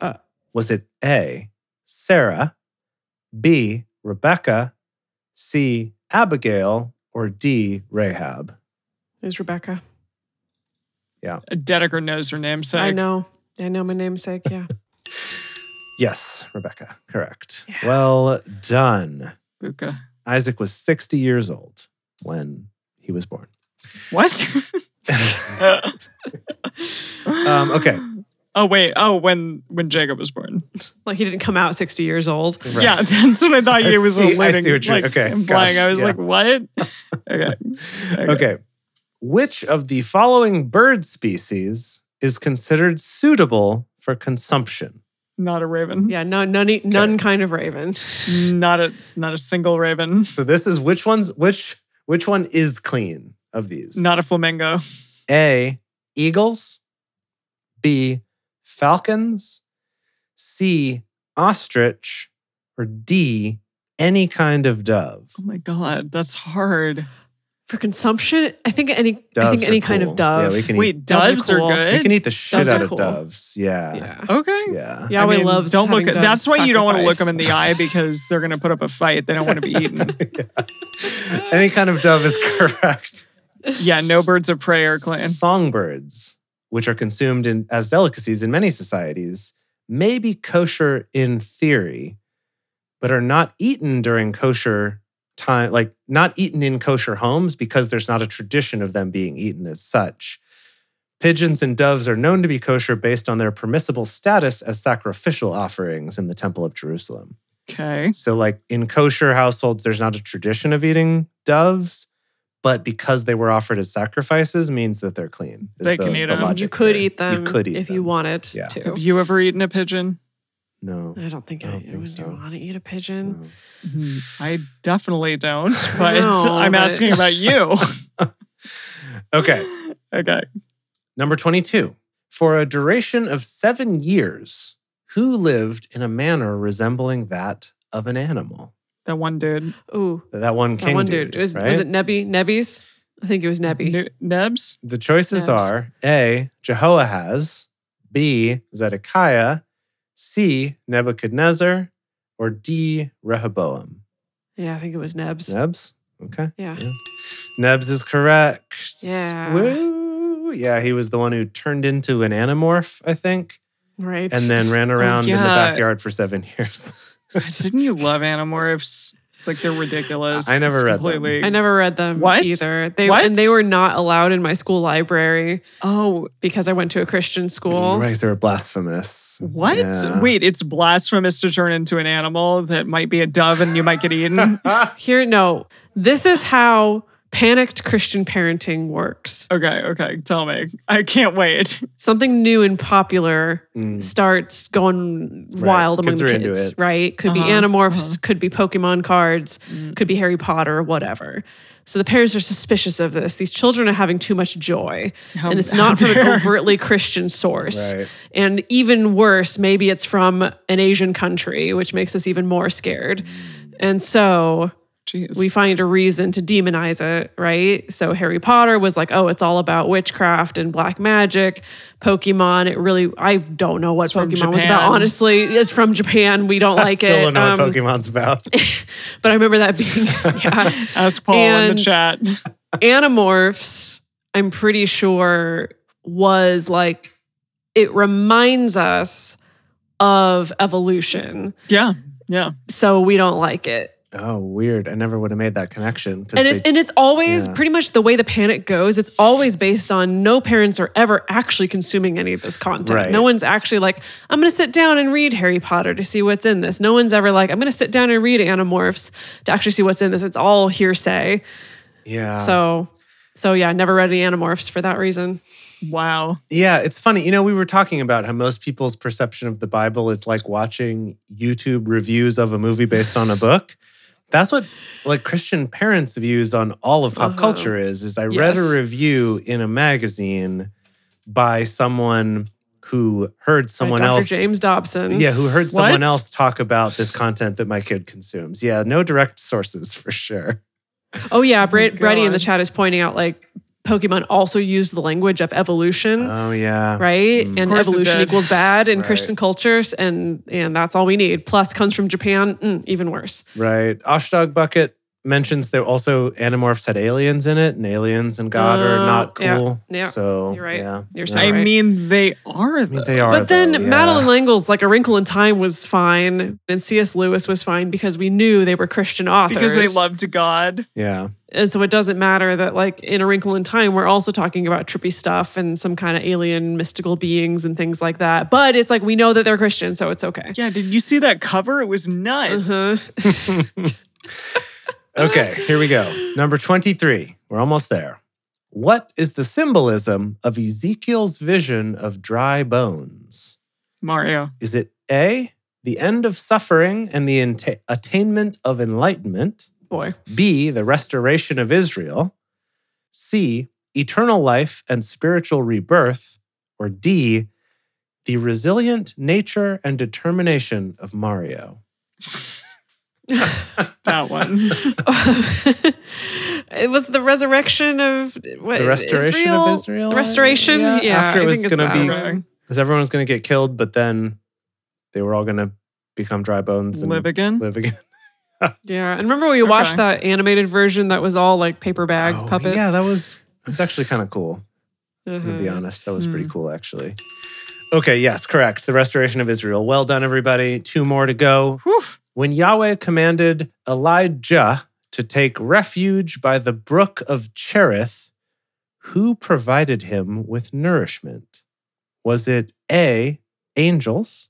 Speaker 3: Uh.
Speaker 4: was it A, Sarah, B, Rebecca, C, Abigail, or D, Rahab?
Speaker 3: There's Rebecca.
Speaker 2: Dedeker knows her namesake.
Speaker 3: I know. I know my namesake. Yeah.
Speaker 4: Yes, Rebecca, correct.
Speaker 3: Yeah.
Speaker 4: Well done.
Speaker 2: Buka.
Speaker 4: Isaac was 60 years old when he was born.
Speaker 2: What?
Speaker 4: Um, okay.
Speaker 2: Oh wait. Oh, when when Jacob was born.
Speaker 3: like he didn't come out 60 years old.
Speaker 4: Right.
Speaker 2: Yeah, that's what I thought
Speaker 4: I
Speaker 2: you was
Speaker 4: see- I see
Speaker 2: alluding.
Speaker 4: what you're-
Speaker 2: like,
Speaker 4: okay,
Speaker 2: implying.
Speaker 4: got it,
Speaker 2: I was
Speaker 4: yeah.
Speaker 2: like, what? Okay. Okay.
Speaker 4: Okay. Which of the following bird species is considered suitable for consumption?
Speaker 2: Not a
Speaker 4: Mm-hmm.
Speaker 2: raven.
Speaker 3: Yeah. No, none, e, none kind of raven.
Speaker 2: Not a not a single raven.
Speaker 4: So this is which one's which which one is clean of these?
Speaker 2: Not a flamingo. Oh
Speaker 4: A eagles, B falcons, C ostrich, or D any kind of dove.
Speaker 2: Oh my god, that's hard.
Speaker 3: For consumption, I think any I think
Speaker 4: Doves are
Speaker 3: any kind
Speaker 4: cool.
Speaker 3: of dove.
Speaker 4: Yeah, we can eat
Speaker 2: Wait,
Speaker 3: Doves are
Speaker 2: doves are,
Speaker 3: cool.
Speaker 2: good.
Speaker 4: we can eat the shit
Speaker 3: Doves
Speaker 4: out
Speaker 3: are
Speaker 4: of
Speaker 3: cool.
Speaker 4: doves. Yeah.
Speaker 3: yeah.
Speaker 2: okay.
Speaker 4: Yeah.
Speaker 3: Yahweh
Speaker 2: I mean,
Speaker 3: loves.
Speaker 2: Don't look
Speaker 3: having
Speaker 2: at.
Speaker 3: doves
Speaker 2: That's why you don't want to look them in
Speaker 3: sacrificed.
Speaker 2: the eye because they're going to put up a fight. They don't want to be eaten.
Speaker 4: Any kind of dove is correct.
Speaker 2: yeah, no birds of prey are clean.
Speaker 4: Songbirds, which are consumed in, as delicacies in many societies, may be kosher in theory, but are not eaten during kosher time, like not eaten in kosher homes because there's not a tradition of them being eaten as such. Pigeons and doves are known to be kosher based on their permissible status as sacrificial offerings in the Temple of Jerusalem.
Speaker 2: Okay.
Speaker 4: So, like in kosher households, there's not a tradition of eating doves, but because they were offered as sacrifices, means that they're clean. is
Speaker 2: They can
Speaker 4: the-
Speaker 2: eat
Speaker 4: the
Speaker 2: them.
Speaker 4: logic
Speaker 3: You could
Speaker 4: there.
Speaker 3: eat them
Speaker 4: You could eat
Speaker 3: if
Speaker 4: them.
Speaker 3: you wanted
Speaker 4: Yeah.
Speaker 3: to.
Speaker 2: Have you ever eaten a pigeon?
Speaker 4: No.
Speaker 3: I don't think
Speaker 4: I
Speaker 3: I,
Speaker 4: don't think
Speaker 3: would
Speaker 4: so.
Speaker 3: do want to eat a pigeon.
Speaker 4: no.
Speaker 2: Hmm, I definitely don't, but
Speaker 3: No,
Speaker 2: I'm
Speaker 3: but-
Speaker 2: asking about you.
Speaker 4: Okay.
Speaker 2: okay.
Speaker 4: Number 22. For a duration of seven years, who lived in a manner resembling that of an animal?
Speaker 2: That one dude.
Speaker 3: Ooh,
Speaker 4: That one king.
Speaker 3: that one dude. It was,
Speaker 4: right?
Speaker 3: was it Nebby? Nebby's? I think it was Nebby.
Speaker 2: Ne- Nebs?
Speaker 4: The
Speaker 3: Yes.
Speaker 4: choices are A, Jehoahaz, B, Zedekiah, C, Nebuchadnezzar, or D, Rehoboam.
Speaker 3: yeah, I think it was Neb's.
Speaker 4: Nebs? Okay.
Speaker 3: Yeah.
Speaker 4: Nebs is correct.
Speaker 3: Yeah.
Speaker 4: Woo. Yeah, he was the one who turned into an anamorph, I think,
Speaker 3: Right.
Speaker 4: and then ran around in the
Speaker 2: yeah.
Speaker 4: backyard for seven years.
Speaker 2: Didn't you love Animorphs? Like they're ridiculous.
Speaker 4: I never
Speaker 2: It's
Speaker 4: read them.
Speaker 2: completely.
Speaker 3: I never read them
Speaker 2: What?
Speaker 3: either. They
Speaker 2: What?
Speaker 3: and they were not allowed in my school library
Speaker 2: Oh,
Speaker 3: because I went to a Christian school.
Speaker 4: Right, they're blasphemous.
Speaker 2: what?
Speaker 4: Yeah.
Speaker 2: Wait, it's blasphemous to turn into an animal that might be a dove and you might get eaten.
Speaker 3: Here, no. This is how panicked Christian parenting works.
Speaker 2: okay, okay, tell me. I can't wait.
Speaker 3: Something new and popular
Speaker 4: Mm.
Speaker 3: starts going
Speaker 4: Right.
Speaker 3: wild among
Speaker 4: Kids
Speaker 3: the
Speaker 4: are
Speaker 3: kids,
Speaker 4: into it.
Speaker 3: right? Could
Speaker 2: Uh-huh,
Speaker 3: be Animorphs,
Speaker 2: uh-huh. Mm.
Speaker 3: could be Pokemon cards, could be Harry Potter, whatever. So the parents are suspicious of this. These children are having too much joy,
Speaker 2: How
Speaker 3: and it's not from an
Speaker 2: dare-
Speaker 3: overtly Christian source.
Speaker 4: Right.
Speaker 3: And even worse, maybe it's from an Asian country, which makes us even more scared.
Speaker 4: Mm.
Speaker 3: And so
Speaker 2: Jeez.
Speaker 3: we find a reason to demonize it, right? So Harry Potter was like, oh, it's all about witchcraft and black magic. Pokemon, it really, I don't know what
Speaker 2: It's from
Speaker 3: Pokemon was
Speaker 2: Japan.
Speaker 3: about. Honestly, it's from Japan. We don't
Speaker 4: I
Speaker 3: like
Speaker 4: still
Speaker 3: it.
Speaker 4: don't know
Speaker 3: Um,
Speaker 4: what Pokemon's about.
Speaker 3: But I remember that being, yeah.
Speaker 2: Ask Paul in the
Speaker 3: and-
Speaker 2: chat.
Speaker 3: Animorphs, I'm pretty sure, was like, it reminds us of evolution.
Speaker 2: Yeah, yeah.
Speaker 3: so we don't like it.
Speaker 4: oh, weird. I never would have made that connection. 'cause
Speaker 3: And
Speaker 4: they-
Speaker 3: it's and it's always
Speaker 4: yeah.
Speaker 3: pretty much the way the panic goes. It's always based on no parents are ever actually consuming any of this content.
Speaker 4: Right.
Speaker 3: No one's actually like, I'm going to sit down and read Harry Potter to see what's in this. No one's ever like, I'm going to sit down and read Animorphs to actually see what's in this. It's all hearsay.
Speaker 4: yeah.
Speaker 3: so so yeah, I never read any Animorphs for that reason.
Speaker 2: Wow.
Speaker 4: Yeah, it's funny. You know, we were talking about how most people's perception of the Bible is like watching YouTube reviews of a movie based on a book. That's what like Christian parents' views on all of pop
Speaker 3: Uh-huh.
Speaker 4: culture is. Is I read a
Speaker 3: Yes.
Speaker 4: review in a magazine by someone who heard
Speaker 3: By
Speaker 4: someone
Speaker 3: Dr.
Speaker 4: else.
Speaker 3: James Dobson.
Speaker 4: Yeah, who heard someone
Speaker 2: What?
Speaker 4: else talk about this content that my kid consumes. Yeah, no direct sources for sure.
Speaker 3: Oh yeah, Brady Brady in the
Speaker 2: God.
Speaker 3: chat is pointing out like Pokemon also used the language of evolution.
Speaker 4: Oh yeah.
Speaker 3: right?
Speaker 4: Mm.
Speaker 3: And
Speaker 2: course it
Speaker 3: evolution
Speaker 2: did.
Speaker 3: equals bad in
Speaker 4: Right.
Speaker 3: Christian cultures, and and that's all we need. Plus, comes from Japan, mm, even worse.
Speaker 4: Right. Oshdog Bucket mentions that also Animorphs had aliens in it, and aliens and God are
Speaker 3: Oh,
Speaker 4: not
Speaker 3: yeah,
Speaker 4: cool.
Speaker 3: yeah.
Speaker 4: So
Speaker 3: You're right.
Speaker 4: Yeah,
Speaker 3: You're
Speaker 4: yeah.
Speaker 3: so
Speaker 2: I
Speaker 3: right.
Speaker 2: mean, they are.
Speaker 4: I mean,
Speaker 2: Though.
Speaker 4: they are.
Speaker 3: but then
Speaker 4: though, yeah.
Speaker 3: Madeline Langle's like A Wrinkle in Time was fine, and C.S. Lewis was fine because we knew they were Christian authors
Speaker 2: because they loved God.
Speaker 4: Yeah.
Speaker 3: and so it doesn't matter that like in A Wrinkle in Time we're also talking about trippy stuff and some kind of alien mystical beings and things like that. But it's like we know that they're Christian, so it's okay.
Speaker 2: Yeah, did you see that cover? It was nuts.
Speaker 3: Uh-huh.
Speaker 4: Okay, here we go. Number 23. We're almost there. What is the symbolism of Ezekiel's vision of dry bones?
Speaker 2: Mario.
Speaker 4: Is it A, the end of suffering and the atta- attainment of enlightenment?
Speaker 3: Boy,
Speaker 4: B, the restoration of Israel. C, eternal life and spiritual rebirth. Or D, the resilient nature and determination of Mario.
Speaker 2: That one.
Speaker 3: it was the resurrection of what,
Speaker 4: The restoration of Israel.
Speaker 3: The restoration, yeah.
Speaker 4: after it
Speaker 3: I
Speaker 4: was
Speaker 3: think it's
Speaker 4: going to
Speaker 3: that
Speaker 4: be,
Speaker 3: one.
Speaker 2: Okay.
Speaker 4: because everyone was going to get killed, but then they were all going to become dry bones and
Speaker 2: Live again.
Speaker 4: live again.
Speaker 3: Yeah, and remember we watched
Speaker 2: Okay.
Speaker 3: that animated version that was all like paper bag
Speaker 4: Oh,
Speaker 3: puppets.
Speaker 4: Yeah, that was. It was actually kind of cool.
Speaker 3: Uh-huh.
Speaker 4: I'm gonna be honest. That was
Speaker 3: Mm.
Speaker 4: pretty
Speaker 2: Hmm.
Speaker 4: cool, actually. Okay, yes, correct. The restoration of Israel. Well done, everybody. Two more to go.
Speaker 2: Whew.
Speaker 4: When Yahweh commanded Elijah to take refuge by the brook of Cherith, who provided him with nourishment? Was it A, angels,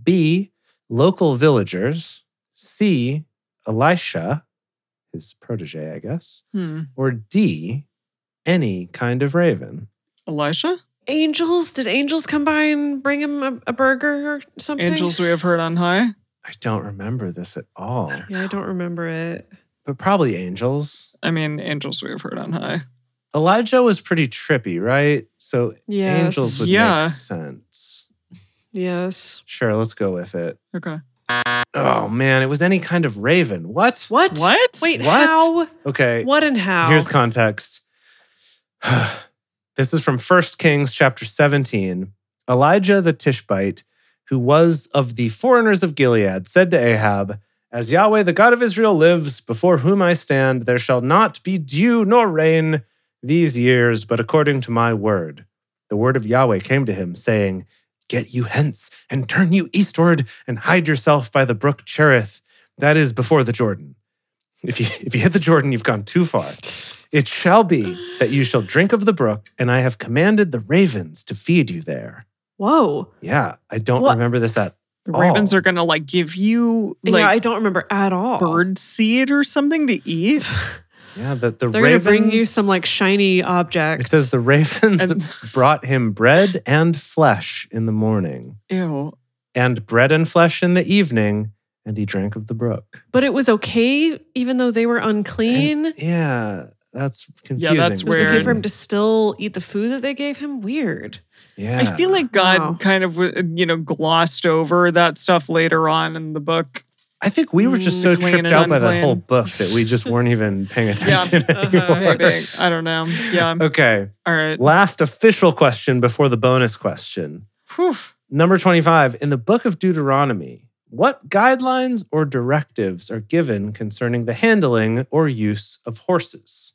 Speaker 4: B, local villagers, C, Elisha, his protege, I guess,
Speaker 2: Hmm.
Speaker 4: or D, any kind of raven?
Speaker 2: Elisha?
Speaker 3: angels? Did angels come by and bring him a, a burger or something?
Speaker 2: Angels we have heard on high.
Speaker 4: I don't remember this at all,
Speaker 3: Yeah, I don't remember it.
Speaker 4: but probably angels.
Speaker 2: I mean, angels we have heard on high.
Speaker 4: Elijah was pretty trippy, right? So
Speaker 3: Yes.
Speaker 4: angels would
Speaker 2: Yeah.
Speaker 4: make sense.
Speaker 3: Yes.
Speaker 4: Sure, let's go with it.
Speaker 2: Okay.
Speaker 4: Oh man, it was any kind of raven. What?
Speaker 3: What?
Speaker 2: What?
Speaker 3: Wait,
Speaker 4: What?
Speaker 3: how?
Speaker 4: Okay.
Speaker 3: What and how?
Speaker 4: Here's context. this is from 1 Kings chapter 17. Elijah the Tishbite, who was of the foreigners of Gilead, said to Ahab, As Yahweh the God of Israel lives, before whom I stand, there shall not be dew nor rain these years, but according to my word. The word of Yahweh came to him, saying, Get you hence, and turn you eastward, and hide yourself by the brook Cherith, that is before the Jordan. If you if you hit the Jordan, you've gone too far. It shall be that you shall drink of the brook, and I have commanded the ravens to feed you there.
Speaker 3: Whoa.
Speaker 4: Yeah, I don't
Speaker 3: What?
Speaker 4: remember this at
Speaker 2: The
Speaker 4: Oh.
Speaker 2: ravens are gonna like give you
Speaker 3: yeah, I
Speaker 2: like
Speaker 3: don't remember at all.
Speaker 2: bird seed or something to eat.
Speaker 4: yeah the the
Speaker 3: They're
Speaker 4: ravens
Speaker 3: gonna bring you some like shiny
Speaker 4: it
Speaker 3: objects.
Speaker 4: says the ravens
Speaker 2: And-
Speaker 4: brought him bread and flesh in the morning,
Speaker 2: Ew.
Speaker 4: and bread and flesh in the evening, and he drank of the brook.
Speaker 3: but it was okay, even though they were unclean. it
Speaker 4: Yeah, that's
Speaker 2: Yeah,
Speaker 4: confusing.
Speaker 2: that's
Speaker 3: was okay
Speaker 2: weird.
Speaker 3: for him to still eat the food that they gave him. Weird.
Speaker 4: yeah,
Speaker 2: I feel like God
Speaker 3: Wow.
Speaker 2: kind of uh, you know glossed over that stuff later on in the book.
Speaker 4: I think we were just so
Speaker 2: Mm, clean and
Speaker 4: tripped out by that
Speaker 2: unclean.
Speaker 4: whole book that we just weren't even paying
Speaker 2: Yeah,
Speaker 4: attention
Speaker 3: uh-huh,
Speaker 4: anymore.
Speaker 2: Maybe I don't know. Yeah.
Speaker 4: Okay.
Speaker 2: All right.
Speaker 4: Last official question before the bonus question.
Speaker 2: Whew.
Speaker 4: Number 25. In the book of Deuteronomy, what guidelines or directives are given concerning the handling or use of horses?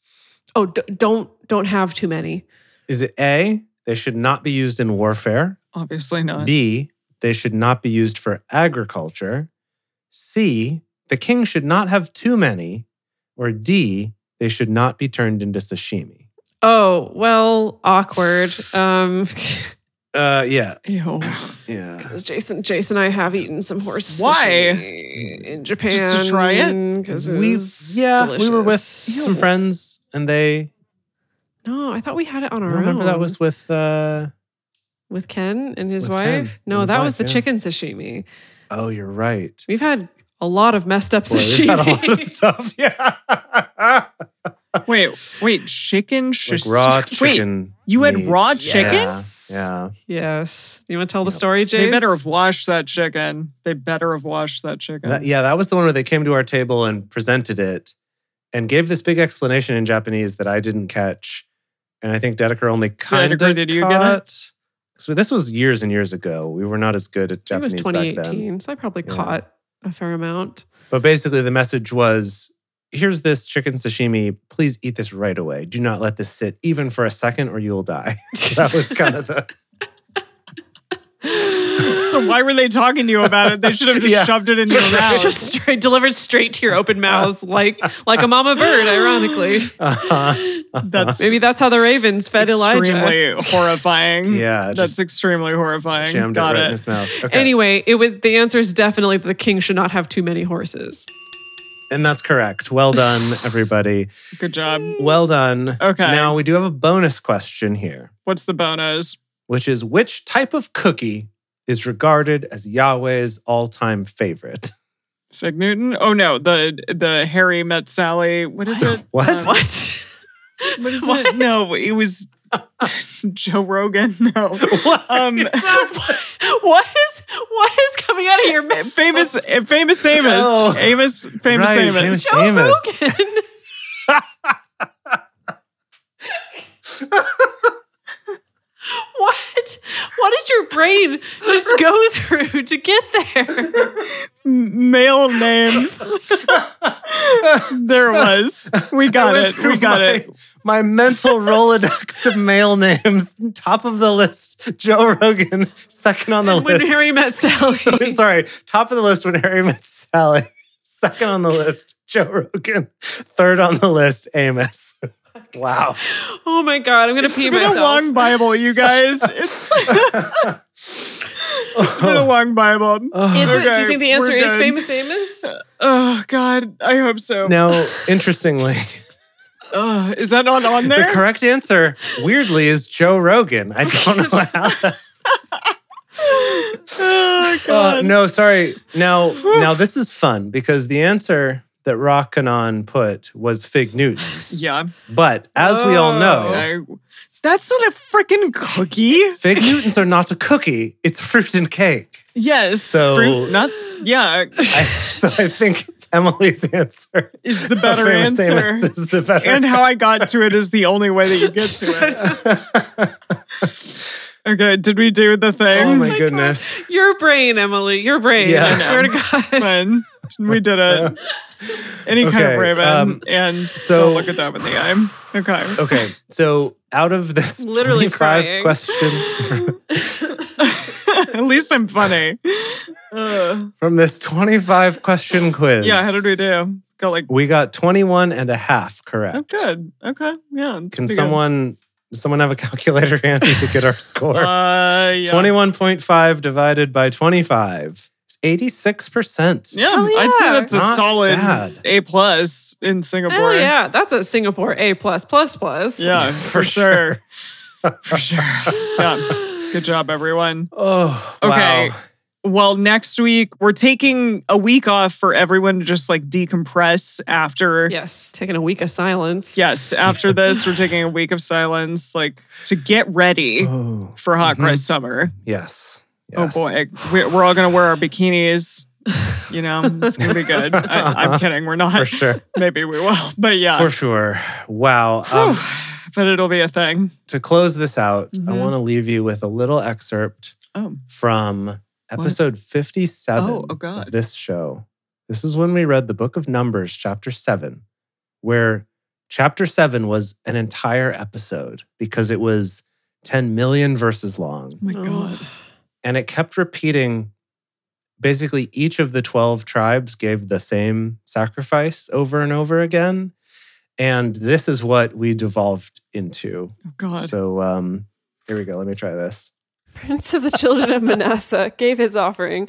Speaker 3: Oh, d- don't don't have too many.
Speaker 4: Is it A, they should not be used in warfare?
Speaker 2: Obviously not.
Speaker 4: B, they should not be used for agriculture? C, the king should not have too many? Or D, they should not be turned into sashimi?
Speaker 3: Oh well, awkward. Um,
Speaker 4: Uh, yeah.
Speaker 2: Ew.
Speaker 4: Yeah.
Speaker 3: Jason, Jason, and I have eaten some horse.
Speaker 2: Why?
Speaker 3: sushi in Japan?
Speaker 2: try
Speaker 3: because it
Speaker 4: we
Speaker 3: was
Speaker 4: yeah we were with
Speaker 3: delicious.
Speaker 4: some friends and they
Speaker 3: No, I thought we had it on
Speaker 4: I
Speaker 3: our own.
Speaker 4: remember that was with uh
Speaker 3: with Ken and his
Speaker 4: With Ken
Speaker 3: wife. no,
Speaker 4: and his
Speaker 3: that was
Speaker 4: wife,
Speaker 3: the
Speaker 4: yeah.
Speaker 3: chicken sashimi.
Speaker 4: oh you're right
Speaker 3: We've had a lot of messed up
Speaker 4: Boy,
Speaker 3: sashimi.
Speaker 4: we've had a lot of stuff yeah like
Speaker 2: Wait, wait, chicken shish.
Speaker 4: raw
Speaker 2: Wait,
Speaker 4: chicken
Speaker 2: you had
Speaker 4: meat.
Speaker 2: raw
Speaker 4: Yeah,
Speaker 2: chicken?
Speaker 4: yeah
Speaker 3: Yes. You want to tell the
Speaker 4: Yep.
Speaker 3: story, Jason?
Speaker 2: they better have washed that chicken. They better have washed that chicken.
Speaker 4: That, yeah that was the one where they came to our table and presented it and gave this big explanation in Japanese that I didn't catch and I think Dedeker only kind of
Speaker 2: did you get it?
Speaker 4: So this was years and years ago. We were not as good at
Speaker 3: It was
Speaker 4: Japanese back then.
Speaker 3: 2018, so I probably
Speaker 4: Yeah.
Speaker 3: caught a fair amount.
Speaker 4: But basically, the message was here's this chicken sashimi. Please eat this right away. Do not let this sit even for a second or you'll die. that was kind of the.
Speaker 2: So why were they talking to you about it? They should have just
Speaker 4: Yeah.
Speaker 2: shoved it in your mouth.
Speaker 3: Just straight, delivered straight to your open mouth, like like a mama bird. Ironically,
Speaker 4: Uh-huh.
Speaker 2: That's
Speaker 3: maybe that's how the ravens fed Elijah.
Speaker 2: extremely horrifying.
Speaker 4: Yeah, it
Speaker 2: that's
Speaker 4: just
Speaker 2: extremely horrifying.
Speaker 4: jammed it
Speaker 2: Got
Speaker 4: right
Speaker 2: it.
Speaker 4: in his mouth. Okay.
Speaker 3: Anyway, it was the answer is definitely that the king should not have too many horses.
Speaker 4: And that's correct. Well done, everybody.
Speaker 2: Good job.
Speaker 4: Well done.
Speaker 2: Okay.
Speaker 4: Now, we do have a bonus question here,
Speaker 2: What's the bonus?
Speaker 4: which is which type of cookie is regarded as Yahweh's all time favorite?
Speaker 2: Fig Newton? Oh no, the the Harry met Sally. What is it?
Speaker 4: What?
Speaker 2: Uh,
Speaker 3: What?
Speaker 2: What is
Speaker 3: What?
Speaker 2: it? No, it was Joe Rogan. No.
Speaker 4: What?
Speaker 2: Um
Speaker 3: what is what is coming out of your mouth?
Speaker 2: famous famous Amos.
Speaker 4: Oh.
Speaker 2: Amos famous
Speaker 4: Right,
Speaker 2: Amos.
Speaker 4: famous
Speaker 3: Joe
Speaker 4: Amos.
Speaker 3: Rogan. what? What did your brain just go through to get there?
Speaker 2: M- male names. There it was. We got
Speaker 4: I went
Speaker 2: it.
Speaker 4: through
Speaker 2: We got
Speaker 4: my,
Speaker 2: it.
Speaker 4: My mental Rolodex of male names, top of the list, Joe Rogan, second on the
Speaker 3: when
Speaker 4: list.
Speaker 3: Harry met Sally.
Speaker 4: Sorry, top of the list when Harry met Sally. Second on the list, Joe Rogan. Third on the list, Amos. Wow.
Speaker 3: Oh my god, I'm gonna pee
Speaker 2: It's been
Speaker 3: myself.
Speaker 2: a long Bible, you guys. It's, it's been a long Bible.
Speaker 3: Is it- do
Speaker 2: Okay,
Speaker 3: you think the
Speaker 2: we're
Speaker 3: answer is
Speaker 2: done.
Speaker 3: famous Amos?
Speaker 2: Oh God, I hope so.
Speaker 4: Now, interestingly,
Speaker 2: Ugh, is that not on
Speaker 4: The
Speaker 2: there?
Speaker 4: correct answer, weirdly, is Joe Rogan. I don't know how.
Speaker 2: oh,
Speaker 4: Uh,
Speaker 2: God.
Speaker 4: no, sorry. Now, now this is fun because the answer that Rockanon put was Fig Newtons.
Speaker 2: Yeah. Oh,
Speaker 4: But as we all know,
Speaker 2: I- that's not a freaking cookie.
Speaker 4: Fig Newtons are not a cookie; it's fruit and cake.
Speaker 2: Yes.
Speaker 4: So-
Speaker 2: fruit nuts. Yeah,
Speaker 4: I, so I think Emily's answer,
Speaker 2: is the
Speaker 4: of
Speaker 2: better
Speaker 4: Famous Amos
Speaker 2: answer.
Speaker 4: is the better.
Speaker 2: And how I got to it is the only way that you get to
Speaker 3: Oh
Speaker 2: it. Okay, did we do the thing?
Speaker 4: oh my
Speaker 3: God.
Speaker 4: goodness!
Speaker 3: Your brain, Emily. Your brain.
Speaker 4: Yeah.
Speaker 3: I
Speaker 4: I
Speaker 3: swear to
Speaker 2: It's
Speaker 3: God.
Speaker 2: fine. We did it. Any kind
Speaker 4: Okay,
Speaker 2: of raven,
Speaker 4: um,
Speaker 2: and
Speaker 4: so-
Speaker 2: don't look at them in the eye. Okay.
Speaker 4: Okay, so out of this
Speaker 3: Literally crying.
Speaker 4: five question
Speaker 2: at least I'm funny. Uh,
Speaker 4: from this twenty-five question quiz,
Speaker 2: yeah, how did we do? Got like,
Speaker 4: we got 21 and a half
Speaker 2: oh,
Speaker 4: correct.
Speaker 2: good. Okay. Yeah. it's
Speaker 4: Can
Speaker 2: pretty good.
Speaker 4: someone does someone have a calculator handy to get our score?
Speaker 2: Uh, yeah.
Speaker 4: 21.5 divided by 25 is 86%.
Speaker 2: Yeah,
Speaker 3: Oh,
Speaker 2: I'd say
Speaker 3: yeah.
Speaker 2: that's a
Speaker 4: Not
Speaker 2: solid
Speaker 4: bad.
Speaker 2: A plus in Singapore.
Speaker 3: Oh yeah, that's a Singapore A plus plus plus.
Speaker 2: Yeah, for,
Speaker 4: For
Speaker 2: sure. for sure. Yeah. Good job, everyone.
Speaker 4: Oh,
Speaker 2: Okay.
Speaker 4: wow.
Speaker 2: Well, next week we're taking a week off for everyone to just like decompress after.
Speaker 3: Yes, taking a week of silence.
Speaker 2: Yes, after this we're taking a week of silence, like to get ready
Speaker 4: Oh,
Speaker 2: for hot
Speaker 4: Mhm.
Speaker 2: Christ summer.
Speaker 4: yes. yes.
Speaker 2: Oh boy, we're, we're all gonna wear our bikinis. You know, it's gonna be good. I, I'm kidding. We're
Speaker 4: For
Speaker 2: not.
Speaker 4: sure.
Speaker 2: Maybe we will, but yeah,
Speaker 4: For sure. Wow. Um,
Speaker 2: Whew. but it'll be a thing.
Speaker 4: to close this out, I
Speaker 2: Mhm.
Speaker 4: want to leave you with a little excerpt
Speaker 2: Oh,
Speaker 4: from episode 57
Speaker 2: Oh, oh God.
Speaker 4: of this show. This is when we read the book of Numbers, chapter 7, where chapter 7 was an entire episode because it was 10 million verses long.
Speaker 2: my
Speaker 3: Oh.
Speaker 2: God.
Speaker 4: and it kept repeating basically each of the 12 tribes gave the same sacrifice over and over again and this is what we devolved into
Speaker 2: Oh, God.
Speaker 4: so um here we go let me try this
Speaker 3: Prince of the children of Manasseh gave his offering.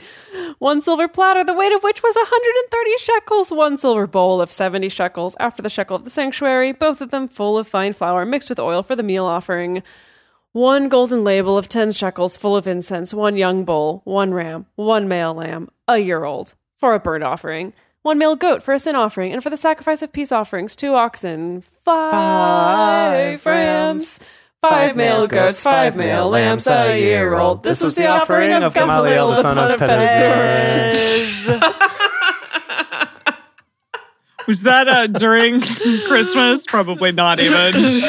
Speaker 3: One silver platter, the weight of which was 130 shekels, one silver bowl of 70 shekels, after the shekel of the sanctuary, both of them full of fine flour mixed with oil for the meal offering. One golden label of 10 shekels full of incense, one young bull, one ram, one male lamb, a year old, for a burnt offering, one male goat for a sin offering, and for the sacrifice of peace offerings, two oxen, five,
Speaker 5: Five
Speaker 3: rams,
Speaker 5: rams,
Speaker 3: five male goats, five male lambs, a year old. This was the offering of Gamaliel, the son of Pedazur.
Speaker 2: Was that uh, during Christmas? Probably not even.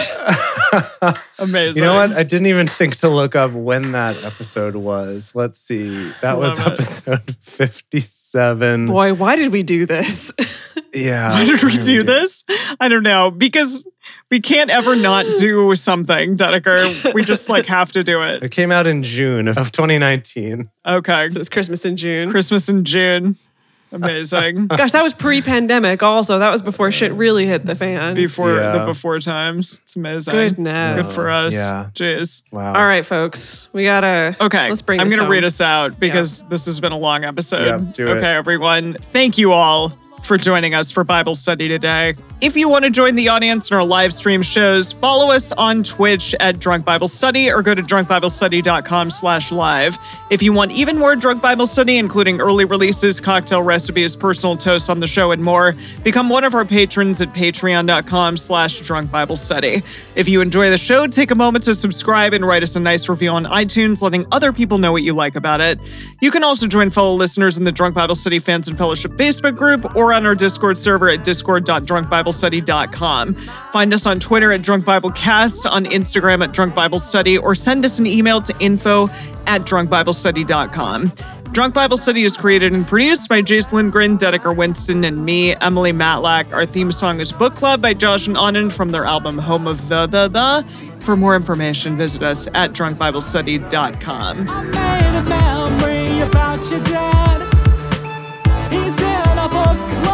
Speaker 2: Amazing.
Speaker 4: you know what i didn't even think to look up when that episode was let's see that was
Speaker 2: Love it.
Speaker 4: episode 57
Speaker 3: Boy, why did we do this?
Speaker 4: yeah
Speaker 2: Why did we
Speaker 4: here
Speaker 2: do this? I don't know. Because we can't ever not do something, Dedeker. We just like have to do it.
Speaker 4: it came out in june of 2019
Speaker 2: Okay.
Speaker 3: It was Christmas in June.
Speaker 2: Christmas in June. Amazing.
Speaker 3: Gosh, that was pre-pandemic. Also, that was before shit really hit the fan.
Speaker 2: Before
Speaker 4: Yeah.
Speaker 2: the before times. It's amazing.
Speaker 3: Goodness.
Speaker 2: Good for us.
Speaker 4: Yeah.
Speaker 2: Jeez.
Speaker 4: wow
Speaker 3: All right, folks, we gotta.
Speaker 2: Okay.
Speaker 3: let's bring.
Speaker 2: I'm
Speaker 3: this
Speaker 2: gonna
Speaker 3: home.
Speaker 2: read us out because this has been a long episode.
Speaker 4: Yeah, do it.
Speaker 2: okay, everyone. Thank you all for joining us for Bible study today. If you want to join the audience in our live stream shows, follow us on Twitch at Drunk Bible Study or go to drunkbiblestudy.com slash live. If you want even more Drunk Bible Study, including early releases, cocktail recipes, personal toasts on the show, and more, become one of our patrons at patreon.com slash drunk Bible study. If you enjoy the show, take a moment to subscribe and write us a nice review on iTunes, letting other people know what you like about it. You can also join fellow listeners in the Drunk Bible Study Fans and Fellowship Facebook group or on our Discord server at discord.drunkbiblestudy.com. Find us on Twitter at Drunk Bible Cast, on Instagram at Drunk Bible Study, or send us an email to info at drunkbiblestudy.com. Drunk Bible Study is created and produced by Jace Lindgren, Dedeker Winston, and me, Emily Matlack. Our theme song is Book Club by Josh and Anand from their album Home of the The The. For more information, visit us at drunkbiblestudy.com.
Speaker 1: I made a memory about your dad. He's in a book club.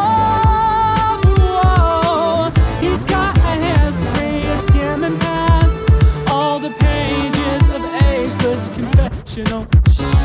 Speaker 1: Whoa. He's got a history of skimming past all the pages of ageless confessional.